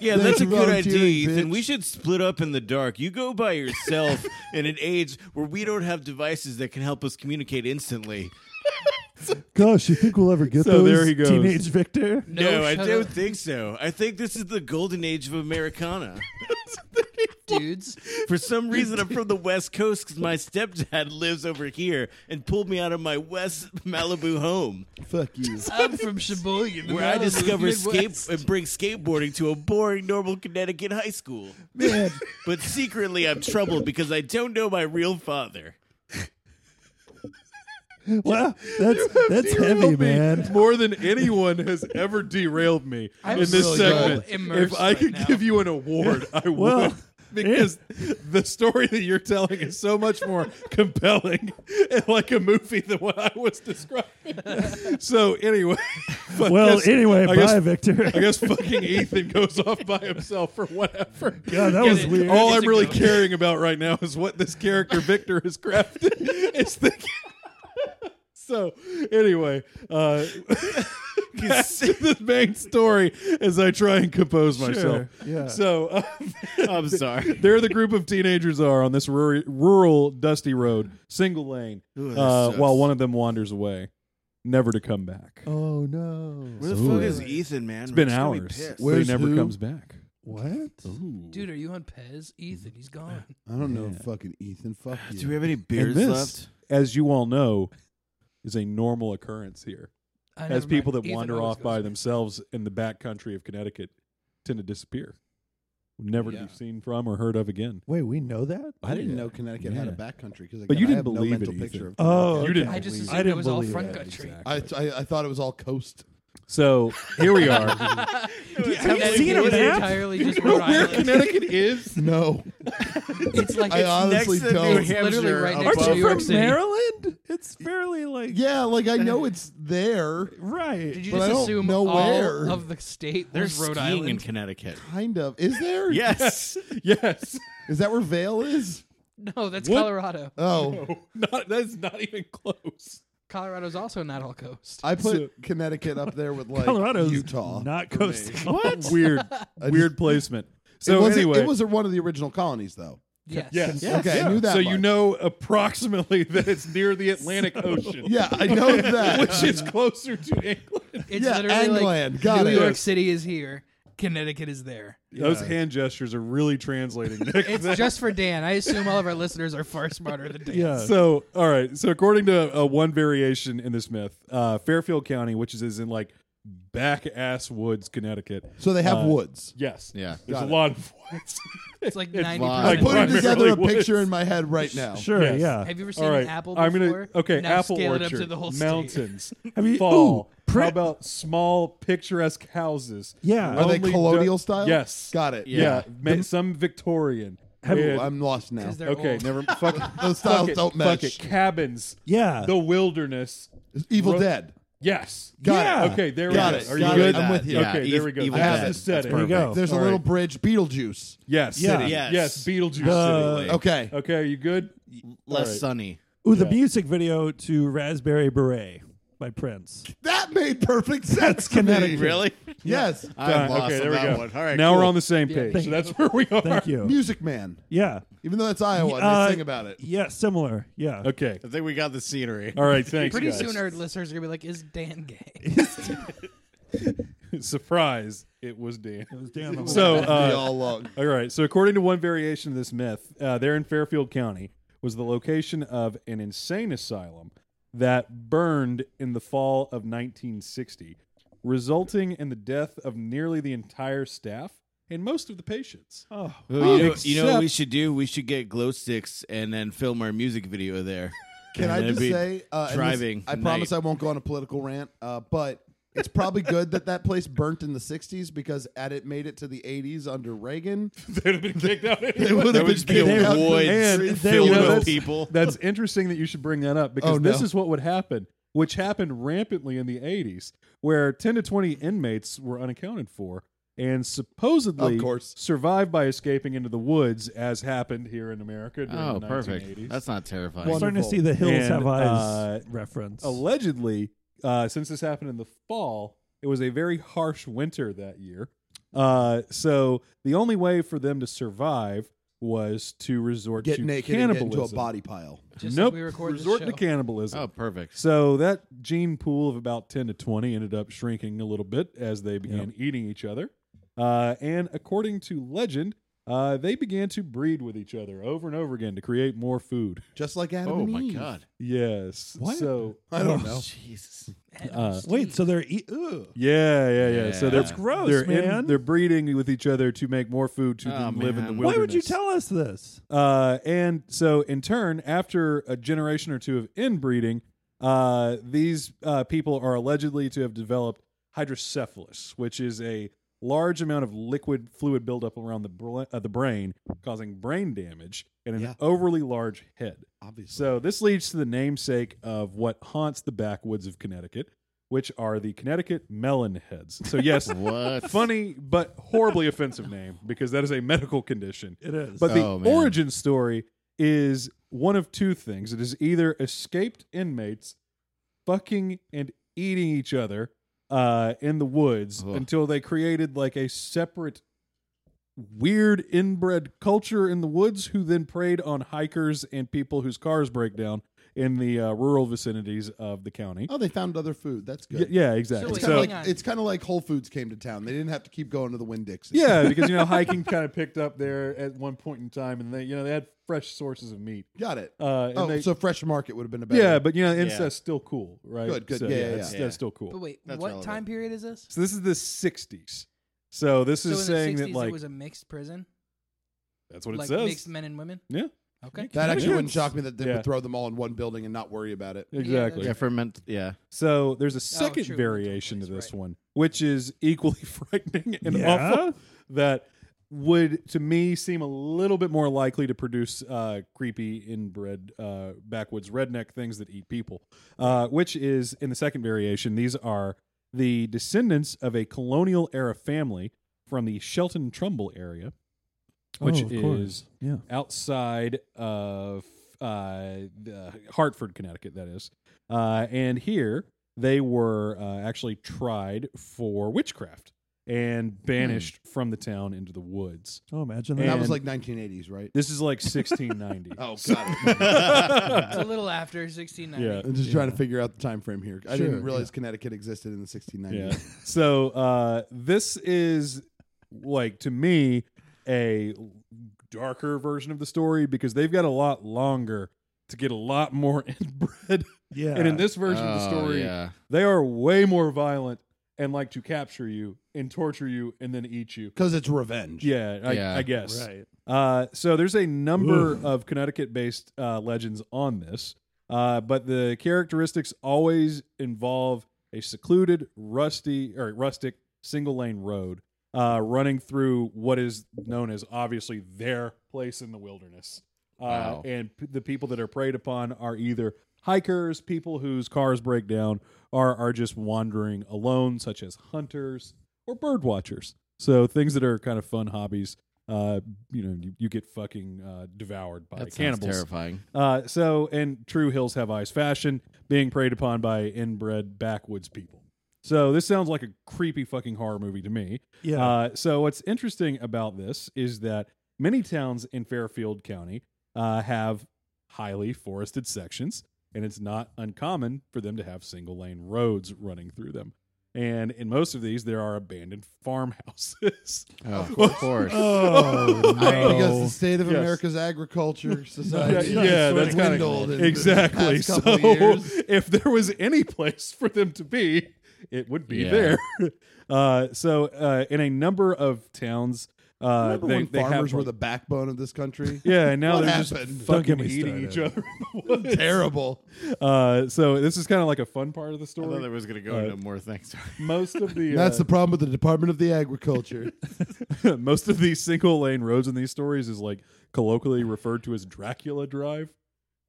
S2: Yeah,
S4: Thanks
S2: that's a
S4: for
S2: good idea,
S4: volunteering,
S2: Ethan.
S4: bitch.
S2: We should split up in the dark. You go by yourself <laughs> in an age where we don't have devices that can help us communicate instantly.
S6: Gosh, you think we'll ever get
S5: So
S6: those?
S5: there he goes.
S6: Teenage Victor.
S2: No, I
S7: shut
S2: don't
S7: up,
S2: think so. I think this is the golden age of Americana.
S7: dudes.
S2: For some reason, I'm from the West Coast because my stepdad lives over here and pulled me out of my West Malibu home,
S4: Fuck you.
S7: I'm from Sheboygan,
S2: where I
S7: Malibu,
S2: discovered skate
S7: Midwest.
S2: and bring skateboarding to a boring, normal Connecticut high school.
S6: Man,
S2: But secretly, I'm troubled because I don't know my real father.
S6: wow, that's that's
S5: Derailed
S6: heavy,
S5: me
S6: man.
S5: More than anyone has ever derailed me
S7: I'm
S5: in this
S7: so
S5: segment.
S7: immersed
S5: if I
S7: right
S5: could
S7: now.
S5: give you an award, I would.
S6: Well,
S5: <laughs> because the story that you're telling is so much more compelling and like a movie than what I was describing. so anyway, <laughs> but
S6: Well,
S5: this-
S6: anyway,
S5: I
S6: bye,
S5: guess,
S6: Victor.
S5: I guess fucking Ethan goes off by himself for whatever.
S6: God, that was
S7: it-
S6: weird.
S5: All
S7: It's
S5: I'm
S7: a
S5: really
S7: good-
S5: caring about right now is what this character Victor has crafted. <laughs> It's the. So anyway, uh, <laughs> back to the main story as I try and compose myself.
S6: yeah.
S5: So <laughs> uh,
S2: I'm sorry.
S5: <laughs> there the group of teenagers are on this rural, rural dusty road, single lane,
S2: Ooh, that
S5: uh,
S2: sucks.
S5: while one of them wanders away, never to come back.
S6: Oh no.
S2: Where the fuck is Ethan, man?
S5: it's been hours, but he
S4: Where's
S5: never
S4: who?
S5: comes back.
S6: What?
S7: Dude, are you on Pez? Ethan, he's gone.
S4: I don't know, fucking Ethan. Fuck
S2: Do
S4: you.
S2: we have any
S5: And
S2: beers
S5: this,
S2: left?
S5: as you all know, is a normal occurrence here.
S7: I
S5: as
S7: never
S5: people
S7: mind.
S5: that
S7: Ethan
S5: wander
S7: always
S5: off by
S7: goes.
S5: themselves in the back country of Connecticut tend to disappear, never to
S4: Yeah.
S5: be seen from or heard of again.
S6: Wait, we know that?
S4: I didn't know Connecticut had a
S5: Yeah.
S4: backcountry because
S5: But you didn't
S4: I have no
S5: believe it,
S4: mental
S5: Ethan.
S4: picture of
S6: Oh,
S5: You
S6: okay.
S5: didn't
S7: I just
S5: believe
S7: assumed
S6: I
S7: it
S6: didn't
S7: was all
S6: believe
S7: front
S6: it.
S7: country.
S4: I, I, I thought it was all <laughs> coast.
S5: So here we are.
S6: Have you seen a
S7: It's
S6: map?
S7: Entirely just Rhode Island.
S5: Connecticut is?
S4: <laughs> No,
S7: <laughs> It's like
S4: I
S7: it's
S4: honestly
S2: next to
S4: don't.
S2: New
S7: literally
S2: Hampshire
S7: right
S2: above-
S7: next to
S6: Aren't
S7: New
S6: you
S7: York
S6: from
S7: City.
S6: Maryland? It's fairly like
S4: yeah, like I know <laughs> it's there,
S6: right.
S7: Did you
S4: But I
S7: just
S4: don't
S7: assume
S4: know
S7: all
S4: where.
S7: of the state
S2: There's
S7: was Rhode Island?
S2: in Connecticut.
S4: kind of. Is there?
S2: Yes.
S5: Yes.
S4: Is that where Vale is?
S7: <laughs> no, that's
S5: What?
S7: Colorado.
S4: Oh,
S5: Not, that's not even close.
S7: Colorado's also not all coast.
S4: I put Connecticut up there <laughs> with like
S6: Colorado's
S4: Utah. for
S6: not
S4: me.
S6: coast. to coast.
S5: <laughs> Weird,
S4: I just-
S5: weird placement.
S4: it
S5: So
S4: was
S5: anyway,
S4: it was one of the original colonies, though.
S7: yes.
S5: yes.
S4: Okay, I knew that.
S5: so you
S4: much.
S5: know approximately <laughs> that it's near the Atlantic Ocean,
S4: Yeah, <laughs> I know that.
S5: which is closer to England.
S7: It's
S4: Yeah,
S7: literally
S4: England.
S7: like
S4: Got
S7: New
S4: it.
S7: York City is here, Connecticut is there.
S5: Those hand gestures are really translating. Nick. <laughs>
S7: It's just for Dan. I assume all of our listeners are far smarter than Dan.
S6: Yeah.
S5: So, all right. So, according to uh, one variation in this myth, uh, Fairfield County, which is, is in like back ass woods, Connecticut.
S4: so they have
S5: Uh,
S4: woods.
S5: Yes.
S2: Yeah.
S5: There's
S4: Got
S5: a
S4: it.
S5: lot of woods.
S7: It's like
S5: It's
S7: ninety
S2: live.
S4: I'm
S7: percent.
S4: putting
S5: primarily
S4: together a
S5: woods.
S4: picture in my head right now.
S6: Sure,
S5: Yes.
S6: yeah.
S7: Have you ever seen
S5: all right.
S7: an apple
S5: I'm
S7: before?
S5: gonna okay.
S7: Now
S5: apple
S7: scale
S5: orchard.
S7: it up to the whole state.
S4: <laughs>
S5: mountains.
S6: Have you-
S5: fall?
S6: ooh, pre-
S5: How about small picturesque houses?
S6: Yeah.
S4: Are they
S5: Lonely
S4: colonial
S5: du-
S4: style?
S5: Yes.
S4: Got it.
S5: Yeah. ma- some Victorian.
S4: Ooh,
S5: And-
S4: I'm lost now.
S7: 'Cause
S4: <laughs>
S7: they're
S5: okay.
S7: old.
S5: Never. Fuck it.
S4: Those
S5: Fuck
S4: styles
S5: it.
S4: don't
S5: Fuck
S4: mesh.
S5: it. Cabins.
S6: Yeah.
S5: The wilderness.
S4: Evil
S5: Ro-
S4: Dead.
S5: Yes.
S4: Got
S5: yeah.
S4: it.
S5: Okay, there
S4: Got
S5: we
S4: it.
S5: go. Are
S4: Got it.
S5: you good?
S4: I'm with you.
S2: Yeah,
S5: okay,
S2: Eve-
S5: there we go.
S2: Eve
S5: That's
S2: Dead.
S5: the setting.
S6: There you go.
S4: There's a
S5: All
S4: little
S5: right.
S4: bridge. Beetlejuice.
S5: Yes.
S6: Yeah.
S5: City.
S2: Yes.
S5: Yes. Beetlejuice.
S6: The-
S5: City.
S4: Okay.
S5: Okay, you good?
S2: Less
S5: All right.
S2: sunny.
S6: Ooh, the music video to Raspberry Beret by Prince.
S4: That made perfect sense. to me.
S2: <laughs>
S6: Connecticut.
S2: Really?
S4: Yes.
S2: I'm lost
S5: okay,
S2: on
S5: there we
S2: that
S5: go.
S2: one. All right.
S5: now
S2: cool.
S5: we're on the same page.
S6: thank
S5: so that's where we are.
S6: Thank you.
S4: Music Man.
S6: Yeah.
S4: Even though it's Iowa,
S6: Uh,
S4: they sing about it.
S6: Yeah, similar. Yeah.
S5: Okay.
S2: I think we got the scenery. <laughs>
S5: All right. Thanks.
S7: Pretty
S5: guys.
S7: soon, our listeners are gonna be like, "Is Dan
S5: <laughs>
S7: gay?"
S5: Surprise! It was Dan.
S6: It was Dan the
S5: So
S6: whole-
S4: we
S5: uh,
S4: all love.
S5: all right. So according to one variation of this myth, uh, there in Fairfield County was the location of an insane asylum that burned in the fall of 1960, resulting in the death of nearly the entire staff and most of the patients.
S6: oh,
S2: Ooh, you, know,
S5: Except-
S2: you know what we should do? We should get glow sticks and then film our music video there.
S4: Can
S2: And
S4: I
S2: then
S4: just
S2: be <laughs>
S4: say, uh, and this-
S2: driving
S4: I promise I won't go on a political rant, uh, but it's probably good that that place burnt in the '60s because had it made it to the '80s under Reagan,
S2: <laughs>
S5: They'd have been kicked out. Anyway.
S4: it would
S2: There
S4: have been
S2: would be
S4: kicked
S2: a
S4: out.
S2: void
S5: And
S2: filled
S5: they- you know,
S2: with
S5: that's-
S2: people.
S5: That's interesting that you should bring that up because
S4: Oh,
S5: this
S4: no.
S5: is what would happen, which happened rampantly in the 80s, where 10 to 20 inmates were unaccounted for and supposedly
S4: Of course.
S5: survived by escaping into the woods, as happened here in America during
S2: Oh,
S5: the 1980s.
S2: perfect. That's not terrifying.
S6: I'm starting to see the Hills
S5: And,
S6: Have Eyes
S5: uh,
S6: reference.
S5: Allegedly, uh, since this happened in the fall, it was a very harsh winter that year. Uh, so the only way for them to survive was to resort
S4: get
S5: to
S4: naked and get
S5: cannibalism.
S4: into a body pile.
S7: Just
S5: nope.
S7: like we record this
S5: resort
S7: show.
S5: to cannibalism.
S2: oh, perfect.
S5: So that gene pool of about 10 to 20 ended up shrinking a little bit as they began eating each other. Uh, and according to legend, uh, they began to breed with each other over and over again to create more food.
S4: Just like Adam
S2: Oh
S4: and
S2: my
S4: Eve.
S2: god.
S5: Yes.
S6: What?
S5: So
S6: Oh,
S4: I don't know.
S2: Jesus.
S5: uh,
S6: Wait, so they're e- ugh.
S5: yeah, yeah, yeah, So they're,
S2: That's
S6: gross,
S5: they're
S6: man.
S5: they're breeding with each other to make more food to
S2: Oh,
S5: then live in the
S2: man.
S5: wilderness.
S6: Why would you tell us this?
S5: Uh, and so, in turn, after a generation or two of inbreeding, uh, these uh, people are allegedly to have developed hydrocephalus, which is a large amount of liquid fluid buildup around the br- uh, the brain, causing brain damage and an
S4: Yeah.
S5: overly large head.
S4: Obviously.
S5: So this leads to the namesake of what haunts the backwoods of Connecticut, which are the Connecticut melon heads.
S2: <laughs>
S5: So yes,
S2: What?
S5: funny but horribly offensive name because that is a medical condition.
S6: It is.
S5: But the
S2: Oh, man.
S5: origin story is one of two things. It is either escaped inmates fucking and eating each other uh, in the woods
S2: Ugh.
S5: until they created like a separate weird inbred culture in the woods who then preyed on hikers and people whose cars break down in the uh, rural vicinities of the county.
S4: Oh, they found other food. That's
S5: Y-
S4: good.
S5: yeah, exactly.
S7: wait,
S4: It's
S5: So,
S4: kind of
S7: hang
S4: like
S7: on.
S4: it's kind of like Whole Foods came to town. They didn't have to keep going to the Winn Dixie.
S5: yeah, because you know hiking kind of picked up there at one point in time, and they you know they had fresh sources of meat.
S4: got it.
S5: Uh, and
S4: oh,
S5: they,
S4: so Fresh Market would have been a better.
S5: Yeah, but you know,
S2: Yeah.
S5: incest's still cool, right?
S4: Good, good.
S5: So,
S4: Yeah, yeah,
S5: that's,
S2: yeah.
S5: that's still
S7: But
S5: cool.
S7: wait,
S2: That's
S7: what
S2: relevant.
S7: time period is this?
S5: So this is the '60s. So this
S7: so
S5: is
S7: in
S5: saying
S7: the 60s,
S5: that like
S7: it was a mixed prison,
S5: that's what it
S7: like
S5: says.
S7: mixed men and women.
S5: yeah,
S7: Okay.
S4: that actually
S5: Yeah.
S4: wouldn't shock me that they
S5: Yeah.
S4: would throw them all in one building and not worry about it.
S5: exactly.
S2: Yeah, ferment. Yeah.
S5: So there's a second
S7: Oh, true,
S5: variation to
S7: mental place,
S5: this
S7: right.
S5: one, which is equally <laughs> frightening and
S6: Yeah?
S5: awful. That would to me seem a little bit more likely to produce uh, creepy inbred uh, backwoods redneck things that eat people. Uh, which is in the second variation, these are the descendants of a colonial era family from the Shelton Trumbull area, which
S6: Oh, of course.
S5: is
S6: yeah.
S5: outside of uh, the Hartford, Connecticut, that is. Uh, and here they were uh, actually tried for witchcraft
S6: Hmm.
S5: and banished from the town into the woods.
S6: Oh, imagine
S4: And
S6: that.
S4: that was
S5: And-
S4: like 1980s, right?
S5: This is like 1690.
S4: Oh,
S5: So-
S4: got
S7: It's a little after 1690.
S5: yeah.
S4: I'm just trying to figure out the time frame here. I
S6: Sure,
S4: didn't realize Connecticut existed in the 1690s.
S5: Yeah. <laughs> So uh, this is like to me a darker version of the story because they've got a lot longer to get a lot more <laughs> inbred.
S6: yeah.
S5: And in this version of the
S2: Oh,
S5: story,
S2: Yeah.
S5: They are way more violent and like to capture you and torture you and then eat you.
S4: Because it's revenge.
S5: Yeah, I,
S2: Yeah.
S5: I guess.
S6: right.
S5: Uh, so there's a number
S6: Oof.
S5: of Connecticut-based uh, legends on this, uh, but the characteristics always involve a secluded, rusty or rustic single-lane road uh, running through what is known as obviously their place in the wilderness. Uh,
S2: Wow.
S5: And p- the people that are preyed upon are either hikers, people whose cars break down, or are just wandering alone, such as hunters or bird watchers. So things that are kind of fun hobbies. Uh, you know, you, you get fucking uh, devoured by
S10: That sounds
S5: cannibals.
S10: terrifying.
S5: Uh, so, and true hills have eyes fashion being preyed upon by inbred backwoods people. So this sounds like a creepy fucking horror movie to me.
S6: Yeah.
S5: Uh, so what's interesting about this is that many towns in Fairfield County uh, have highly forested sections, and it's not uncommon for them to have single lane roads running through them. And in most of these, there are abandoned farmhouses. <laughs>
S10: Oh, of course.
S6: oh,
S4: Because the state of
S5: Yes.
S4: America's agriculture society
S5: yeah, yeah,
S4: has
S5: that's kinda-
S4: dwindled in the
S5: exactly.
S4: past
S5: So uh,
S4: couple years.
S5: if there was any place for them to be, it would be
S10: Yeah.
S5: there. <laughs> Uh, so uh, in a number of towns, uh,
S4: Remember
S5: they,
S4: when
S5: they have,
S4: farmers were
S5: like-
S4: the backbone of this country?
S5: yeah, and now
S4: <laughs> What
S5: they're
S4: happened?
S5: just
S6: Don't get
S5: fucking
S6: me
S5: eating
S2: <laughs>
S5: each
S6: started.
S5: other. in the woods.
S4: Terrible.
S5: Uh, so this is kind of like a fun part of the
S2: I
S5: story.
S2: thought that was going to go
S5: Uh,
S2: into more things.
S5: most of
S4: <laughs>
S5: the
S4: That's
S5: uh,
S4: the problem with the Department of the Agriculture.
S5: <laughs> most of these single lane roads in these stories is like colloquially referred to as Dracula Drive.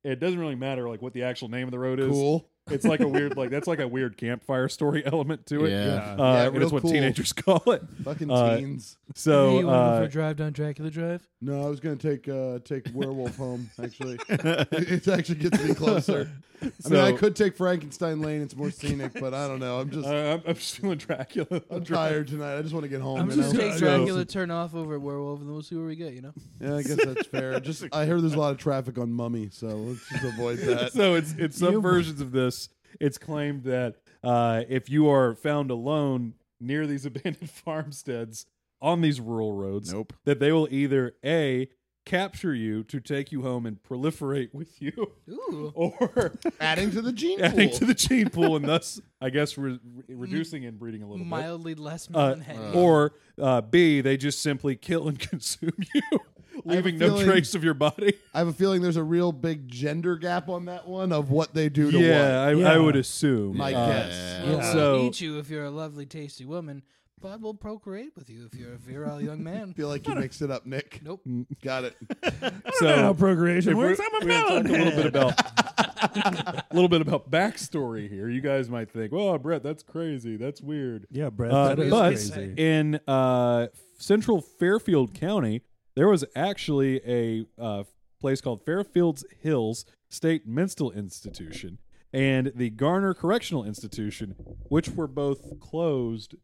S5: It doesn't really matter like what the actual name of the road is.
S4: cool.
S5: It's like a weird like that's like a weird campfire story <laughs> element to it.
S10: Yeah.
S5: Uh,
S4: Yeah,
S5: and
S4: real
S5: it's what
S4: cool.
S5: teenagers <laughs> call it.
S4: Fucking
S5: Uh,
S4: teens.
S7: Hey,
S5: So
S7: you wanna go for
S5: uh,
S7: a drive down Dracula Drive?
S4: No, I was gonna take uh take werewolf home. Actually,
S5: uh, <laughs>
S4: it it actually gets me closer. I mean, I
S5: So-
S4: could take Frankenstein Lane. It's more scenic, but I don't know. I'm
S5: <laughs>
S4: just
S5: I- I'm,
S4: <laughs>
S5: I'm just feeling Dracula.
S4: I'm tired tonight. I just want to get
S5: Oh,
S4: home.
S7: I'm
S4: you
S7: just
S4: know?
S7: take
S5: know.
S7: Dracula, turn off over at Werewolf, and then we'll see where we get. You know,
S4: yeah, I guess
S5: <laughs>
S4: that's fair. Just I heard there's a lot of traffic on Mummy, so let's just avoid that.
S5: so it's it's some versions of this. It's claimed that uh, if you are found alone near these <laughs> abandoned farmsteads on these rural roads,
S10: Nope.
S5: that they will either a capture you to take you home and proliferate with you, <laughs>
S7: ooh,
S4: <laughs>
S5: or
S4: Adding to the
S5: <laughs>
S4: gene
S5: adding
S4: pool.
S5: to the gene pool,
S4: <laughs>
S5: and thus I guess re- re-
S4: Mm.
S5: reducing inbreeding a little bit.
S7: mildly less
S5: Uh,
S7: Manhattan.
S5: or uh, B, they just simply kill and <laughs> consume you, leaving no
S4: feeling-
S5: trace of your body.
S4: I have a feeling there's a real big gender gap on that one of what they do
S5: <laughs>
S4: to
S5: Yeah,
S4: what.
S5: I,
S6: Yeah.
S5: I would assume.
S4: My
S5: Uh,
S4: guess.
S7: We'll
S5: So-
S7: eat you if you're a lovely, tasty woman, but we'll procreate with you if you're a virile young
S5: <laughs>
S7: man.
S4: I feel like you mixed it up, Nick.
S7: Nope.
S5: Mm.
S4: Got it.
S5: so
S6: know how procreation
S5: if we're-
S6: works. I'm a
S5: we had talked a little bit
S6: bonehead.
S5: about
S6: <laughs>
S5: a little bit about <laughs> backstory here. You guys might think, "Well, Brett, that's crazy. That's weird."
S6: Yeah, Brad.
S5: Uh,
S6: that is
S5: but
S6: crazy.
S5: in uh, central Fairfield County, there was actually a uh, place called Fairfields Hills State Mental Institution and the Garner Correctional Institution, which were both closed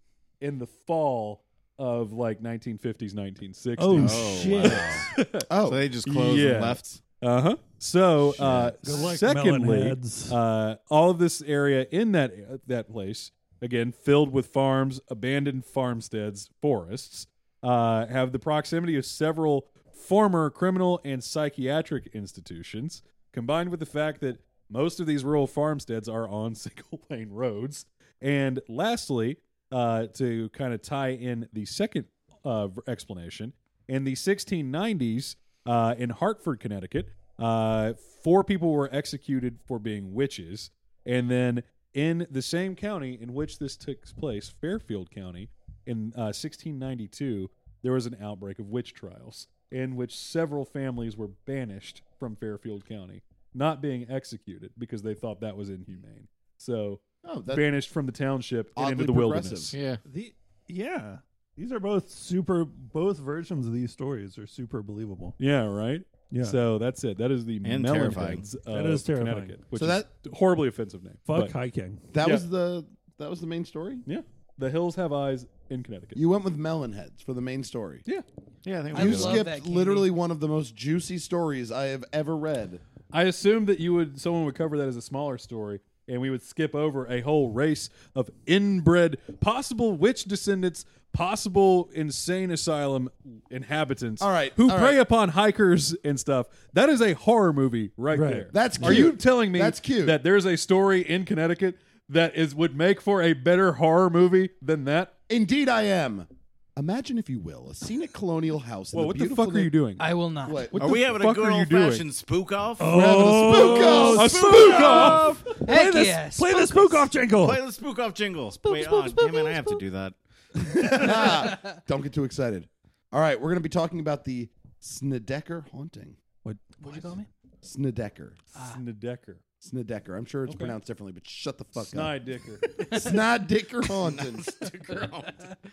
S5: in the fall of like 1950s, 1960s.
S6: oh,
S10: Oh,
S6: shit. <laughs> Oh.
S10: So they just closed
S5: Yeah.
S10: and left.
S5: Uh-huh. So, uh,
S6: Good luck,
S5: secondly,
S6: melonheads.
S5: uh, all of this area in that that place again filled with farms, abandoned farmsteads, forests, uh, have the proximity of several former criminal and psychiatric institutions, combined with the fact that most of these rural farmsteads are on <laughs> single lane roads. And lastly, uh, to kind of tie in the second uh, v- explanation, in the 1690s uh, in Hartford, Connecticut, uh, four people were executed for being witches. And then in the same county in which this took place, Fairfield County, in uh, 1692, there was an outbreak of witch trials in which several families were banished from Fairfield County, not being executed because they thought that was inhumane. So
S4: Oh, that's
S5: banished from the township and into
S4: oddly
S5: the wilderness.
S4: progressive.
S10: Yeah.
S6: The, yeah. These are both super, both versions of these stories are super believable.
S5: Yeah, right.
S6: Yeah.
S5: So that's it. That is the
S10: And terrifying.
S5: Melonheads of
S6: That is terrifying.
S5: Connecticut, which
S4: So
S5: is
S4: that-
S5: horribly offensive name.
S6: Fuck
S5: but-
S6: hiking.
S4: that
S5: Yeah.
S4: was the that was the main story.
S5: yeah, the hills have eyes in Connecticut.
S4: You went with melon heads for the main story.
S5: yeah,
S10: Yeah, I think
S7: I
S10: we
S4: You
S10: did.
S7: love that
S4: skipped
S7: candy.
S4: literally one of the most juicy stories I have ever read.
S5: I assume that you would someone would cover that as a smaller story, and we would skip over a whole race of inbred possible witch descendants, possible insane asylum inhabitants.
S4: All right,
S5: who
S4: all
S5: prey
S4: right.
S5: upon hikers and stuff. That is a horror movie right,
S6: Right.
S5: there.
S4: That's
S5: Are you
S4: cute.
S5: telling me
S4: That's cute.
S5: that there's a story in Connecticut that is would make for a better horror movie than that?
S4: Indeed, I am. Imagine, if you will, a scenic colonial house. in
S5: Well, what the
S4: beautiful
S5: fuck are you
S4: na-
S5: doing?
S7: I will not.
S4: What?
S5: What
S2: Are
S5: the
S2: we having a
S5: fuck
S2: good
S5: are you
S2: old
S5: doing? Oh.
S2: fashioned spook off?
S4: We're having a spook off.
S5: a spook off.
S7: Heck
S6: Oh, Play this,
S7: yes.
S6: play this spook off jingle.
S2: Play the spook off jingle. Wait on. Damn it, I have to do that.
S4: <laughs>
S5: <laughs>
S4: Don't get too excited. All right, we're going to be talking about the Snedecker haunting.
S7: What'd you call me?
S4: Snedecker.
S5: Snedecker.
S4: Snedecker. I'm sure it's pronounced differently, but shut the fuck
S5: Snide Dicker.
S4: up. Snoddicker
S5: <laughs>
S4: Haunton.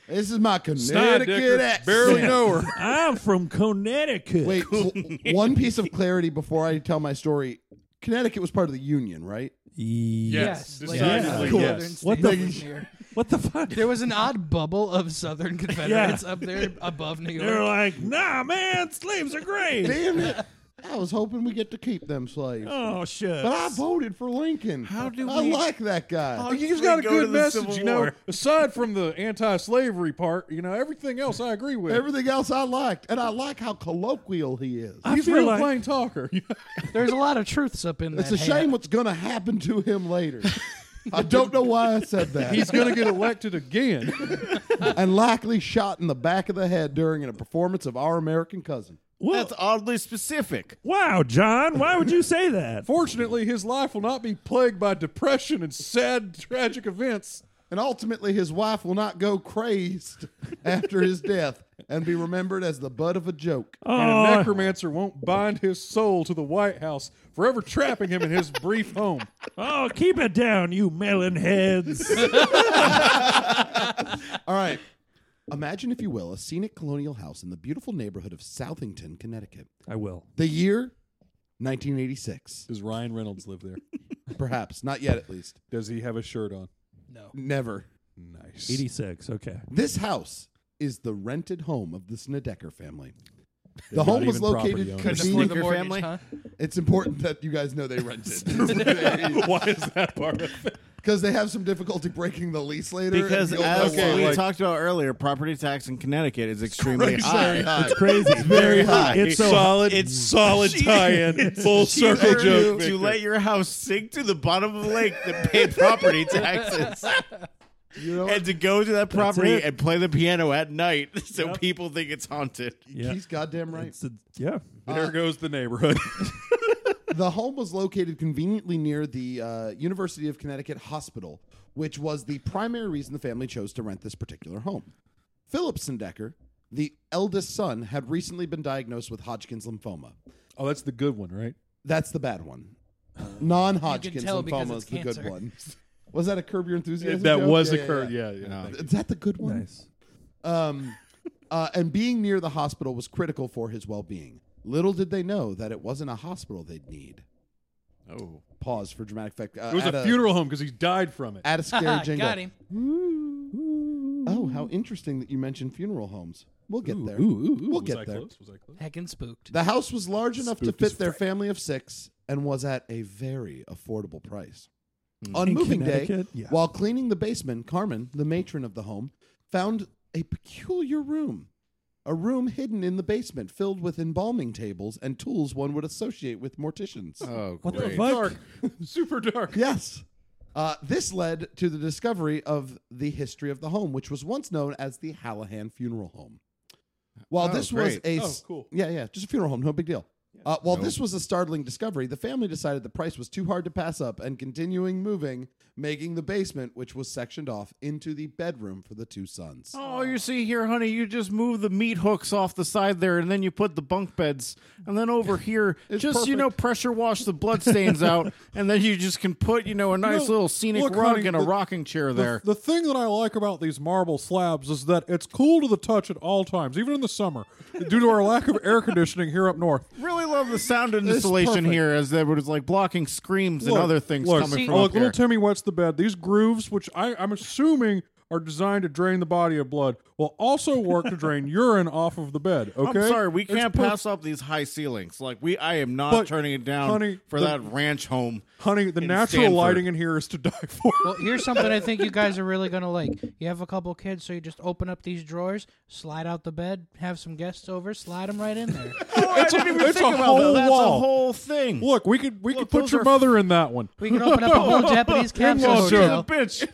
S4: this is my Connecticut
S5: Snoddicker.
S4: accent.
S5: Barely know her.
S6: I'm from Connecticut.
S4: Wait, w- one piece of clarity before I tell my story. Connecticut was part of the Union, right?
S5: Yes.
S7: Yes,
S5: Decidedly
S7: like
S4: Cool.
S7: southern
S5: yes.
S6: What the
S7: states
S6: f-
S7: near.
S6: What the fuck?
S7: There was an odd bubble of Southern Confederates up there above New
S6: They're
S7: York.
S6: like, nah, man, slaves are great.
S4: Damn it. I was hoping we get to keep them slaves.
S6: Oh shit.
S4: But I voted for Lincoln. How
S2: do
S4: I
S2: we-
S4: like that guy.
S5: He's Oh, got a
S2: go to
S5: good
S2: the
S5: message,
S2: Civil
S5: you know.
S2: War.
S5: Aside from the anti-slavery part, you know, everything else I agree with.
S4: Everything else I liked. And I like how colloquial he is.
S6: I
S5: He's
S6: feel
S5: real
S6: like-
S5: plain talker. <laughs>
S7: There's a lot of truths up in
S4: It's a
S7: that.
S4: shame what's going to happen to him later. I don't know why I said that.
S5: He's going to get elected again.
S4: and likely shot in the back of the head during a performance of Our American Cousin.
S6: Well,
S2: That's oddly specific.
S6: wow, John, why would you say that?
S5: <laughs> Fortunately, his life will not be plagued by depression and sad, tragic events.
S4: And ultimately, his wife will not go crazed <laughs> after his death and be remembered as the butt of a joke.
S5: And a
S6: Oh,
S5: necromancer won't bind his soul to the White House, forever trapping him in his brief home.
S6: oh, keep it down, you melon heads.
S4: All right. Imagine, if you will, a scenic colonial house in the beautiful neighborhood of Southington, Connecticut.
S6: I will.
S4: The year
S5: <laughs>
S4: 1986.
S5: Does Ryan Reynolds live there?
S4: Perhaps. Not yet, at least.
S5: Does he have a shirt on?
S7: No.
S4: Never.
S5: Nice.
S6: 86. Okay.
S4: This house is the rented home of the Snedecker family. The
S5: They're
S4: home
S5: not
S4: was
S5: even property
S4: located.
S5: owners.
S7: Couldn't afford the
S2: Sneaker
S7: mortgage,
S2: family?
S7: huh?
S4: It's important that you guys know they
S6: <laughs>
S4: rented
S5: Why is that part of it?
S4: because they have some difficulty breaking the lease later. and
S2: Because
S4: the old
S2: as
S4: house
S2: we
S4: was
S2: talked about earlier, property tax in Connecticut is extremely
S4: very
S2: high.
S4: high.
S6: Crazy.
S4: very high.
S6: It's so
S5: solid, it's solid tie-in, full circle
S2: Cheaper
S5: joke.
S2: To
S5: Victor.
S2: let your house sink to the bottom of the lake to pay property taxes
S4: You know,
S2: and to go to that property
S6: it.
S2: and play the piano at night <laughs> so people think it's haunted.
S6: Yeah.
S4: he's goddamn right.
S6: It's a- yeah.
S5: there goes the neighborhood.
S4: The home was located conveniently near the uh, University of Connecticut Hospital, which was the primary reason the family chose to rent this particular home. Philip Sendecker, the eldest son, had recently been diagnosed with Hodgkin's lymphoma.
S5: oh, that's the good one, right?
S4: That's the bad one. Non-Hodgkin's
S7: Uh, tell because
S4: lymphoma is
S7: it's
S4: the good
S7: cancer.
S4: one. Was that a Curb Your Enthusiasm?
S5: that
S4: joke?
S5: was
S4: Yeah,
S5: the curve.
S4: yeah.
S5: Yeah, yeah.
S4: yeah. Is that the good one?
S6: Nice.
S4: Um, uh, and being near the hospital was critical for his well-being. Little did they know that it wasn't a hospital they'd need.
S2: Oh.
S4: Pause for dramatic effect. Uh,
S5: It was
S4: at
S5: a funeral home because he died from it.
S4: At a scary
S7: Ha,
S4: jingle.
S7: <laughs> Got him.
S4: Oh, how interesting that you mentioned funeral homes. We'll get there. We'll
S5: was
S4: get
S5: I
S4: there.
S5: close? Was I close?
S7: Heckin' spooked.
S4: The house was large enough
S5: Spook
S4: to
S5: is
S4: fit their family of six and was at a very affordable price. On moving day,
S6: Connecticut? Yeah.
S4: while cleaning the basement, Carmen, the matron of the home, found a peculiar room. A room hidden in the basement filled with embalming tables and tools one would associate with morticians.
S2: Oh,
S6: What the
S2: great.
S6: fuck?
S5: Dark, super dark.
S4: Yes. Uh, this led to the discovery of the history of the home, which was once known as the Hallahan Funeral Home. While
S2: Oh,
S4: this was
S2: great.
S4: a
S5: Oh,
S4: s-
S5: cool.
S4: yeah yeah just a funeral home, no big deal. Uh, while this was a startling discovery, the family decided the price was too hard to pass up, and continuing moving, making the basement, which was sectioned off, into the bedroom for the two sons.
S2: Oh, you see here, honey, you just move the meat hooks off the side there, and then you put the bunk beds, and then <laughs> over here,
S4: It's
S2: just you know,
S4: perfect.
S2: pressure wash the <laughs> bloodstains out, and then you just can put you know a nice
S5: know,
S2: little scenic
S5: look,
S2: rug
S5: honey,
S2: and a
S5: the-
S2: rocking chair
S5: The,
S2: there.
S5: the thing that I like about these marble slabs is that it's cool to the touch at all times, even in the summer, due to our lack of air conditioning here up north.
S2: really love the sound
S4: is
S2: installation
S4: perfect.
S2: here, as there was like blocking screams
S5: Look,
S2: and other things
S5: look,
S2: coming
S7: See-
S2: from
S5: oh,
S2: up
S5: look, little
S2: here.
S5: Timmy wets the bed. These grooves, which I, I'm assuming are designed to drain the body of blood, will also work
S2: <laughs>
S5: to drain urine off of the bed. Okay,
S2: I'm sorry, we
S5: It's
S2: can't
S5: perfect.
S2: pass up these high ceilings. Like we, I am not
S5: But,
S2: turning it down
S5: honey,
S2: for
S5: the-
S2: that ranch <laughs> home.
S5: Honey, the
S2: in
S5: natural
S2: Stanford.
S5: lighting in here is to die for.
S7: Well, here's something I think you guys are really gonna like. You have a couple kids, so you just open up these drawers, slide out the bed, have some guests over, slide them right in there.
S2: it's
S5: a- it's a whole
S2: That's
S5: wall.
S2: a whole <laughs> thing.
S5: <laughs> Look, we could we could
S2: Look,
S5: put
S2: those
S5: your
S2: are-
S5: mother in that one.
S7: We can open up a whole Japanese capsule
S5: Well, sure.
S7: hotel.
S2: bitch.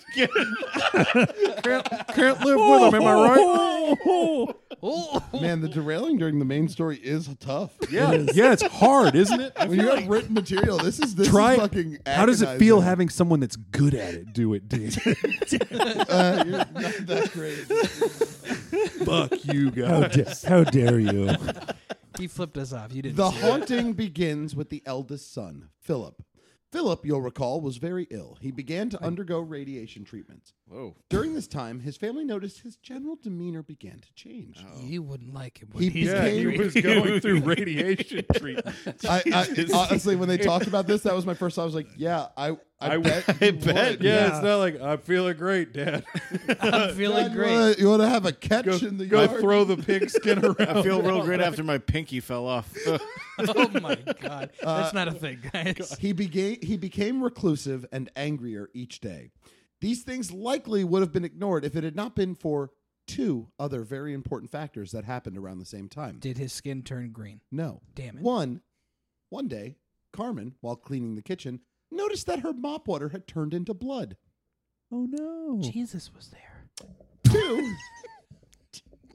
S5: Can't, can't live with them, am I right?
S2: <laughs>
S4: Man, the derailing during the main story is tough.
S5: Oh. Yeah, yeah, it's hard, isn't it?
S4: when you have written material, this is this
S5: Try
S4: is
S5: it.
S4: fucking.
S5: How does it feel
S4: agonizing.
S5: having someone that's good at it do it, <laughs> dude?
S4: Uh, you're <laughs> not that
S5: <laughs>
S4: crazy.
S5: Fuck you
S6: How,
S5: guys.
S6: da- how
S5: <laughs>
S6: dare you?
S7: He flipped us off. You didn't.
S4: The
S7: see it.
S4: haunting begins with the eldest son, Philip. Philip, you'll recall, was very ill. He began to undergo radiation treatments.
S2: Whoa.
S4: During this time, his family noticed his general demeanor began to change.
S7: You wouldn't like him.
S4: He became
S5: Oh.
S4: <laughs>
S5: was going through radiation treatment.
S4: I,
S5: <laughs>
S4: I, honestly, when they talked about this, that was my first thought. I was like, yeah, I,
S5: <laughs>
S4: I,
S5: I
S4: bet.
S5: bet.
S4: you
S5: Yeah,
S4: would.
S5: it's not like I'm feeling great, <laughs> Dad.
S7: <laughs> I'm feeling
S4: God, you <laughs>
S7: great.
S4: wanna- You want to have a catch
S5: Go,
S4: in the
S5: go
S4: yard?
S5: throw the <laughs> pigskin around.
S2: I feel real great after my pinky fell off. <laughs>
S7: Oh my god, that's not a thing, guys.
S4: he began he became reclusive and angrier each day. These things likely would have been ignored if it had not been for two other very important factors that happened around the same time.
S7: Did his skin turn green?
S4: no.
S7: Damn it.
S4: One one day, Carmen, while cleaning the kitchen, noticed that her mop water had turned into blood.
S6: Oh no.
S7: <laughs> Jesus was there. <laughs>
S4: Two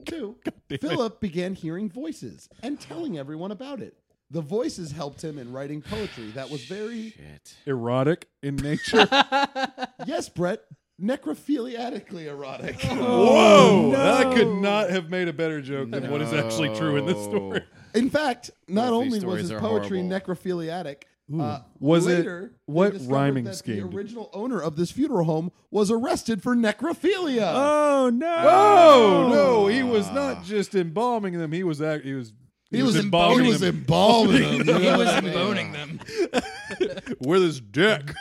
S4: Two Philip began hearing voices and telling everyone about it. The voices helped him in writing poetry that was very
S5: Erotic in nature. <laughs>
S4: yes, Brett, necrophiliatically erotic.
S7: <laughs>
S5: Oh, Whoa! I could not have made a better joke than what is actually true in this story.
S4: In fact, not
S2: These
S4: only was
S2: stories
S4: his
S2: are
S4: poetry
S2: horrible.
S4: necrophiliatic, uh,
S5: Was it-
S4: later, they
S5: what
S4: discovered
S5: rhyming
S4: that
S5: scheme
S4: The
S5: did-
S4: original owner of this funeral home was arrested for necrophilia.
S6: Oh no.
S5: Oh no, he was not just embalming them. He was act- he was he,
S4: was
S5: embalming
S4: he was
S5: them <laughs>
S4: embalming them.
S7: He was emboning them.
S5: with his dick.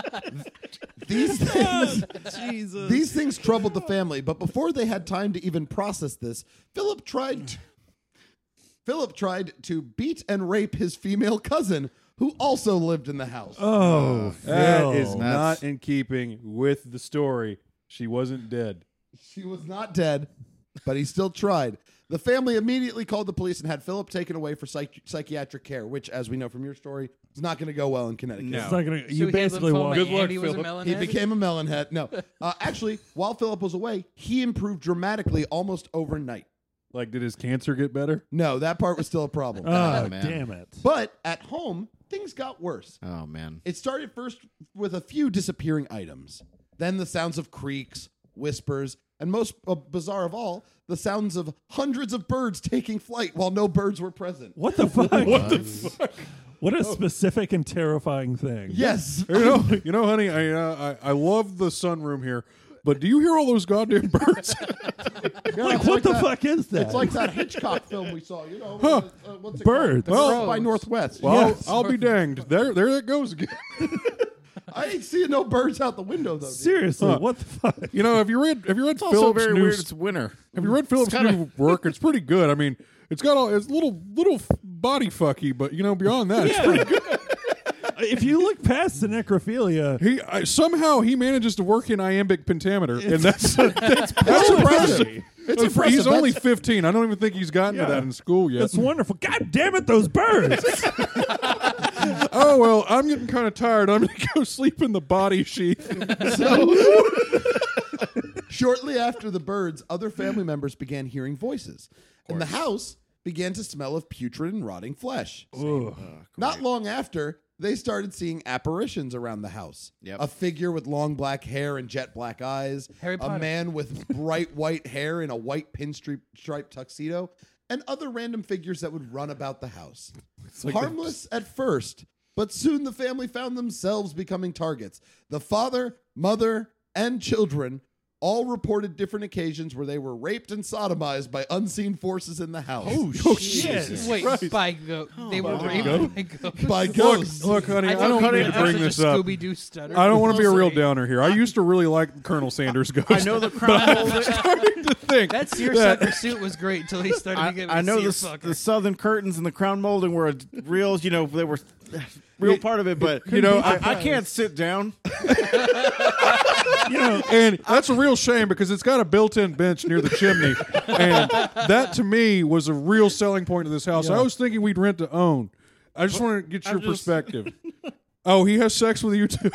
S6: <laughs>
S4: These things,
S6: Jesus.
S4: these things troubled the family, but before they had time to even process this, Philip tried. To, Philip tried to beat and rape his female cousin, who also lived in the house.
S6: Oh,
S5: That
S6: Phil.
S5: is not in keeping with the story. She wasn't dead.
S4: She was not dead, but he still tried. The family immediately called the police and had Philip taken away for psych- psychiatric care, which, as we know from your story, is not going to go well in Connecticut.
S2: No.
S6: It's not gonna, you
S7: So he had
S6: basically
S7: lymphoma
S6: walk.
S7: and
S5: luck,
S7: he was a
S5: Philip.
S7: melonhead?
S4: He became a melon head. No. Uh, actually, while Philip was away, he improved dramatically almost overnight.
S5: Like, did his cancer get better?
S4: No, that part was still a problem.
S6: Oh,
S2: man.
S6: damn it.
S4: but at home, things got worse.
S2: Oh man.
S4: It started first with a few disappearing items, then the sounds of creaks, whispers, and most uh, bizarre of all, the sounds of hundreds of birds taking flight while no birds were present.
S6: What the fuck? What the fuck? What a specific and terrifying thing. <laughs>
S4: Yes.
S5: You know, you know, honey, I, uh, I I love the sunroom here, but do you hear all those goddamn <laughs> birds?
S6: Like,
S4: it's
S6: what
S4: like
S6: the
S4: that-
S6: fuck is that?
S4: It's like that Hitchcock film we saw, you know. uh, uh, what's it
S6: Birds.
S4: Called?
S5: Well-
S4: Well, by Northwest.
S5: Well,
S4: Yes.
S5: I'll, I'll be danged. There, there it goes again.
S4: I ain't seeing no birds out the window though. dude.
S6: Seriously, what the fuck?
S5: You know, have you read? Have you read Philip's
S2: also very
S5: new?
S2: weird.
S5: s-
S2: It's winter.
S5: Have you read Philip's
S2: kinda-
S5: new work? It's pretty good. I mean, it's got all it's little little f- body fucky, but you know, beyond that, it's pretty good.
S6: <laughs> if you look past the necrophilia,
S5: He I, somehow he manages to work in iambic pentameter, and that's <laughs> that's,
S4: It's
S5: that's
S4: impressive. It's impressive.
S5: He's only
S4: That's-
S5: 15. I don't even think he's gotten
S6: Yeah.
S5: to that in school yet.
S6: it's wonderful. God damn it, those <laughs> birds!
S5: oh well, I'm getting kind of tired. I'm gonna go <laughs> sleep in the body sheath.
S4: Shortly after the birds, other family members began hearing voices, and the house began to smell of putrid and rotting flesh. Not long after, they started seeing apparitions around the house.
S2: Yep.
S4: A figure with long black hair and jet black eyes,
S7: Harry
S4: a
S7: Potter.
S4: man with <laughs> bright white hair in a white pinstripe striped tuxedo, and other random figures that would run about the house. Harmless at first, but soon the family found themselves becoming targets. The father, mother, and children all reported different occasions where they were raped and sodomized by unseen forces in the house.
S5: Oh
S7: Jesus Wait, by goat. They were raped by goats.
S4: by
S5: Look,
S4: ghosts.
S5: look, honey, I,
S7: thought
S5: don't
S7: Cody
S5: need to
S7: was
S5: bring
S7: such a
S5: this up.
S7: Scooby-Doo stutter.
S5: I don't want to be a real <laughs>
S7: Listen, <laughs>
S5: downer here. I used to really like Colonel Sanders Ghost.
S2: I
S5: <laughs>
S2: know the Chronicle.
S5: starting to think
S7: That seersucker suit was great until he started to
S2: I,
S7: get
S2: I know the, s-
S7: seersucker.
S2: the southern curtains and the crown molding were a d- real, you know, <laughs> they were real part of it, but you know, I, I can't sit down.
S5: you know, and that's a real shame because it's got a built-in bench near the chimney, and that to me was a real selling point of this house. I was thinking we'd rent to own. I just want to get your
S2: just-
S5: perspective. oh, he has sex with you too.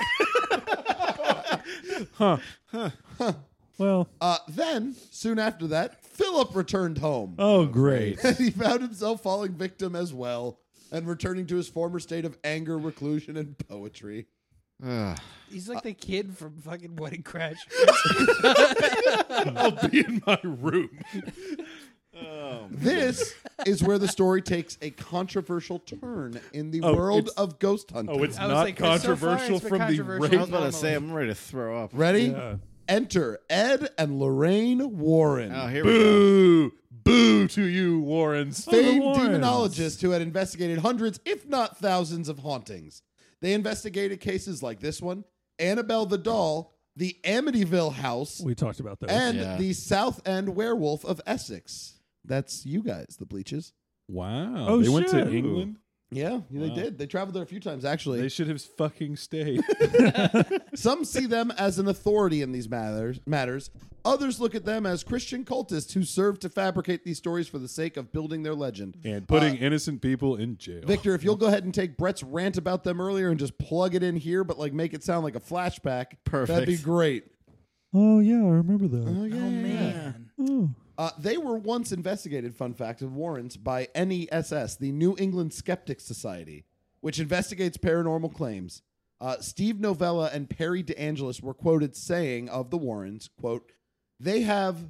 S6: well,
S4: Uh, then, soon after that, Philip returned home.
S6: oh great.
S4: and <laughs> he found himself falling victim as well and returning to his former state of anger, reclusion, and poetry.
S7: He's like the kid from fucking Wedding Crash.
S5: I'll be in my room. <laughs>
S4: This is where the story takes a controversial turn in the
S5: Oh,
S4: world
S5: it's-
S4: of ghost hunting.
S5: Oh, it's
S7: I was
S5: not
S7: like, 'cause so far
S5: controversial
S7: it's been
S5: from the
S7: controversial.
S2: I
S5: rape.
S2: was about to say, I'm ready to throw up.
S4: Ready?
S6: Yeah.
S4: Enter Ed and Lorraine Warren.
S2: Oh, here we go.
S5: Boo, boo to you, Warrens.
S4: famed
S6: Oh, the Warrens.
S4: demonologist who had investigated hundreds, if not thousands, of hauntings. They investigated cases like this one, Annabelle the Doll, the Amityville House,
S6: We talked about those.
S4: and
S2: Yeah.
S4: the South End Werewolf of Essex. That's you guys, the Bleaches.
S5: Wow.
S6: Oh,
S5: they went to
S6: shit.
S5: England.
S4: Yeah, they did. They traveled there a few times, actually.
S5: They should have fucking stayed. <laughs>
S4: Some see them as an authority in these matters, matters. Others look at them as Christian cultists who serve to fabricate these stories for the sake of building their legend. Uh,
S5: and putting innocent people in jail.
S4: Victor, if you'll go ahead and take Brett's rant about them earlier and just plug it in here, but like make it sound like a flashback, that'd
S2: Perfect.
S4: be great.
S6: oh yeah, I remember that.
S7: Oh man.
S4: Uh, they were once investigated, fun fact of Warrens, by NESS, the New England Skeptics Society, which investigates paranormal claims. Uh, Steve Novella and Perry DeAngelis were quoted saying of the Warrens, quote, they have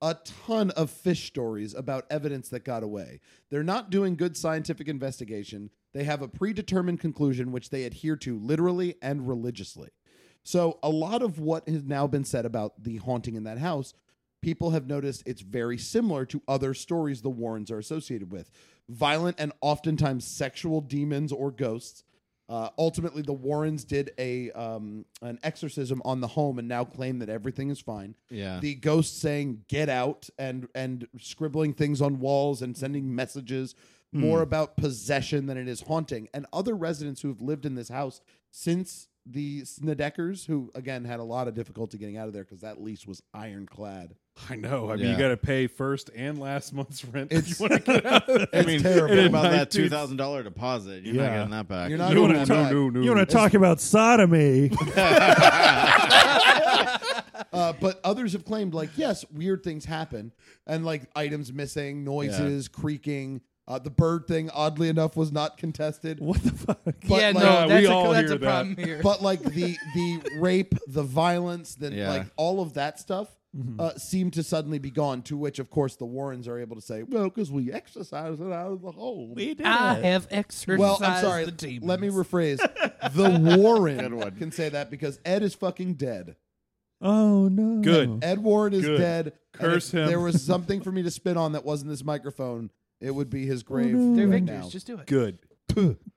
S4: a ton of fish stories about evidence that got away. They're not doing good scientific investigation. They have a predetermined conclusion which they adhere to literally and religiously. So, a lot of what has now been said about the haunting in that house, people have noticed it's very similar to other stories the Warrens are associated with violent and oftentimes sexual demons or ghosts. Uh, ultimately, the Warrens did a um, an exorcism on the home and now claim that everything is fine
S2: Yeah.
S4: the ghost saying "get out" and and scribbling things on walls and sending messages
S6: Hmm.
S4: more about possession than it is haunting. And other residents who have lived in this house since the Snedeckers, who again had a lot of difficulty getting out of there because that lease was
S6: <laughs>
S4: ironclad.
S5: <laughs> I know. I mean, you
S2: Yeah.
S5: got to pay first and last month's rent. If
S4: It's-
S5: you want to get out. of there.
S4: It's terrible.
S2: What
S5: in
S2: about <laughs> that
S5: 19
S2: two thousand dollar deposit? You're
S5: Yeah.
S2: not getting that back.
S4: You're not
S6: You
S4: going
S6: wanna
S4: back.
S6: talk-
S5: No, no,
S6: You want to talk about sodomy?
S4: Uh, but others have claimed, like, yes, weird things happen, and like items missing, noises, creaking. Uh, the bird thing, oddly enough, was not contested.
S6: what the fuck?
S4: But,
S7: yeah,
S4: like-
S7: no,
S5: we
S7: that's a,
S5: all
S7: that's a
S5: hear that.
S7: problem here.
S4: but like the the rape, the violence, then
S2: Yeah.
S4: like all of that stuff
S7: Mm-hmm.
S4: uh, seemed to suddenly be gone. To which, of course, the Warrens are able to say, "Well, because we exercised it out of the hole."
S7: I have exercised
S4: well, I'm sorry.
S7: the demons.
S4: Let me
S7: <laughs>
S4: rephrase. The Warren can say that because Ed is fucking dead.
S6: Oh no.
S3: <laughs>
S5: Good.
S4: Ed Warren is
S5: Good.
S4: dead. and
S5: Curse
S4: if
S5: him.
S4: There was something for me to spit on that wasn't this microphone. It would be his grave.
S7: Oh, They're
S4: right
S7: victors.
S4: now.
S7: Just do it.
S5: Good.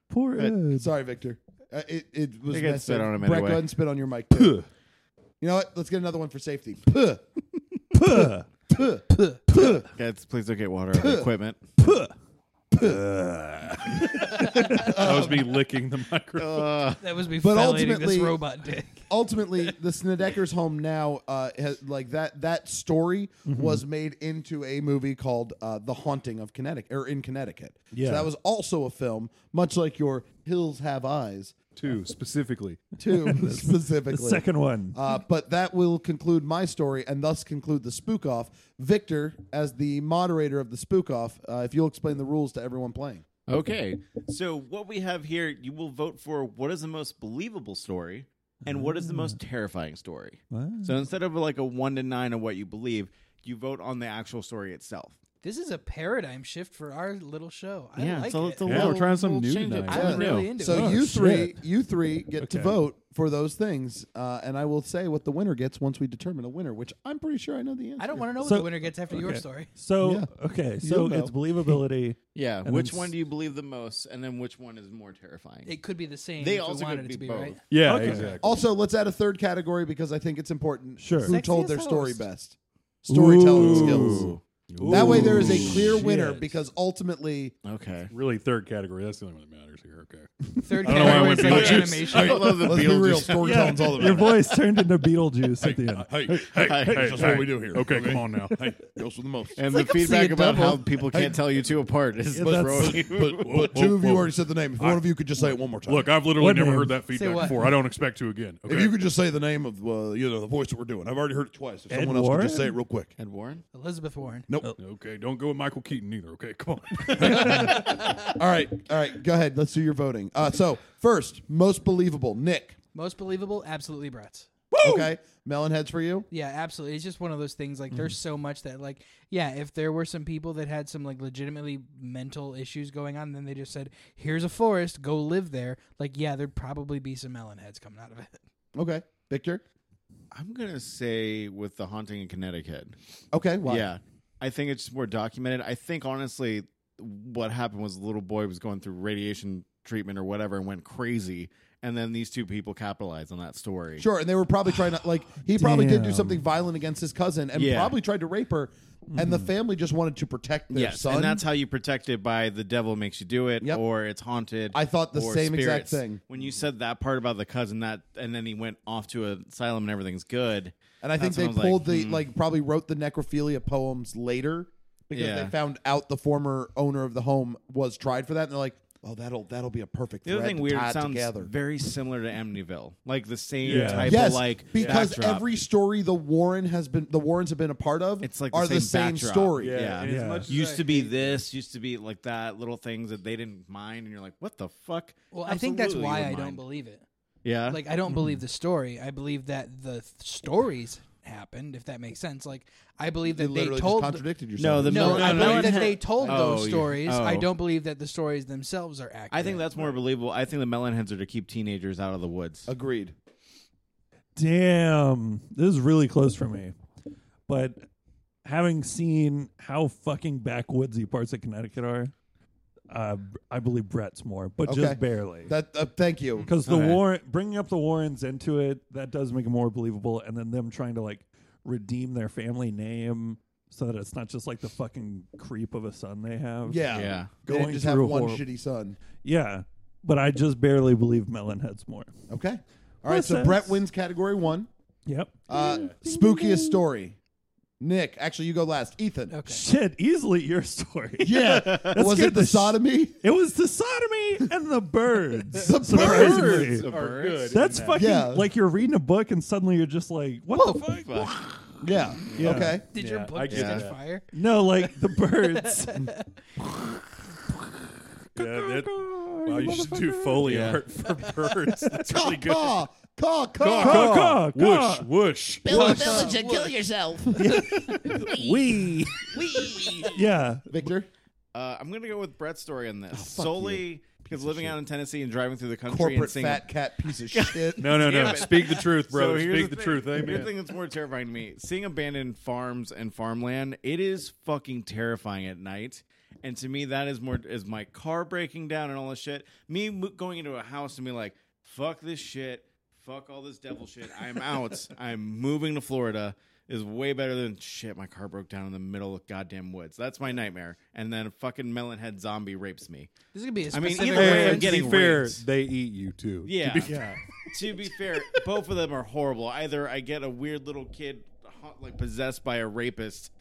S6: Poor Ed.
S4: Sorry, Victor. Uh, it, it was
S2: They can
S4: messed
S2: spit
S4: up.
S2: on him
S4: Brett,
S2: anyway.
S4: go ahead and spit on
S2: <laughs>
S4: your mic. Too. you know what? Let's get another one for safety. Puh.
S6: Puh.
S4: Puh.
S2: Guys, please don't get water on the equipment.
S5: That was me licking the microphone.
S7: That was me
S4: But
S7: fellating this
S4: ultimately-
S7: robot dick.
S4: Ultimately,
S6: <laughs>
S4: the Snedecker's home now uh, has like that. That story
S6: Mm-hmm.
S4: was made into a movie called uh, "The Haunting of Connecticut" or in Connecticut.
S6: Yeah.
S4: so that was also a film, much like your "Hills Have
S6: <laughs>
S4: Eyes"
S5: Two specifically.
S4: too,
S6: The
S4: specifically.
S6: <laughs> second one.
S4: Uh, but that will conclude my story and thus conclude the spook off. Victor, as the moderator of the spook off, uh, if you'll explain the rules to everyone playing.
S2: Okay. So what we have here, you will vote for what is the most believable story and what is the most terrifying story. So instead of like a one to nine of what you believe, you vote on the actual story itself.
S7: This is a paradigm shift for our little show. I
S2: yeah,
S7: like
S2: it's a,
S7: it.
S2: it's a
S5: Yeah,
S2: little,
S5: we're trying something
S2: little
S5: new
S2: change up.
S5: tonight.
S7: I was
S2: Yeah.
S7: really into
S4: So
S7: it.
S4: you three,
S6: shit.
S4: you three get to
S5: Okay.
S4: vote for those things, uh, and I will say what the winner gets once we determine a winner, which I'm pretty sure I know the answer.
S7: I don't want to know what
S6: So-
S7: the winner gets after your
S6: Okay.
S7: story.
S6: So
S4: Yeah.
S6: okay,
S4: You'll
S6: so
S4: know.
S6: it's believability.
S2: Yeah,
S6: then
S2: which
S6: s-
S2: one do you believe the most, and then which one is more terrifying?
S7: It could be the same.
S2: They
S7: if we
S2: also could
S7: wanted it
S2: be
S7: to be
S2: both.
S7: right.
S5: Yeah,
S6: Okay.
S5: exactly.
S4: Also, let's add a third category because I think it's important.
S6: Sure.
S4: Who told
S7: Sexiest
S4: their story
S7: host.
S4: best? Storytelling skills.
S2: Ooh.
S4: That way, there is
S6: Ooh,
S4: a clear winner
S6: shit. <laughs>
S4: because ultimately,
S2: Okay.
S5: Really, third category. That's the only one that matters here. Okay.
S7: Third
S5: I don't know why I
S7: category
S5: went
S7: is like
S5: Beetlejuice.
S7: animation.
S2: I love the
S4: let's be real,
S2: Beetlejuice.
S4: storytelling's all
S6: Your
S4: about.
S6: voice turned into Beetlejuice at the <laughs> end.
S3: hey, hey, hey,
S2: Hey, hey,
S3: that's what we do here. Okay, come on now. Hey, goes for the most.
S2: And
S7: like
S2: the
S7: I'm seeing
S2: feedback about
S7: double.
S2: how people <laughs> can't tell you two apart is
S6: Yeah,
S2: what's
S4: <laughs>
S6: that's-
S2: wrong with you.
S3: But, but
S4: Two of you already said the name. If one of you could just say it one more time.
S3: Look, I've literally
S6: What
S3: never
S6: name?
S3: heard that feedback
S7: what?
S3: before. I don't expect to again. Okay.
S4: If you could just say the name of uh, you know the voice that we're doing, I've already heard it twice. If
S6: Ed
S4: someone else could just
S6: Warren? Oh.
S4: say it real quick.
S2: And Warren?
S7: Elizabeth Warren.
S4: Nope.
S3: okay, don't go with Michael Keaton either. Okay, come on.
S4: All right, all right. Go ahead. Let's do your voting. Uh, so first, most believable, Nick.
S7: Most believable, absolutely Brett's.
S4: Okay, melon heads for you.
S7: Yeah, absolutely. It's just one of those things. Like, there's
S2: Mm-hmm.
S7: so much that, like, yeah, if there were some people that had some like legitimately mental issues going on, then they just said, "Here's a forest, go live there." Like, yeah, there'd probably be some melon heads coming out of it.
S4: Okay, Victor.
S2: I'm gonna say with the haunting in Connecticut.
S4: Okay, why?
S2: Yeah, I think it's more documented. I think honestly, what happened was the little boy was going through radiation treatment or whatever and went crazy, and then these two people capitalized on that story.
S4: Sure, and they were probably trying to like he probably did do
S6: Damn.
S4: something violent against his cousin and
S2: Yeah.
S4: probably tried to rape her, and the
S6: Hmm.
S4: family just wanted to protect their
S2: Yes,
S4: son.
S2: and that's how you protect it by the devil makes you do it,
S4: Yep.
S2: or it's haunted.
S4: I thought the
S2: or
S4: same exact
S2: spirits.
S4: thing.
S2: When you said that part about the cousin, that and then he went off to an asylum and everything's good.
S4: and I think
S2: that's when
S4: they
S2: I was like,
S4: pulled the
S2: hmm.
S4: like probably wrote the necrophilia poems later because
S2: Yeah.
S4: they found out the former owner of the home was tried for that, and they're like, oh, that'll that'll be a perfect
S2: The other
S4: thread
S2: thing
S4: to
S2: weird,
S4: tie
S2: it sounds
S4: together.
S2: very similar to Amityville, like the same
S6: Yeah.
S2: type
S4: Yes,
S2: of like
S4: because
S2: backdrop.
S4: every story the Warren has been the Warrens have been a part of
S2: It's like the
S4: are the
S2: same
S4: same,
S2: backdrop.
S4: story.
S2: Yeah.
S3: and as
S6: Yeah.
S3: much as I
S2: used to be
S3: hate-
S2: this, used to be like that, little things that they didn't mind, and you're like, what the fuck?
S7: Well, I think that's
S2: Absolutely
S7: why
S2: you
S7: I
S2: would
S7: don't
S2: mind.
S7: believe it.
S2: Yeah,
S7: Like, I don't
S2: Mm-hmm.
S7: believe the story. I believe that the th- stories happened. If that makes sense. Like, I believe
S4: You
S7: that they
S4: literally
S7: told.
S4: just contradicted
S2: no,
S4: yourself.
S2: the
S7: no,
S2: no,
S7: I
S2: no,
S7: believe
S2: no,
S7: that
S2: no.
S7: they told
S2: Oh, yeah.
S7: those stories. I
S2: Oh.
S7: don't believe that the stories themselves are accurate.
S2: I think that's more believable. I think the melon heads are to keep teenagers out of the woods.
S4: agreed.
S6: Damn, this is really close for me. But having seen how fucking backwoodsy parts of Connecticut are, uh, I believe Brett's more, but
S4: Okay.
S6: just barely.
S4: That uh, thank you.
S6: Because the
S2: Okay.
S6: Warren bringing up the Warrens into it, that does make it more believable. And then them trying to like redeem their family name so that it's not just like the fucking creep of a son they have.
S4: Yeah,
S2: Yeah.
S4: They didn't
S6: Going
S4: just have
S6: through a
S4: one
S6: horror-
S4: shitty son.
S6: Yeah. But I just barely believe melon heads more.
S4: Okay. All right.
S6: Makes
S4: so
S6: sense.
S4: Brett wins category one.
S6: Yep.
S4: Uh, spookiest story. Nick, actually, you go last. Ethan.
S7: okay.
S6: Shit, easily your story.
S4: Yeah.
S6: <laughs>
S4: was
S6: scared
S4: it the
S6: the sh-
S4: sodomy?
S6: It was the sodomy and the
S4: <laughs>
S6: birds.
S4: The
S6: surprisingly.
S4: birds.
S2: Or good.
S6: That's fucking
S4: Yeah.
S6: like you're reading a book and suddenly you're just like, what the fuck?
S4: yeah. Okay.
S7: Did your
S5: Yeah,
S7: book
S5: I
S7: just
S2: get
S7: catch
S2: that.
S7: fire?
S6: No, like
S4: <laughs>
S6: the birds.
S5: Yeah, that- wow, you should do Foley
S2: Yeah.
S5: art for <laughs> birds. That's really good.
S4: Caw, caw,
S5: Caw,
S4: caw.
S5: caw,
S6: Caw,
S5: caw,
S6: caw.
S5: Whoosh, whoosh.
S9: Build a village and kill yourself.
S6: we. Yeah.
S4: Victor.
S2: Uh, I'm gonna go with Brett's story on
S5: Oh,
S2: this solely because living out in Tennessee and driving through the country and
S4: Corporate
S2: seeing
S4: fat cat piece
S7: <laughs>
S4: of shit.
S5: No, no,
S2: Damn
S5: no.
S2: it.
S5: Speak the truth, brother.
S2: So here's
S5: Speak the,
S2: thing.
S5: truth.
S2: Here's
S5: Amen.
S2: the thing that's more terrifying to me: seeing abandoned farms and farmland. It is fucking terrifying at night. And to me, that is more is my car breaking down and all this shit. Me mo- going into a house and be like, "Fuck this shit, fuck all this devil shit. I'm
S5: <laughs>
S2: out. I'm moving to Florida." Is way better than shit. My car broke down in the middle of goddamn woods. That's my nightmare. And then a fucking melonhead zombie rapes me.
S7: This is gonna be a
S2: I mean,
S7: specific.
S2: either way, I'm
S5: And
S7: reference.
S2: getting
S5: to be fair,
S2: raped.
S5: they eat you too.
S2: Yeah.
S5: To be fair.
S2: <laughs> to be fair, both of them are horrible. Either I get a weird little kid ha- like possessed by a rapist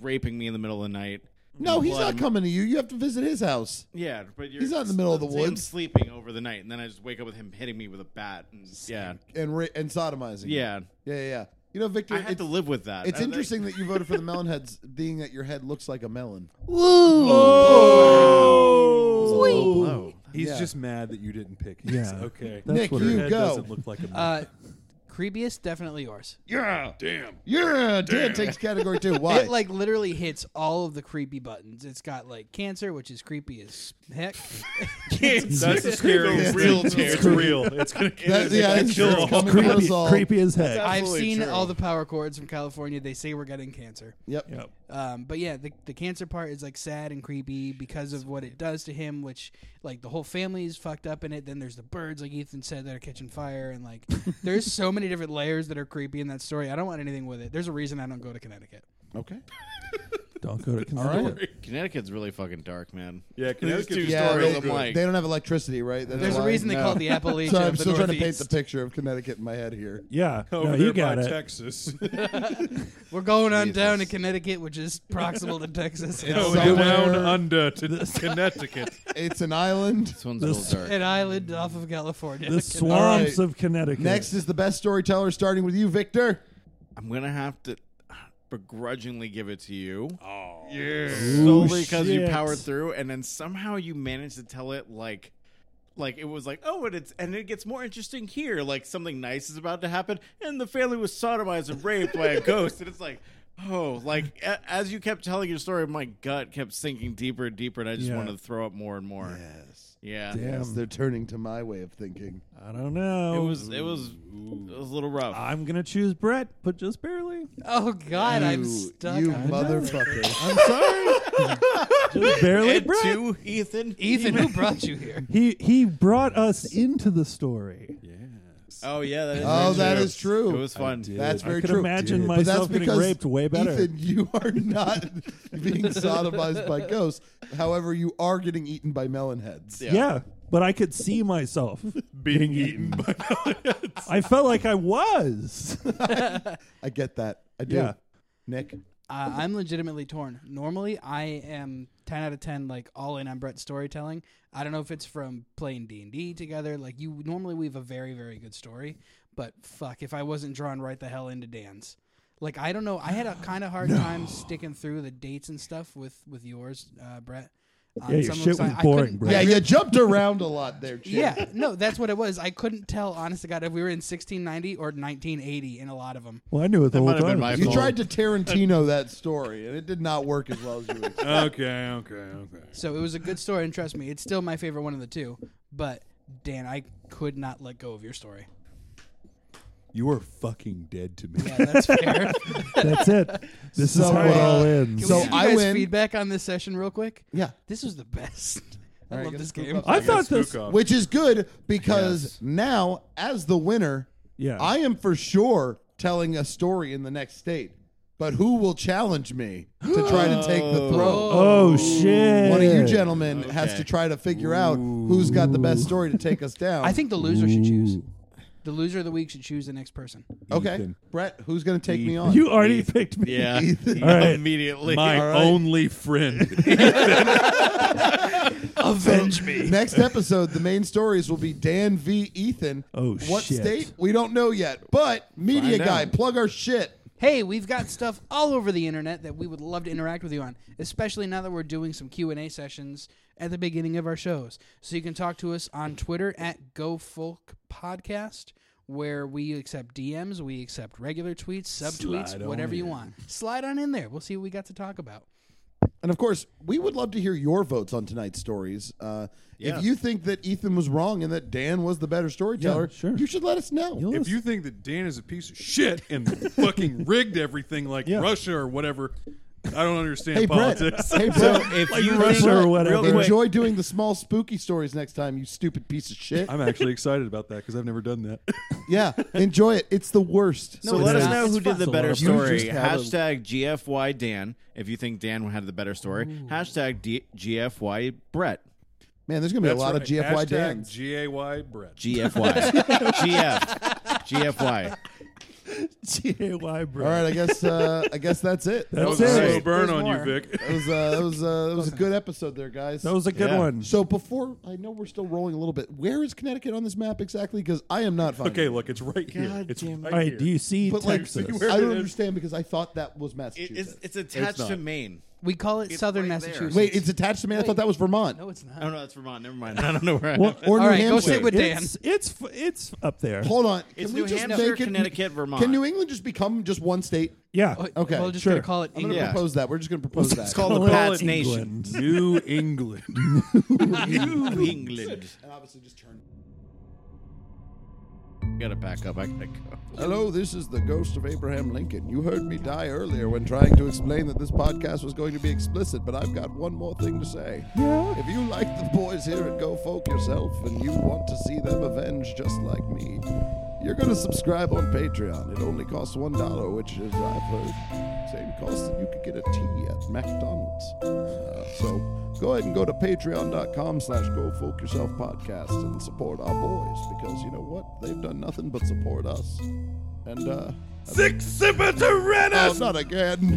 S2: raping me in the middle of the night.
S4: No, he's
S2: Blood.
S4: not coming to you. You have to visit his house.
S2: Yeah, but you're,
S4: He's not in the middle of the
S2: it's him
S4: woods.
S2: sleeping over the night, and then I just wake up with him hitting me with a bat. And, yeah,
S4: And ra- and sodomizing.
S2: yeah.
S4: Yeah, yeah, yeah. You know, Victor,
S2: I had
S4: it's,
S2: to live with that.
S4: it's
S2: I- <laughs>
S4: interesting that you voted
S7: <laughs>
S4: for the melon heads, being that your head looks like a melon.
S2: That, low blow.
S3: He's
S4: Yeah.
S3: just mad that you didn't pick. his.
S6: Yeah.
S3: Okay.
S6: That's
S4: Nick,
S6: what
S4: you
S6: it
S3: That
S4: go.
S3: doesn't look like a.
S7: uh, creepiest, definitely yours.
S4: Yeah, Dan takes category two. Why?
S7: It like literally hits all of the creepy buttons. It's got like cancer, which is creepy as
S2: <laughs>
S7: heck.
S5: That's
S4: <laughs>
S5: the scariest. Real, it's real. It's gonna kill.
S4: That- yeah, it's,
S5: kill
S4: it's
S5: all.
S4: coming for
S6: creepy,
S4: us all.
S6: creepy as heck.
S7: I've
S2: Absolutely
S7: seen
S2: true.
S7: all the power cords from California. They say we're getting cancer.
S4: Yep.
S6: Yep.
S7: Um, but yeah, the, the cancer part is like sad and creepy because of what it does to him, which like the whole family is fucked up in it. Then there's the birds, like Ethan said, that are catching fire, and like there's so many different layers that are creepy in that story. I don't want anything with it. There's a reason I don't go to Connecticut.
S4: Okay.
S6: Don't go to
S4: right.
S6: Connecticut.
S2: Connecticut's really fucking dark, man.
S5: Yeah, Connecticut's
S2: These two
S4: Yeah,
S2: stories.
S4: they-
S2: I'm like,
S4: They don't have electricity, right? That's
S7: There's a
S4: why.
S7: reason they call it the Appalachian.
S4: So
S7: of
S4: I'm
S7: the
S4: still trying to paint
S7: Northeast.
S4: the picture of Connecticut in my head here.
S6: Yeah.
S5: over
S6: no,
S5: there
S6: you got
S5: by <laughs>
S6: it.
S5: Texas.
S7: We're going on down to
S2: Jesus.
S7: Connecticut, which is proximal
S4: <laughs>
S7: to Texas.
S5: Go
S4: Somewhere-
S5: down under
S3: <laughs>
S5: to Connecticut.
S4: It's an island.
S2: this one's a little dark.
S7: An island off of California.
S6: The swamps
S4: All right.
S6: of Connecticut.
S4: Next is the best storyteller, starting with you, Victor.
S2: I'm gonna have to begrudgingly give it to you. Oh, yeah.
S6: Ooh,
S2: Solely because you
S6: shit.
S2: powered through, and then somehow you managed to tell it like like it was like oh and it's and it gets more interesting here like something nice is about to happen and the family was sodomized and raped by a ghost and it's like oh like a- as you kept telling your story my gut kept sinking deeper and deeper and i just
S6: Yeah.
S2: wanted to throw up more and more
S4: Yes.
S2: yeah,
S4: Yes, they're turning to my way of thinking.
S6: I don't know.
S2: it was it was it was a little rough
S6: I'm gonna choose Brett, but just barely.
S7: Oh God, I'm
S4: You-
S7: stuck.
S4: You
S7: on-
S4: motherfucker.
S6: I'm sorry, just barely.
S2: and
S6: Brett.
S2: two ethan
S7: Ethan, who brought you here?
S6: He he brought us into the story.
S2: oh yeah that is
S4: oh,
S2: very
S4: that
S2: true.
S4: is true.
S2: it was fun
S4: That's very
S6: I could
S4: true.
S6: imagine
S4: But that's
S6: myself getting
S4: because,
S6: raped way better.
S4: Ethan, you are not <laughs> being sodomized by ghosts. However, you are getting eaten by melon heads.
S6: yeah. but I could see myself being eaten. By <laughs> I felt like I was. <laughs>
S4: I get that. I do.
S6: Yeah.
S4: Nick,
S7: Uh, I'm legitimately torn. Normally, I am 10 out of 10, like all in on Brett's storytelling. I don't know if it's from playing D and D together. Like you, normally we have a very, very good story. But fuck, if I wasn't drawn right the hell into Dan's, like I don't know,
S6: <sighs>
S7: I had a kind of hard time sticking through the dates and stuff with with yours, uh, Brett. On
S6: Yeah, your
S7: some of
S6: shit
S7: them,
S6: was
S7: I
S6: boring,
S7: couldn't-
S6: Brett.
S4: yeah, you jumped around a lot there, Chip.
S7: <laughs> Yeah, no, that's what it was. I couldn't tell, honest to God, if we were in 1690 or 1980 in a lot of them.
S6: Well, I knew it the whole
S2: might have
S6: time.
S2: been my
S4: You
S2: fault.
S4: tried to Tarantino that story, and it did not work as well as you
S3: <laughs>
S4: expected.
S3: Okay, okay, okay.
S7: So it was a good story, and trust me, it's still my favorite one of the two. But Dan, I could not let go of your story.
S3: You are fucking dead to me.
S7: Yeah,
S4: <laughs>
S7: that's fair.
S6: That's it. This is
S4: So,
S6: how it all
S4: uh,
S6: ends.
S4: So
S7: so you
S4: I
S7: guys
S4: win.
S7: feedback on this session real quick.
S4: Yeah.
S7: This was the best. I
S4: right,
S7: love
S4: get
S7: this
S4: the scoop
S7: game.
S4: up.
S6: I
S4: I
S6: thought this.
S3: Spook off.
S4: Which is good because now, as the winner,
S6: Yeah.
S4: I am for sure telling a story in the next state. But who will challenge me to try to take the
S6: <gasps>
S4: throne?
S6: Oh shit!
S4: One of you gentlemen has to try to figure out who's got the best story to take
S6: <laughs>
S4: us down.
S7: I think the loser should choose. The loser of the week should choose the next person.
S4: Okay, Brett, who's going to take me on?
S2: <laughs>
S6: You already picked me.
S2: yeah <laughs>
S4: Ethan.
S6: <laughs> All right.
S2: immediately <laughs>
S3: My
S6: <laughs>
S3: only friend.
S7: Avenge me.
S4: Next episode, the main stories will be Dan v. Ethan.
S6: Oh,
S4: What
S6: shit.
S4: state? We don't know yet. But media
S2: Find out.
S4: guy, plug our shit.
S7: Hey, we've got stuff all over the internet that we would love to interact with you on, especially now that we're doing some Q&A sessions at the beginning of our shows. So you can talk to us on Twitter at GoFolkPodcast, where we accept DMs, we accept regular tweets, subtweets, whatever you want. Slide on in there. We'll see what we got to talk about.
S4: And of course, we would love to hear your votes on tonight's stories. Uh,
S2: Yeah.
S4: If you think that Ethan was wrong and that Dan was the better storyteller,
S6: Yeah, sure.
S4: you should let us know.
S6: You'll
S3: if you think that Dan is a piece of shit and fucking rigged everything like
S6: Yeah.
S3: Russia or whatever, I don't understand
S4: hey, Brett.
S3: politics.
S4: Hey, Brett.
S2: if
S6: Like
S2: you
S6: Russia
S2: think-
S6: or whatever.
S2: real quick,
S4: Enjoy doing the small spooky stories next time, you stupid piece of shit.
S3: I'm actually excited about that because I've never
S4: <laughs>
S3: done that.
S4: yeah, enjoy it. It's the worst.
S2: So let
S7: it's
S2: us
S7: not.
S2: know
S7: It's
S2: who did the
S6: fun.
S2: better
S6: You
S2: story.
S4: just have a-
S2: Hashtag GFY Dan if you think Dan had the better story. Hashtag D- GFY Brett.
S4: Man, there's going to be a lot of GFY
S3: Hashtag
S4: Dans.
S3: GAY Brett.
S2: <laughs> GFY. GF. GFY.
S6: J.Y. bro.
S4: All right, I guess uh, I guess that's it.
S6: That
S3: That was
S6: That's
S3: a
S6: it.
S3: slow
S6: There's
S3: burn on
S7: more.
S3: you, Vic. <laughs>
S4: That was uh, that was uh, that was a good episode there, guys.
S6: That was a good
S2: Yeah.
S6: one.
S4: so before I know we're still rolling a little bit. Where is Connecticut on this map exactly? Because I am not finding.
S3: Okay,
S4: it.
S3: look, it's right here. It's right
S6: All right,
S3: here.
S6: do you see
S4: but like
S6: Texas?
S4: I
S3: it
S4: don't
S3: is?
S4: understand because I thought that was
S2: It-
S4: Massachusetts.
S2: it's, it's attached to Maine.
S7: We call it
S2: It's
S7: Southern
S2: right there.
S7: Massachusetts.
S4: Wait, it's attached to me. I thought that was Vermont
S7: no, it's not.
S2: I don't know. That's Vermont. Never mind. <laughs> I don't know where I
S6: Well,
S2: am.
S4: or
S7: All
S4: New
S7: right, go
S4: Hampshire.
S7: sit with Dan.
S6: it's, it's f- it's up there.
S4: Hold on,
S2: It's
S4: can we
S2: New
S4: just
S2: Hampshire,
S4: make it-
S2: Connecticut, Vermont.
S4: Can New England just become just one state?
S6: Yeah.
S7: Oh,
S4: okay,
S7: We're just
S6: sure.
S7: gonna call it
S4: I'm going to
S7: England.
S2: Yeah.
S4: propose that. We're just going to propose that.
S2: It's called
S6: Call
S2: the
S6: it
S2: Pats Nation.
S6: England.
S3: New England.
S2: <laughs> New England.
S4: and obviously just turn.
S2: Gotta back up. I gotta go.
S4: Hello, this is the ghost of Abraham Lincoln. You heard me die earlier when trying to explain that this podcast was going to be explicit, but I've got one more thing to say. If you like the boys here at Go Folk yourself and you want to see them avenged just like me, you're going to subscribe on Patreon. It only costs $1, which is, I've heard, same cost that you could get a tea at McDonald's. Uh, so go ahead and go to patreon.com slash go folk yourself podcast and support our boys because you know what? They've done nothing but support us. And, uh,
S3: Six Sipper Tyrannus!
S4: oh, not again.